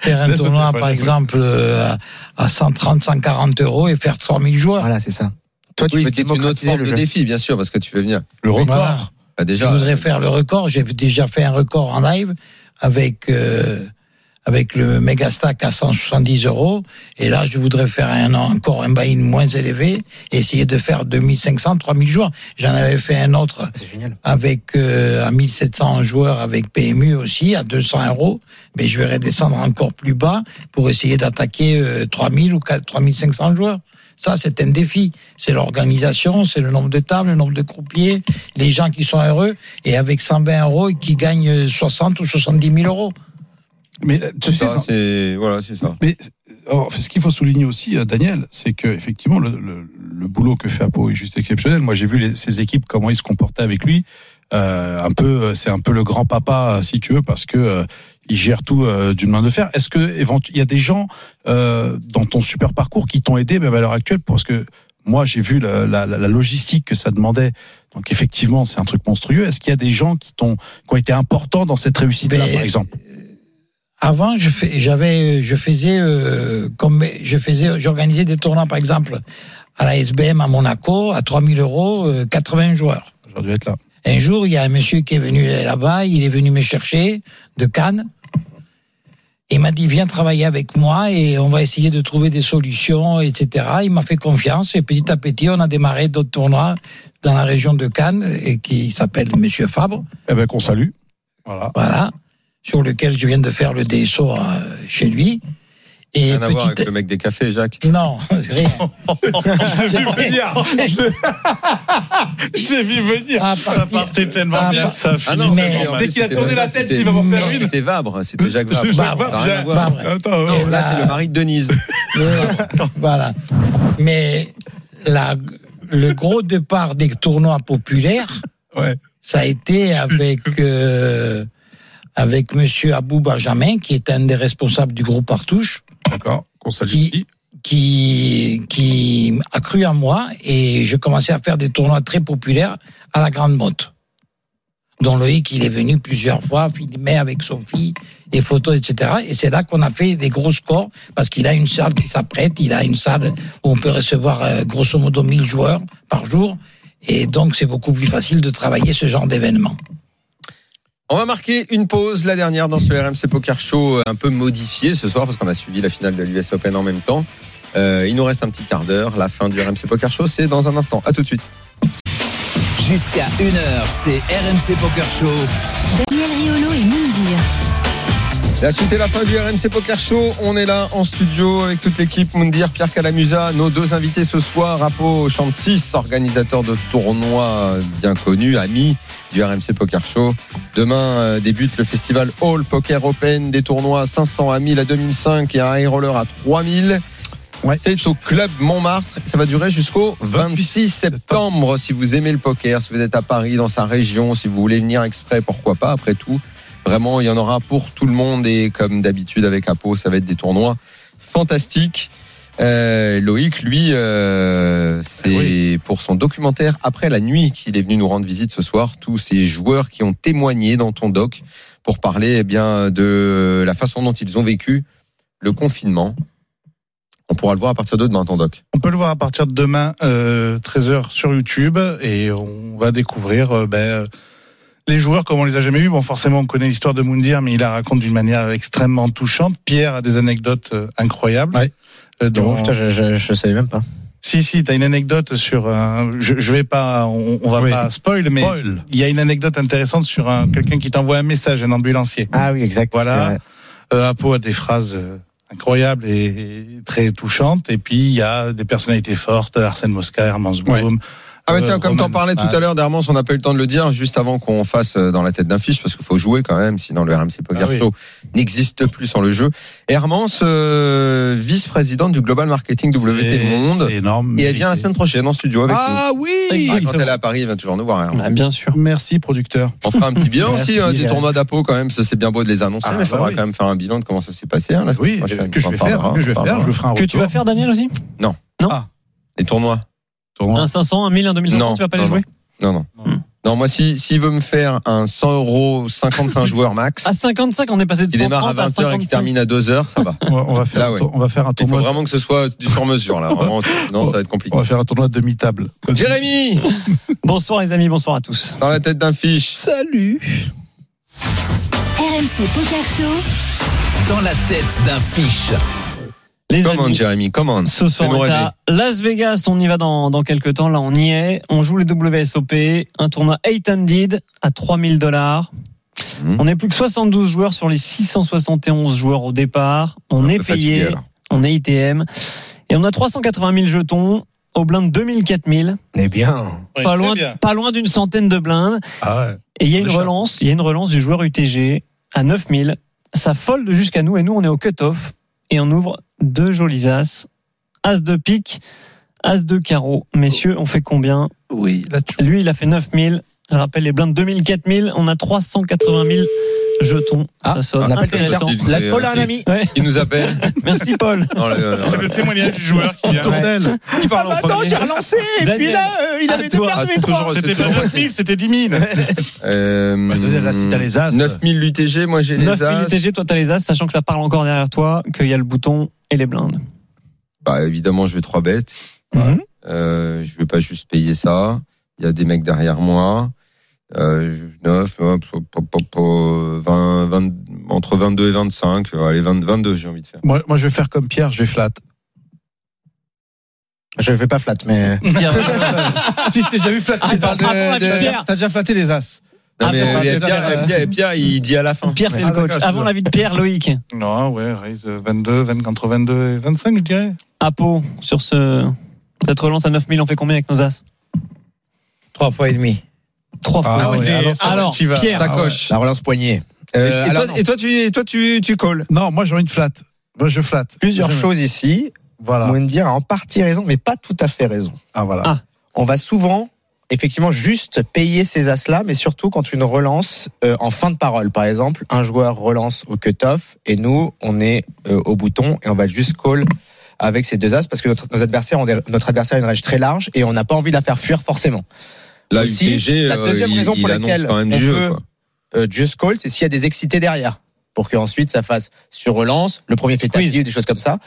Speaker 9: faire un
Speaker 6: Laisse le
Speaker 9: tournoi,
Speaker 6: téléphone, écoute.
Speaker 9: par exemple, euh, à à 130, 140 euros et faire 3000 joueurs.
Speaker 7: Voilà, c'est ça. Ah. Toi, tu
Speaker 5: Oui,
Speaker 7: veux
Speaker 5: c'est une autre
Speaker 7: démocratiser
Speaker 5: forme
Speaker 7: le
Speaker 5: de
Speaker 7: jeu.
Speaker 5: défi, bien sûr, parce que tu veux venir.
Speaker 6: Le
Speaker 9: Voilà.
Speaker 6: record.
Speaker 5: Bah,
Speaker 9: Je
Speaker 5: déjà.
Speaker 9: voudrais faire le record. J'ai déjà fait un record en live avec euh, avec le Megastack à 170 euros. Et là, je voudrais faire un encore un buy-in moins élevé et essayer de faire 2500, 3000 joueurs. J'en avais fait un autre
Speaker 7: C'est génial.
Speaker 9: avec euh, à 1700 joueurs avec PMU aussi à 200 euros. Mais je vais redescendre encore plus bas pour essayer d'attaquer euh, 3000 ou 4 3500 joueurs. Ça, c'est un défi. C'est l'organisation, c'est le nombre de tables, le nombre de croupiers, les gens qui sont heureux et avec 120 euros et qui gagnent euh, 60 ou 70 000 euros.
Speaker 6: Mais tu sais,
Speaker 5: Ça, c'est- voilà, c'est ça.
Speaker 6: Mais alors, ce qu'il faut souligner aussi, euh, Daniel, c'est que effectivement le, le- le boulot que fait Apo est juste exceptionnel. Moi, j'ai vu les, ses équipes comment ils se comportaient avec lui. Euh, un peu, euh, c'est un peu le grand papa, euh, si tu veux, parce que euh, il gère tout euh, d'une main de fer. Est-ce que éventu- il y a des gens euh, dans ton super parcours qui t'ont aidé même à l'heure actuelle, parce que moi, j'ai vu la, la- la- la logistique que ça demandait. Donc effectivement, c'est un truc monstrueux. Est-ce qu'il y a des gens qui t'ont qui ont été importants dans cette réussite-là,
Speaker 9: Mais-
Speaker 6: par exemple
Speaker 9: Avant, je fais, j'avais, euh, je faisais, euh, comme je faisais, j'organisais des tournois, par exemple, à la SBM à Monaco, à 3000 euros, euh, 80 joueurs.
Speaker 6: J'aurais dû être là.
Speaker 9: Un jour, il y a un monsieur qui est venu là-bas, il est venu me chercher de Cannes. Il m'a dit, viens travailler avec moi et on va essayer de trouver des solutions, etc. Il m'a fait confiance et petit à petit, on a démarré d'autres tournois dans la région de Cannes et qui s'appelle Monsieur Fabre.
Speaker 6: Eh ben, qu'on salue. Voilà.
Speaker 9: Voilà. Sur lequel je viens de faire le DSO à- chez lui. Et
Speaker 5: Rien à voir avec
Speaker 9: petit-
Speaker 5: le mec des cafés, Jacques.
Speaker 9: Non, rien. J'étais-
Speaker 6: Je l'ai vu venir.
Speaker 9: Ah,
Speaker 6: ça
Speaker 9: parti.
Speaker 6: partait tellement
Speaker 9: Ah,
Speaker 6: bien.
Speaker 9: bah-
Speaker 6: Ça finit.
Speaker 9: non, mais-
Speaker 5: c'était-
Speaker 6: Dès qu'il a
Speaker 5: c'était-
Speaker 6: tourné la tête,
Speaker 5: c'était-
Speaker 6: il va m'en faire
Speaker 5: non,
Speaker 6: une.
Speaker 5: C'était Vabre, c'était Jacques Vabre.
Speaker 9: Jacques Vabre,
Speaker 5: Ça a rien à
Speaker 6: Jacques
Speaker 5: voir.
Speaker 9: Vabre.
Speaker 6: Attends,
Speaker 9: Et
Speaker 5: Là, c'est le mari de Denise.
Speaker 9: Le- Oh, voilà. Mais la, le gros départ des tournois populaires,
Speaker 6: Ouais.
Speaker 9: ça a été avec euh, avec Monsieur Abou Benjamin, qui est un des responsables du groupe Partouche,
Speaker 6: D'accord. Qu'on salue
Speaker 9: Qui-
Speaker 6: ici.
Speaker 9: qui qui a cru en moi et je commençais à faire des tournois très populaires à la Grande Motte. Dont Loïc, il est venu plusieurs fois filmer avec Sophie, des photos, etc. Et c'est là qu'on a fait des gros scores parce qu'il a une salle qui s'apprête, il a une salle où on peut recevoir euh, grosso modo 1000 joueurs par jour. Et donc, c'est beaucoup plus facile de travailler ce genre d'événement.
Speaker 5: On va marquer une pause, la dernière dans ce RMC Poker Show, euh, un peu modifié ce soir parce qu'on a suivi la finale de l'US Open en même temps. Euh, il nous reste un petit quart d'heure. La fin du RMC Poker Show, c'est dans un instant. À tout de suite.
Speaker 4: Jusqu'à 1h, c'est RMC Poker Show.
Speaker 3: Daniel Riolo et Moundir.
Speaker 5: La suite et la fin du RMC Poker Show. On est là en studio avec toute l'équipe Moundir, Pierre Calamusa, nos deux invités ce soir, Apo Chantis, organisateur de tournois bien connu, ami du RMC Poker Show. Demain euh, débute le festival All Poker Open, des tournois à 500 à 1000 à 2005 et un high roller à 3000.
Speaker 9: Ouais.
Speaker 5: C'est au club Montmartre. Ça va durer jusqu'au 26 septembre. Si vous aimez le poker, si vous êtes à Paris, dans sa région, si vous voulez venir exprès, pourquoi pas. Après tout, vraiment, il y en aura pour tout le monde. Et comme d'habitude avec Apo, ça va être des tournois fantastiques. Euh, Loïc, lui, euh, c'est pour son documentaire Après la nuit qu'il est venu nous rendre visite ce soir. Tous ces joueurs qui ont témoigné dans ton doc pour parler eh bien de la façon dont ils ont vécu le confinement. On pourra le voir à partir de demain, ton doc.
Speaker 6: On peut le voir à partir de demain, euh, 13h sur YouTube, et on va découvrir euh, ben, euh, les joueurs comme on les a jamais vus. Bon, forcément, on connaît l'histoire de Moundir, mais il la raconte d'une manière extrêmement touchante. Pierre a des anecdotes euh, incroyables.
Speaker 7: Ouais.
Speaker 6: Euh, dont-
Speaker 7: Putain, je, je, je savais même pas.
Speaker 6: Si, si, t'as une anecdote sur un. Je, je vais pas. On, on va
Speaker 9: Oui.
Speaker 6: pas spoil, mais
Speaker 9: Paul.
Speaker 6: il y a une anecdote intéressante sur un- quelqu'un qui t'envoie un message, un ambulancier.
Speaker 7: Ah oui, exact.
Speaker 6: Voilà.
Speaker 7: Ouais.
Speaker 6: Euh, Apo a des phrases euh, incroyables et, et très touchantes. Et puis, il y a des personnalités fortes, Arsène Mosca, Hermance Blum.
Speaker 5: Ah bah
Speaker 6: euh,
Speaker 5: tiens, comme
Speaker 6: Roman
Speaker 5: t'en parlais tout à
Speaker 6: Fran.
Speaker 5: l'heure, d'Hermance, on n'a pas eu le temps de le dire, juste avant qu'on fasse euh, dans la tête d'un fiche, parce qu'il faut jouer quand même, sinon le RMC Poker
Speaker 6: Ah oui.
Speaker 5: Show n'existe plus sans le jeu. Hermance, euh, vice-présidente du Global Marketing WT
Speaker 9: C'est-
Speaker 5: Monde,
Speaker 9: C'est énorme.
Speaker 5: et elle vient la semaine prochaine en studio avec
Speaker 9: Ah
Speaker 5: nous.
Speaker 9: oui
Speaker 5: Ah, quand elle est à Paris, elle vient toujours nous voir. Hermance.
Speaker 8: Ah, bien sûr.
Speaker 9: Merci, producteur.
Speaker 5: On fera un petit bilan
Speaker 9: Ah, Merci,
Speaker 5: aussi hein, des
Speaker 9: euh.
Speaker 5: tournois d'Apo quand même, ça c'est bien beau de les annoncer,
Speaker 9: Ah,
Speaker 5: mais il faudra
Speaker 9: bah oui.
Speaker 5: quand même faire un bilan de comment ça s'est passé. hein, la semaine
Speaker 9: Oui,
Speaker 5: prochaine.
Speaker 9: que je
Speaker 5: On
Speaker 9: vais
Speaker 5: en
Speaker 9: faire,
Speaker 5: parlera,
Speaker 9: que je vais
Speaker 5: on en
Speaker 9: faire, je
Speaker 5: parlera.
Speaker 9: ferai un
Speaker 8: Que tu vas faire, Daniel, aussi
Speaker 5: Les tournois
Speaker 8: Un 500, un 1000, un 2500,
Speaker 5: Non,
Speaker 8: tu vas pas
Speaker 5: non,
Speaker 8: les jouer
Speaker 5: Non, non.
Speaker 8: Hmm.
Speaker 5: Non, moi, si, s'il veut me faire un 100 euros, 55 joueurs max,
Speaker 8: À 55, on est passé de
Speaker 5: qui démarre à
Speaker 8: 130 à
Speaker 5: 20h et
Speaker 8: 55.
Speaker 5: qui termine à 2h, ça va.
Speaker 9: On va- on va faire
Speaker 5: Là,
Speaker 9: un
Speaker 5: ouais.
Speaker 9: tour- on va faire un
Speaker 5: Il faut
Speaker 9: tournoi.
Speaker 5: vraiment que ce soit du sur mesure, là. Vraiment, sinon, ça va être compliqué.
Speaker 9: On va faire un tournoi demi-table.
Speaker 5: Jérémy,
Speaker 8: Bonsoir les amis, bonsoir à tous.
Speaker 5: dans la tête d'un fiche.
Speaker 9: Salut
Speaker 3: RMC Poker Show,
Speaker 4: Dans la tête d'un fiche.
Speaker 8: Les
Speaker 5: Comment,
Speaker 8: amis,
Speaker 5: Jérémy Comment
Speaker 8: ce soir
Speaker 5: Fais-nous
Speaker 8: on est
Speaker 5: rêver.
Speaker 8: à Las Vegas, on y va dans, dans quelques temps, là on y est, on joue les WSOP, un tournoi 8-handed à 3000 dollars.
Speaker 7: Mmh.
Speaker 5: Mhm.
Speaker 8: On n'est plus que 72 joueurs sur les 671 joueurs au départ, on
Speaker 5: Un
Speaker 7: Ah,
Speaker 8: est
Speaker 5: peu
Speaker 8: payé,
Speaker 5: fatigué, alors.
Speaker 8: on est ITM, et on a 380 000 jetons. Au blind 2004 000,
Speaker 7: Eh bien.
Speaker 8: pas loin,
Speaker 6: bien.
Speaker 8: pas loin d'une centaine de blindes.
Speaker 9: Ah ouais.
Speaker 8: Et il y a une
Speaker 9: Richard.
Speaker 8: relance, il y a une relance du joueur UTG à 9000. Ça folde jusqu'à nous et nous on est au cut-off et on ouvre deux jolis as. As de pique, as de carreau. Messieurs, on fait combien
Speaker 9: Oui, là tu
Speaker 8: Lui, il a fait 9000. Je rappelle les blindes 2000, 4000. On a 380 000 jetons.
Speaker 7: Ah,
Speaker 8: ça
Speaker 7: on
Speaker 8: sonne
Speaker 7: appelle
Speaker 8: intéressant.
Speaker 5: quelqu'un.
Speaker 7: La Paul a un ami.
Speaker 8: Ouais,
Speaker 5: Qui nous appelle
Speaker 8: merci Paul.
Speaker 5: Non, le-
Speaker 6: C'est le témoignage du joueur qui vient.
Speaker 9: Tournelle.
Speaker 5: Qui
Speaker 8: Ah,
Speaker 5: parle
Speaker 8: bah
Speaker 5: en premier
Speaker 7: relancé
Speaker 8: et Daniel, puis là,
Speaker 7: il
Speaker 8: à avait deux toi.
Speaker 5: Ah, c'est toujours. c'est
Speaker 6: C'était pas
Speaker 5: toujours-
Speaker 6: 9 000, c'était 10 000.
Speaker 5: Euh,
Speaker 9: Bah, Daniel, là, si t'as les as.
Speaker 5: 9000 l'UTG, moi j'ai les
Speaker 8: 9000
Speaker 5: As.
Speaker 8: UTG, toi t'as les as, sachant que ça parle encore derrière toi, qu'il y a le bouton et les blindes.
Speaker 5: Bah, évidemment, je vais 3 bêtes.
Speaker 8: Mhm.
Speaker 5: Euh, je vais pas juste payer ça. Il y a des mecs derrière moi. Euh, je- 9, hop, hop, hop, hop, hop, 20, 20, entre 22 et 25. Euh, Allez, 20, 22, j'ai envie de faire.
Speaker 9: Moi, moi, je vais faire comme Pierre, je vais flat.
Speaker 7: Je vais pas flat, mais.
Speaker 8: Pierre,
Speaker 9: si je t'ai déjà vu flat,
Speaker 8: Ah, ça sera bon avec Pierre.
Speaker 9: t'as déjà flatté les as.
Speaker 5: Non,
Speaker 8: Ah,
Speaker 5: mais,
Speaker 8: bon,
Speaker 5: mais
Speaker 9: bah,
Speaker 5: Pierre,
Speaker 9: euh,
Speaker 5: Pierre- Pierre, il dit à la fin.
Speaker 8: Pierre, c'est le
Speaker 9: Ah,
Speaker 8: coach.
Speaker 9: d'accord,
Speaker 8: Avant
Speaker 9: excuse-moi.
Speaker 8: la vie de Pierre, Loïc.
Speaker 6: Non, ouais, raise euh, 22, 20, entre 22 et 25, je dirais.
Speaker 8: Apo, sur ce, cette relance à 9000, on fait combien avec nos as
Speaker 11: Trois fois et demi.
Speaker 8: Trois fois.
Speaker 9: Ah ouais,
Speaker 6: t'es-
Speaker 9: alors
Speaker 6: ouais,
Speaker 8: Alors,
Speaker 6: t'y vas.
Speaker 8: Pierre,
Speaker 5: Ta coche.
Speaker 7: La relance poignée.
Speaker 5: Et-
Speaker 7: Euh,
Speaker 5: et,
Speaker 7: alors,
Speaker 5: toi,
Speaker 7: non.
Speaker 5: et toi, tu, toi, tu, tu calls.
Speaker 9: Non, moi, j'ai envie de flat. Moi, je flatte.
Speaker 7: plusieurs
Speaker 9: Jamais.
Speaker 7: choses ici.
Speaker 9: Voilà.
Speaker 7: Moundir a en partie raison, mais pas tout à fait raison.
Speaker 9: Ah, voilà.
Speaker 8: Ah.
Speaker 7: On va souvent, effectivement, juste payer ces as-là, mais surtout quand une relance euh, en fin de parole. Par exemple, un joueur relance au cut-off et nous, on est euh, au bouton et on va juste call avec ces deux as parce que notre, nos adversaires ont des- notre adversaire a une range très large et on n'a pas envie de la faire fuir forcément.
Speaker 5: Là,
Speaker 7: Aussi,
Speaker 5: UTG,
Speaker 7: la
Speaker 5: euh,
Speaker 7: deuxième
Speaker 5: il,
Speaker 7: raison pour
Speaker 5: il annonce
Speaker 7: laquelle
Speaker 5: quand même du
Speaker 7: on
Speaker 5: jeu.
Speaker 7: peut-
Speaker 5: quoi.
Speaker 7: euh, just call, c'est s'il y a des excités derrière. Pour qu'ensuite ça fasse sur relance, le premier fait tapis ou des choses comme ça.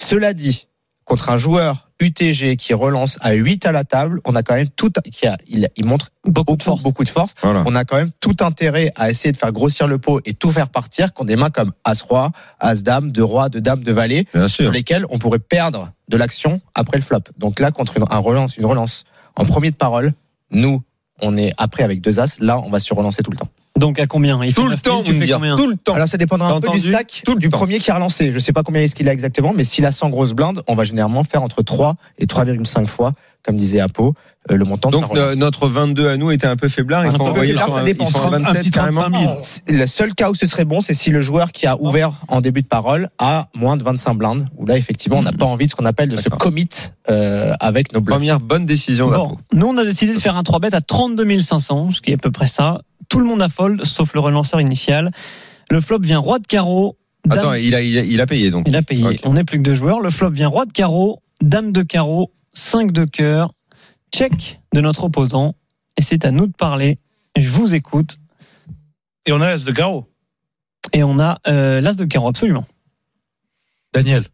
Speaker 7: Cela dit, contre un joueur UTG qui relance à 8 à la table, on a quand même tout, qui a, il, il montre
Speaker 8: beaucoup de
Speaker 7: beaucoup,
Speaker 8: force.
Speaker 7: beaucoup de force.
Speaker 5: Voilà.
Speaker 7: On a quand même tout intérêt à essayer de faire grossir le pot et tout faire partir qu'on des mains comme As-Roi, As-Dame, de Roi, de Dame, de Valet,
Speaker 5: Bien
Speaker 7: sur
Speaker 5: sûr.
Speaker 7: lesquelles on pourrait perdre de l'action après le flop. Donc là, contre une, un relance, une relance en premier de parole, nous, on est après avec deux As, là, on va se relancer tout le temps.
Speaker 8: Donc à combien il
Speaker 5: Tout le temps,
Speaker 8: tu fais
Speaker 5: Moundir,
Speaker 8: combien
Speaker 5: tout le temps.
Speaker 7: Alors ça dépendra un
Speaker 8: T'as
Speaker 7: peu du
Speaker 8: entendu
Speaker 7: stack
Speaker 5: Tout le
Speaker 7: du
Speaker 5: temps.
Speaker 7: premier qui a relancé. Je sais pas combien est-ce qu'il a exactement, mais s'il a 100 grosses blindes, on va généralement faire entre 3 et 3,5 fois, comme disait Apo, euh, le montant de sa
Speaker 5: Donc
Speaker 7: relance.
Speaker 5: euh, notre 22 à nous était un peu faiblard. Ils
Speaker 7: Un
Speaker 5: sont
Speaker 7: peu
Speaker 5: envoyés
Speaker 7: faiblard,
Speaker 5: sur
Speaker 7: ça
Speaker 5: un,
Speaker 7: dépend.
Speaker 5: ils sont à
Speaker 7: Un petit
Speaker 5: 27 carrément.
Speaker 7: Le seul cas où ce serait bon, c'est si le joueur qui a ouvert en début de parole a moins de 25 blindes, où là, effectivement, on n'a pas envie de ce qu'on appelle de se
Speaker 5: D'accord.
Speaker 7: commit euh, avec nos bluffs.
Speaker 5: Première bonne décision
Speaker 8: Bon,
Speaker 5: d'Apo.
Speaker 8: nous on a décidé de faire un 3 bet à 32 500, ce qui est à peu près ça. Tout le monde a fold, sauf le relanceur initial. Le flop vient roi de carreau. dame-
Speaker 5: Attends, il a, il, a, il a payé donc.
Speaker 8: il a payé.
Speaker 5: Ok.
Speaker 8: On n'est plus que deux joueurs. Le flop vient roi de carreau, dame de carreau, 5 de cœur, check de notre opposant. Et c'est à nous de parler. Je vous écoute.
Speaker 12: Et on a l'as de carreau.
Speaker 8: Et on a euh, l'as de carreau, absolument.
Speaker 6: Daniel.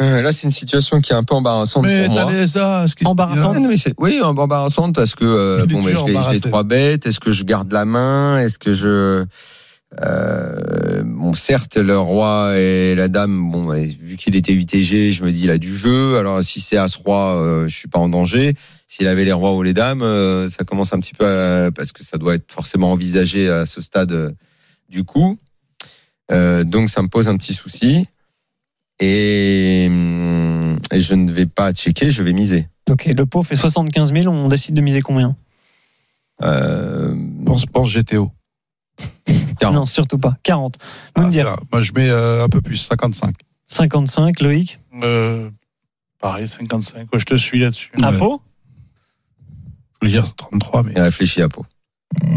Speaker 5: Euh, là, c'est une situation qui est un peu embarrassante
Speaker 6: Mais
Speaker 5: pour
Speaker 6: t'as
Speaker 5: moi.
Speaker 6: les as. qu'est-ce qu'il y a
Speaker 5: Ah
Speaker 8: Embarrassante.
Speaker 5: non, mais c'est- oui, en- embarrassante parce que euh,
Speaker 6: Il est
Speaker 5: bon, mais je
Speaker 6: toujours
Speaker 5: l'ai- je l'ai
Speaker 6: embarrassé.
Speaker 5: trois bêtes. Est-ce que je garde la main Est-ce que je euh, bon, certes, le roi et la dame, bon, ouais, vu qu'il était UTG, je me dis il a du jeu. Alors si c'est as roi, euh, je suis pas en danger. S'il avait les rois ou les dames, euh, ça commence un petit peu à- parce que ça doit être forcément envisagé à ce stade euh, du coup. Euh, donc ça me pose un petit souci et, hum, et je ne vais pas checker, je vais miser.
Speaker 8: Ok, le pot fait 75 000. On décide de miser combien
Speaker 5: Euh,
Speaker 6: Pense, pense GTO.
Speaker 5: 40.
Speaker 8: Non, surtout pas. 40.
Speaker 6: Ah,
Speaker 8: Mundial,
Speaker 6: voilà. Moi, je mets euh, un peu plus, 55.
Speaker 8: 55. Loïc.
Speaker 12: Euh, pareil, 55. Ouais, je te suis là-dessus.
Speaker 6: Ouais.
Speaker 8: Apo
Speaker 6: Je voulais dire 33, mais
Speaker 5: il réfléchit à peau.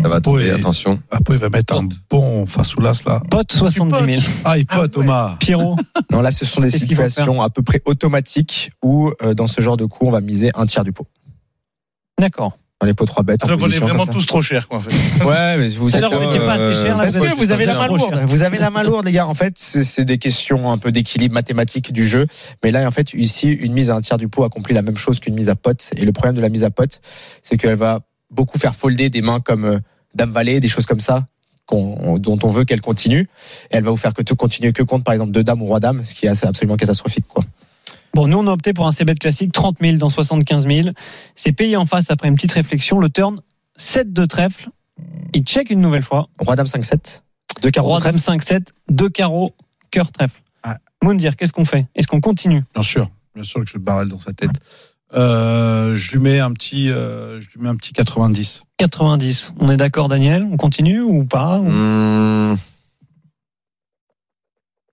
Speaker 5: Ça va tomber,
Speaker 6: Oui.
Speaker 5: attention.
Speaker 6: après, il va mettre un bon Fasoulas, là.
Speaker 8: Pote 70 000.
Speaker 6: Ah, il pote, Thomas.
Speaker 8: Pierrot,
Speaker 7: Non, là, ce sont des
Speaker 8: Qu'est-ce qu'il faut
Speaker 7: situations à peu près automatiques où, euh, dans ce genre de coup, on va miser un tiers du pot.
Speaker 8: d'accord.
Speaker 7: Dans les pots 3 bêtes. en
Speaker 12: Donc on est
Speaker 7: position
Speaker 12: vraiment
Speaker 7: comme ça.
Speaker 12: tous trop chers, quoi, en fait.
Speaker 7: Ouais, mais vous
Speaker 8: Alors,
Speaker 7: êtes, euh,
Speaker 8: on était pas assez cher, là,
Speaker 7: Parce
Speaker 8: vous
Speaker 7: que
Speaker 8: êtes-
Speaker 7: vous avez la main
Speaker 8: trop
Speaker 7: lourde.
Speaker 8: cher.
Speaker 7: Vous avez la main lourde, les gars. En fait, c'est c'est des questions un peu d'équilibre mathématique du jeu. Mais là, en fait, ici, une mise à un tiers du pot accomplit la même chose qu'une mise à pote. Et le problème de la mise à pote, c'est qu'elle va beaucoup faire folder des mains comme euh, Dame Valet, des choses comme ça. qu'on- on- dont on veut qu'elle continue, et elle va vous faire que tout continuer que contre par exemple deux dames ou roi dame, ce qui est assez- absolument catastrophique quoi.
Speaker 8: Bon, nous, on a opté pour un CBET classique, 30 000 dans 75 000. C'est payé en face après une petite réflexion. Le turn, 7 de trèfle. Il check une nouvelle fois.
Speaker 7: Roi dame 5 7, deux carreaux
Speaker 8: Roi,
Speaker 7: trèfle.
Speaker 8: dame, 5, 7, 2 carreaux, cœur, trèfle.
Speaker 6: Ouais.
Speaker 12: Ah.
Speaker 8: Moundir, qu'est-ce qu'on fait Est-ce qu'on continue
Speaker 6: Bien sûr, bien sûr que je le barrel dans sa tête. Euh, je lui mets un petit, euh, je lui mets un petit 90.
Speaker 8: 90. On est d'accord, Daniel On continue ou pas Ou-
Speaker 5: Hum,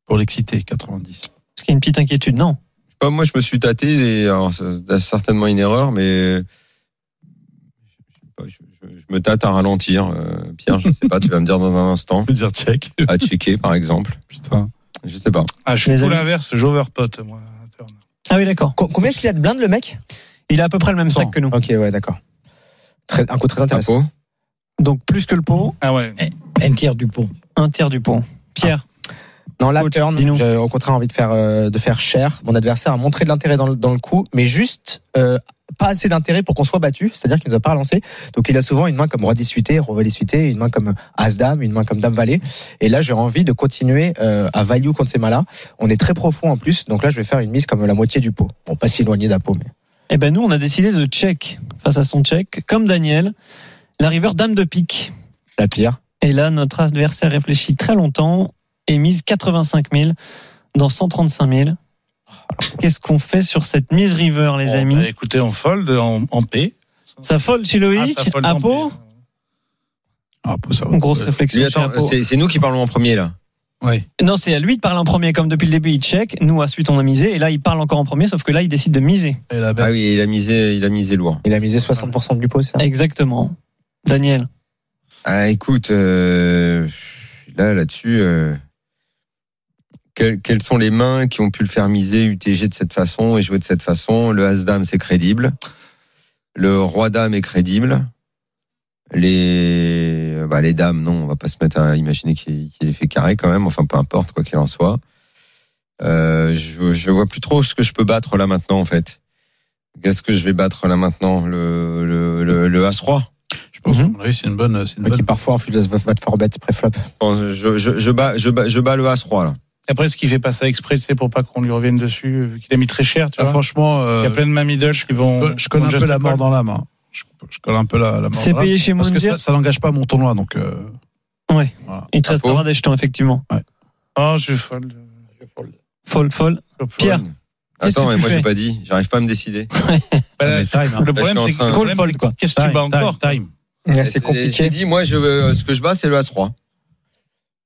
Speaker 6: Pour l'exciter, 90.
Speaker 8: Est-ce qu'il y a une petite inquiétude Non.
Speaker 5: je sais pas, moi, je me suis tâté. Et, alors, c'est certainement une erreur, mais je, sais pas, je- je- je me tâte à ralentir. euh, Pierre, je sais pas, tu vas me dire dans un instant.
Speaker 6: Je veux dire check.
Speaker 5: À checker, par exemple.
Speaker 6: Putain.
Speaker 5: Je sais pas.
Speaker 12: Ah, je suis
Speaker 8: Les
Speaker 12: tout
Speaker 8: amis.
Speaker 12: l'inverse, j'overpote, moi.
Speaker 8: Ah oui, d'accord.
Speaker 7: Co- Combien est-ce qu'il a de blindes le mec
Speaker 8: Il a à peu près le même sac
Speaker 6: Cent.
Speaker 8: que nous.
Speaker 7: Ok ouais d'accord. Très- Un coup très
Speaker 5: À
Speaker 7: intéressant.
Speaker 5: peau.
Speaker 8: Donc plus que le pot,
Speaker 12: Ah ouais.
Speaker 9: Un tiers du pot.
Speaker 8: un tiers du pot. Pierre,
Speaker 7: Non, la
Speaker 8: Coach,
Speaker 7: turn,
Speaker 8: dis-nous.
Speaker 7: j'ai au contraire envie de faire, euh, de faire cher. Mon adversaire a montré de l'intérêt dans le, dans le coup, mais juste euh, pas assez d'intérêt pour qu'on soit battu, c'est-à-dire qu'il nous a pas relancé. Donc il a souvent une main comme roi 18, roi 18, une main comme as-dame, une main comme dame-valet. Et là, j'ai envie de continuer euh, à value contre ces mains-là. On est très profond en plus, donc là, je vais faire une mise comme la moitié du pot. Bon, pas si éloigné d'un pot, mais...
Speaker 8: eh ben nous, on a décidé de check face à son check, comme Daniel, la river dame de pique.
Speaker 7: La pire.
Speaker 8: Et là, notre adversaire réfléchit très longtemps et mise 85 000 dans 135 000.
Speaker 12: Ah.
Speaker 8: Qu'est-ce qu'on fait sur cette mise river, les
Speaker 12: Bon,
Speaker 8: amis
Speaker 12: bah, écoutez, on fold en, en paix.
Speaker 8: Ça fold chez
Speaker 12: Ah,
Speaker 8: Loïc,
Speaker 12: ça fold
Speaker 8: à
Speaker 12: en
Speaker 8: peau
Speaker 12: paix.
Speaker 6: Ah, pour ça.
Speaker 8: Grosse réflexion
Speaker 5: Lui,
Speaker 8: chez
Speaker 5: attends,
Speaker 8: Apo.
Speaker 5: c'est c'est nous qui parlons en premier, là.
Speaker 6: Oui.
Speaker 8: Non, c'est à lui de parler en premier, comme depuis le début, il check. Nous, ensuite, on a misé. Et là, il parle encore en premier, sauf que là, il décide de miser.
Speaker 6: Et la
Speaker 5: Ah
Speaker 6: bête.
Speaker 5: oui, il a misé, il a misé lourd.
Speaker 7: Il a misé 60% du pot, c'est ça
Speaker 8: Exactement. Daniel,
Speaker 5: Ah, écoute, euh, là, là-dessus, euh, quelles, quelles sont les mains qui ont pu le faire miser UTG de cette façon et jouer de cette façon Le As-Dame, c'est crédible. Le Roi-Dame est crédible. Les, bah, les dames, non, on va pas se mettre à imaginer qu'il qu'il les fait carré quand même. Enfin, peu importe, quoi qu'il en soit. Euh, je, je vois plus trop ce que je peux battre là maintenant, en fait. Qu'est-ce que je vais battre là maintenant Le, le, le, le As-Roi
Speaker 12: Ah.
Speaker 6: Je pense
Speaker 8: Mhm.
Speaker 6: qu'à mon avis, c'est une bonne, c'est une
Speaker 7: Qui
Speaker 6: bonne.
Speaker 7: parfois infuse va te forbet pré-flop.
Speaker 5: Bon, je, je, je, bats, je, bats, je bats le As-Roi, là.
Speaker 12: Après, ce qu'il fait pas ça exprès, c'est pour pas qu'on lui revienne dessus, euh, vu qu'il a mis très cher, tu
Speaker 6: Ah,
Speaker 12: vois.
Speaker 6: franchement,
Speaker 12: Il y a
Speaker 6: euh,
Speaker 12: plein de mains middle qui vont.
Speaker 6: je connais un peu la mort dans l'âme. hein. je, je, colle un peu la, la main.
Speaker 8: C'est payé chez
Speaker 6: Parce que ça, ça n'engage pas mon tournoi, donc. Euh,
Speaker 8: ouais. Voilà. Il te
Speaker 6: Ah,
Speaker 8: restera des jetons, effectivement.
Speaker 6: Ouais.
Speaker 13: Oh, je fold.
Speaker 8: Fold, fold. Pierre.
Speaker 5: Attends, mais moi j'ai pas dit, j'arrive pas à me décider.
Speaker 13: bah, time, hein. Le problème, c'est
Speaker 8: que call fold quoi.
Speaker 13: Qu'est-ce que tu bats encore
Speaker 6: Time.
Speaker 7: c'est compliqué.
Speaker 5: J'ai dit, moi, je veux, ce que je bats, c'est le As-3.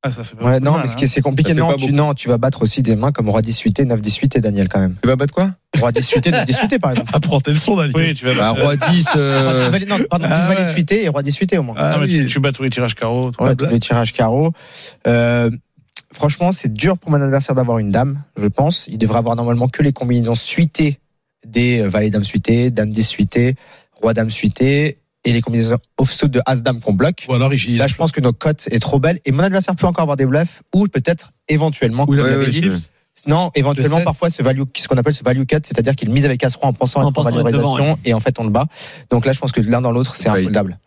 Speaker 13: Ah, ça fait pas
Speaker 7: Ouais,
Speaker 13: mal,
Speaker 7: non,
Speaker 6: hein.
Speaker 7: mais ce qui est- c'est compliqué.
Speaker 5: Ça fait
Speaker 7: Non
Speaker 5: pas
Speaker 7: tu,
Speaker 5: beaucoup.
Speaker 7: non, tu vas battre aussi des mains comme Roi 18 9 18 et Daniel quand même.
Speaker 5: Tu vas battre quoi
Speaker 7: Roi 18 9 18 par exemple.
Speaker 6: Apprends tes leçons, Daniel.
Speaker 13: Oui, tu vas
Speaker 5: Bah, Roi 10. euh,
Speaker 7: Dix valets- non, pardon,
Speaker 6: Ah
Speaker 7: 10 valets
Speaker 6: ouais.
Speaker 7: suité et Roi 18 au moins.
Speaker 6: Ah,
Speaker 13: Non, mais
Speaker 6: oui. bah,
Speaker 13: tu, tu bats tous les tirages carreaux. tout
Speaker 7: Ouais,
Speaker 13: la
Speaker 7: tous
Speaker 13: blague.
Speaker 7: les tirages carreaux. Euh, franchement, c'est dur pour mon adversaire d'avoir une dame, je pense. Il devrait avoir normalement que les combinaisons suitées des euh, valets dames suitées, dames des suitées, roi dame suité et les combinaisons offsuit de as dame qu'on bloque.
Speaker 6: Ou alors, il,
Speaker 7: Là, je pense que notre cote est trop belle et mon adversaire peut encore avoir des bluffs ou peut-être éventuellement.
Speaker 6: Ou il
Speaker 7: comme
Speaker 5: ouais,
Speaker 7: vous
Speaker 5: ouais,
Speaker 7: l'avez dit,
Speaker 5: je-
Speaker 7: non, éventuellement
Speaker 6: sept.
Speaker 7: parfois ce value, ce qu'on appelle ce value cut, c'est-à-dire qu'il mise avec As-Roi en pensant
Speaker 8: En
Speaker 7: être en
Speaker 8: pensant être
Speaker 7: valorisation
Speaker 8: devant,
Speaker 7: et en fait on le bat. Donc là, je pense que l'un dans l'autre, c'est
Speaker 6: Bah,
Speaker 5: Ouais.
Speaker 7: infoldable,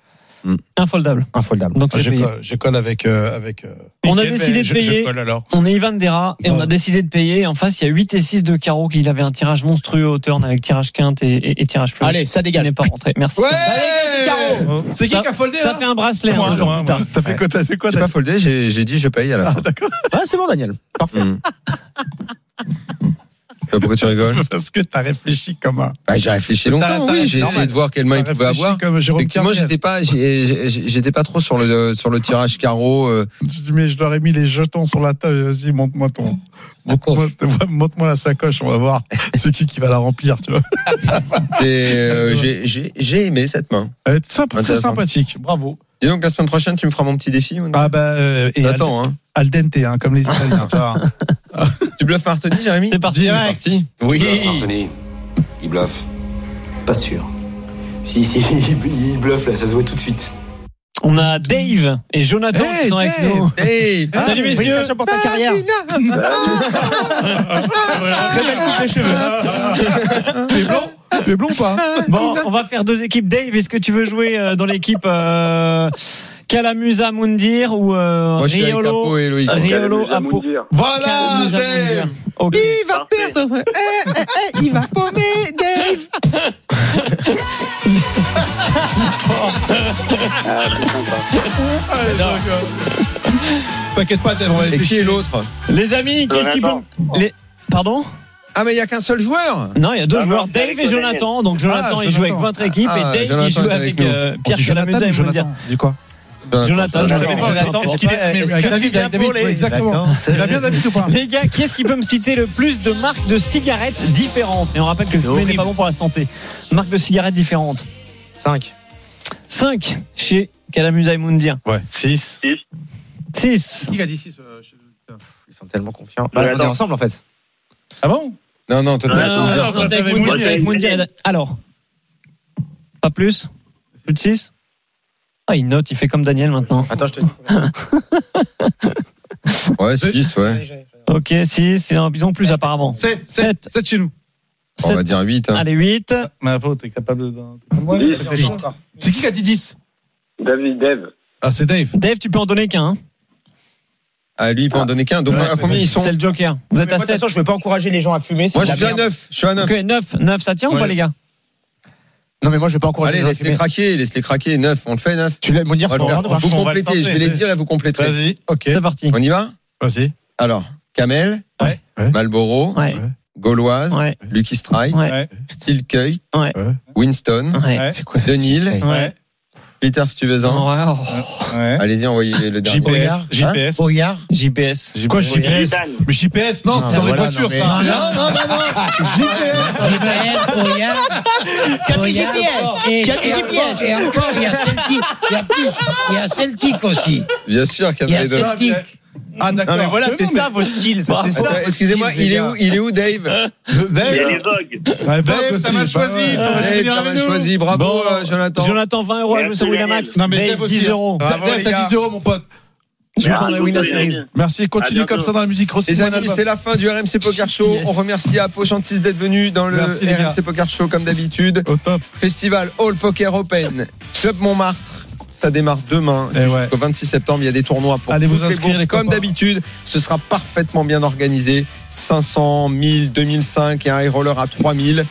Speaker 8: Infoldable.
Speaker 7: infoldable.
Speaker 8: Donc c'est
Speaker 6: je
Speaker 8: payé.
Speaker 6: colle, je colle avec. euh, avec euh,
Speaker 8: On a
Speaker 13: Nickel,
Speaker 8: décidé
Speaker 13: mais
Speaker 8: de
Speaker 13: je- je
Speaker 8: payer.
Speaker 13: colle alors.
Speaker 8: On est Ivan Dera et on
Speaker 6: Ah.
Speaker 8: a décidé de payer. En face, il y a 8 et 6 de carreau qu'il avait un tirage monstrueux au turn avec tirage quinte et, et- et tirage plus.
Speaker 7: Allez, ça
Speaker 8: il
Speaker 7: dégage.
Speaker 8: n'est pas rentré. Merci.
Speaker 6: Carreau C'est qui
Speaker 8: Ça-
Speaker 6: qui a foldé
Speaker 8: Ça
Speaker 6: là
Speaker 8: fait un bracelet hein,
Speaker 6: Moi,
Speaker 8: deux jours
Speaker 6: moi,
Speaker 8: plus tard.
Speaker 6: T'as fait quoi T'as fait quoi
Speaker 5: J'ai
Speaker 6: t'as-
Speaker 5: pas foldé, j'ai j'ai dit je paye à la fin.
Speaker 7: Ah, c'est bon, Daniel. Parfait.
Speaker 5: Hmm. Je sais pas Pourquoi tu rigoles
Speaker 6: Parce que t'as réfléchi comme un.
Speaker 5: bah, J'ai réfléchi longtemps,
Speaker 6: T'as- t'as-
Speaker 5: oui, j'ai
Speaker 6: normal.
Speaker 5: essayé de voir quelle main il
Speaker 6: T'as
Speaker 5: pouvait
Speaker 6: réfléchi
Speaker 5: avoir.
Speaker 6: Bah, Comme Jérôme
Speaker 5: Effectivement,
Speaker 6: Carrière.
Speaker 5: j'étais pas, j'ai- j'ai- j'ai- j'étais pas trop sur le sur le tirage carreau. euh,
Speaker 6: Je dis, mais je leur ai mis les jetons sur la table. Vas-y, monte-moi ton. Monte-moi monte-moi la sacoche, on va voir. C'est qui qui va la remplir, tu vois.
Speaker 5: et euh, j'ai j'ai- j'ai aimé cette main.
Speaker 6: Elle est sympa- très
Speaker 5: Intéressant.
Speaker 6: sympathique, bravo.
Speaker 5: Dis donc la semaine prochaine, tu me feras mon petit défi. mon
Speaker 6: Ah bah, euh, et al,
Speaker 5: Attends, hein.
Speaker 6: al dente, hein, comme les Italiens. tu vois.
Speaker 5: tu bluffes Martoni, Jérémy
Speaker 8: C'est parti.
Speaker 5: parti.
Speaker 14: Martoni, il bluffe. Pas sûr. Si, si, il bluffe là, ça se voit tout de suite.
Speaker 8: On a Dave et Jonathan qui
Speaker 6: Hey,
Speaker 8: sont avec
Speaker 6: Dave.
Speaker 8: nous.
Speaker 5: Hey,
Speaker 8: Salut messieurs.
Speaker 7: Félicitations pour ta carrière.
Speaker 6: Ah, bah,
Speaker 8: Très belle coupe de cheveux.
Speaker 6: tu es blond Tu es blond ou pas
Speaker 8: Bon, on va faire deux équipes. Dave, est-ce que tu veux jouer euh, dans l'équipe euh, Kalamusa Mundir ou euh,
Speaker 5: Moi, je suis avec
Speaker 8: Riolo
Speaker 5: Capo et Loïc.
Speaker 8: Riolo Apo
Speaker 6: Voilà,
Speaker 8: Kalamusa
Speaker 6: Dave
Speaker 8: Mundir. Ok.
Speaker 15: va perdre.
Speaker 5: Eh,
Speaker 15: il va paumer Dave.
Speaker 6: Allez, d'accord. T'inquiète pas, Dave, on va
Speaker 5: Et qui
Speaker 6: réfléchir.
Speaker 5: est l'autre
Speaker 8: Les amis, qu'est-ce qu'ils
Speaker 15: Jonathan.
Speaker 8: pensent les... Pardon
Speaker 5: Ah mais il y a qu'un seul joueur.
Speaker 8: Non, il y a deux
Speaker 15: Ah non,
Speaker 8: joueurs,
Speaker 15: c'est
Speaker 8: Dave
Speaker 15: avec
Speaker 8: et Jonathan. Donc Jonathan,
Speaker 6: Ah,
Speaker 8: il joue avec
Speaker 6: Jonathan.
Speaker 8: votre équipe
Speaker 5: Ah,
Speaker 8: et Dave,
Speaker 5: Jonathan
Speaker 8: il joue
Speaker 5: est avec
Speaker 8: avec
Speaker 5: nous.
Speaker 8: euh,
Speaker 6: On
Speaker 8: Pierre
Speaker 6: dit Jonathan
Speaker 8: Kalamusa
Speaker 6: ou
Speaker 8: et Mundir.
Speaker 6: Jonathan Du quoi
Speaker 8: Jonathan,
Speaker 6: Ça
Speaker 8: Jonathan.
Speaker 6: dépend, Jonathan, est-ce qu'il est- mais
Speaker 7: Est-ce
Speaker 6: avec
Speaker 7: que tu
Speaker 6: David,
Speaker 7: viens
Speaker 6: David,
Speaker 7: pour les-
Speaker 6: oui, Exactement.
Speaker 7: D'accord, c'est-
Speaker 6: Il a bien David ou pas
Speaker 8: Les gars, qu'est-ce qui peut me citer le plus de marques de cigarettes différentes Et on rappelle que le fumé n'est pas bon pour la santé. Marques de cigarettes différentes.
Speaker 7: 5.
Speaker 8: 5 chez Kalamusa et Mundir.
Speaker 6: Ouais, 6.
Speaker 8: 6.
Speaker 13: Qui a dit 6
Speaker 6: euh,
Speaker 13: chez le-
Speaker 7: Ils sont tellement confiants.
Speaker 15: Ouais,
Speaker 7: Bah, on est
Speaker 15: attends.
Speaker 7: ensemble en fait.
Speaker 6: Ah bon
Speaker 5: Non non, toi t'es
Speaker 7: Euh,
Speaker 5: avec
Speaker 8: Non, non,
Speaker 5: Mundir.
Speaker 8: Ah, non, non, t'es avec
Speaker 6: t'avais
Speaker 8: Mundir,
Speaker 15: Mundir.
Speaker 8: avec Mundir et Dan- Alors Pas plus Plus de 6 Ah, il note, il fait comme Daniel maintenant.
Speaker 7: Attends, je te
Speaker 5: Ouais, 6 ouais.
Speaker 8: Ok, 6, ils ont plus apparemment.
Speaker 6: 7,
Speaker 8: Sept.
Speaker 6: 7, 7 chez nous.
Speaker 5: Bon, on va
Speaker 8: Sept.
Speaker 5: dire 8 hein.
Speaker 8: Allez, 8.
Speaker 13: Mais Apo, t'es capable d'un. t'es comme moi,
Speaker 15: Dix.
Speaker 13: t'es chaud, là.
Speaker 6: C'est qui qui a dit 10
Speaker 15: David, Dave.
Speaker 6: Ah, c'est Dave.
Speaker 8: Dave, tu peux en donner qu'un. hein.
Speaker 5: Ah lui, il peut en donner qu'un. Donc
Speaker 6: Ouais,
Speaker 5: à combien ils sont
Speaker 8: C'est le Joker. Vous êtes à 7.
Speaker 7: je veux pas encourager les gens à fumer. c'est
Speaker 5: Moi
Speaker 7: de
Speaker 5: je
Speaker 7: la
Speaker 5: suis à
Speaker 7: merde.
Speaker 5: 9, je suis à 9.
Speaker 8: Ok, 9. 9, ça tient ou pas,
Speaker 6: Ouais.
Speaker 8: les gars
Speaker 7: Non, mais moi, je veux pas
Speaker 5: Allez,
Speaker 7: encourager les gens à
Speaker 5: laisse-les
Speaker 7: fumer.
Speaker 5: craquer, laisse-les craquer 9, on le fait 9.
Speaker 7: Tu l'as me dire,
Speaker 5: On va
Speaker 7: faut
Speaker 5: le
Speaker 7: rendre,
Speaker 5: faire.
Speaker 7: hein.
Speaker 5: Vous
Speaker 6: on va le
Speaker 5: complétez, je
Speaker 6: tenter,
Speaker 5: vais les
Speaker 6: c'est-
Speaker 5: dire et vous compléterez.
Speaker 6: Vas-y, ok.
Speaker 8: C'est parti.
Speaker 5: On y va
Speaker 6: Vas-y.
Speaker 5: Alors, Kamel,
Speaker 6: Ouais. Ouais.
Speaker 5: Malboro,
Speaker 8: Ouais.
Speaker 5: Gauloise,
Speaker 8: Ouais.
Speaker 5: Lucky Strike,
Speaker 8: Ouais.
Speaker 5: Steel Keut,
Speaker 8: Ouais.
Speaker 5: Winston,
Speaker 8: Ouais.
Speaker 7: C'est quoi ça
Speaker 5: Denil.
Speaker 7: c'est-
Speaker 8: Ouais.
Speaker 5: Peter Stuyvesant.
Speaker 8: Oh,
Speaker 13: Ouais.
Speaker 5: Allez-y, envoyez le dernier.
Speaker 6: GPS. GPS.
Speaker 9: Boyard.
Speaker 8: GPS.
Speaker 6: Quoi, GPS Mais GPS, non, c'est dans les
Speaker 7: voilà,
Speaker 6: voitures,
Speaker 7: non,
Speaker 6: ça.
Speaker 9: mais- Non, non, non,
Speaker 6: GPS.
Speaker 9: Boyard, Boyard. Boyard. Et-
Speaker 7: Quatre
Speaker 9: et
Speaker 7: GPS.
Speaker 9: encore- Et encore, il y a Celtic. Il y a plus. Il y a Celtic aussi.
Speaker 5: Bien sûr,
Speaker 9: Il y a
Speaker 5: Kamel. et-
Speaker 9: Celtic.
Speaker 6: Ah, d'accord.
Speaker 7: vos skills. C'est
Speaker 5: Attends, Excusez-moi, il est où, il est où Dave
Speaker 15: Il y a
Speaker 6: Dave,
Speaker 15: les vogues.
Speaker 6: Ouais, Dave,
Speaker 13: Dave,
Speaker 6: aussi,
Speaker 13: t'as mal
Speaker 6: bah ouais.
Speaker 13: choisi. t'aurais dû
Speaker 5: Dave,
Speaker 13: venir
Speaker 5: t'as
Speaker 13: avec
Speaker 5: mal
Speaker 13: nous.
Speaker 5: choisi, bravo
Speaker 8: Bon.
Speaker 5: euh, Jonathan.
Speaker 8: Jonathan, 20 euros à jouer sur
Speaker 15: Merci,
Speaker 8: Winamax.
Speaker 6: Non, mais Dave aussi,
Speaker 8: 10
Speaker 6: hein.
Speaker 8: euros.
Speaker 6: T'as-
Speaker 13: Bravo,
Speaker 6: Dave,
Speaker 13: les
Speaker 6: t'as
Speaker 13: gars.
Speaker 6: 10 euros, mon pote.
Speaker 8: Je
Speaker 15: Ah,
Speaker 8: prends la Winner
Speaker 15: les
Speaker 8: Series.
Speaker 15: amis.
Speaker 6: Merci, continue
Speaker 15: À bientôt.
Speaker 6: comme ça dans la musique.
Speaker 5: Les
Speaker 6: Rossi,
Speaker 5: amis, c'est la fin du RMC Poker Show. On remercie Apo Chantis d'être venu dans le
Speaker 6: Merci, les gars.
Speaker 5: RMC Poker Show comme d'habitude.
Speaker 6: Au top.
Speaker 5: Festival All Poker Open, Club Montmartre. Ça démarre demain,
Speaker 6: Eh
Speaker 5: c'est
Speaker 6: ouais.
Speaker 5: jusqu'au 26 septembre. Il y a des tournois pour
Speaker 6: Allez
Speaker 5: toutes
Speaker 6: vous inscrire,
Speaker 5: les bourses.
Speaker 6: les
Speaker 5: Comme
Speaker 6: copains.
Speaker 5: d'habitude, ce sera parfaitement bien organisé. 500, 1000, 2005 et un high roller à 3000.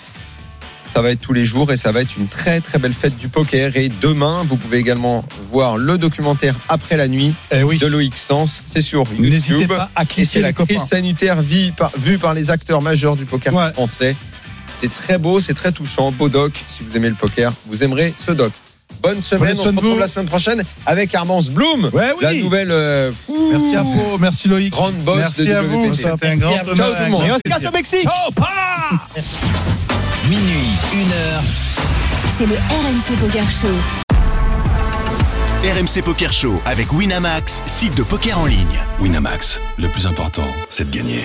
Speaker 5: Ça va être tous les jours et ça va être une très très belle fête du poker. Et demain, vous pouvez également voir le documentaire Après la nuit eh oui. de Loïc Sens. C'est sur YouTube.
Speaker 6: N'hésitez pas à cliquer
Speaker 5: la copains. crise sanitaire vue par, vue par les acteurs majeurs du poker ouais. français. C'est très beau, c'est très touchant. Beau doc. Si vous aimez le poker, vous aimerez ce doc. Bonne semaine. Bonne on se retrouve la semaine prochaine avec Armance Bloom.
Speaker 6: Ouais, oui.
Speaker 5: La nouvelle. Euh, fou,
Speaker 6: merci à vous. Merci Loïc.
Speaker 5: Grande boss.
Speaker 6: Merci
Speaker 5: de
Speaker 6: à vous. C'était un grand
Speaker 5: Ciao tout le monde.
Speaker 6: Et on se casse au Mexique.
Speaker 5: Ciao, pas
Speaker 4: Minuit, une heure.
Speaker 3: C'est le RMC Poker Show.
Speaker 1: RMC Poker Show avec Winamax, site de poker en ligne.
Speaker 2: Winamax, le plus important, c'est de gagner.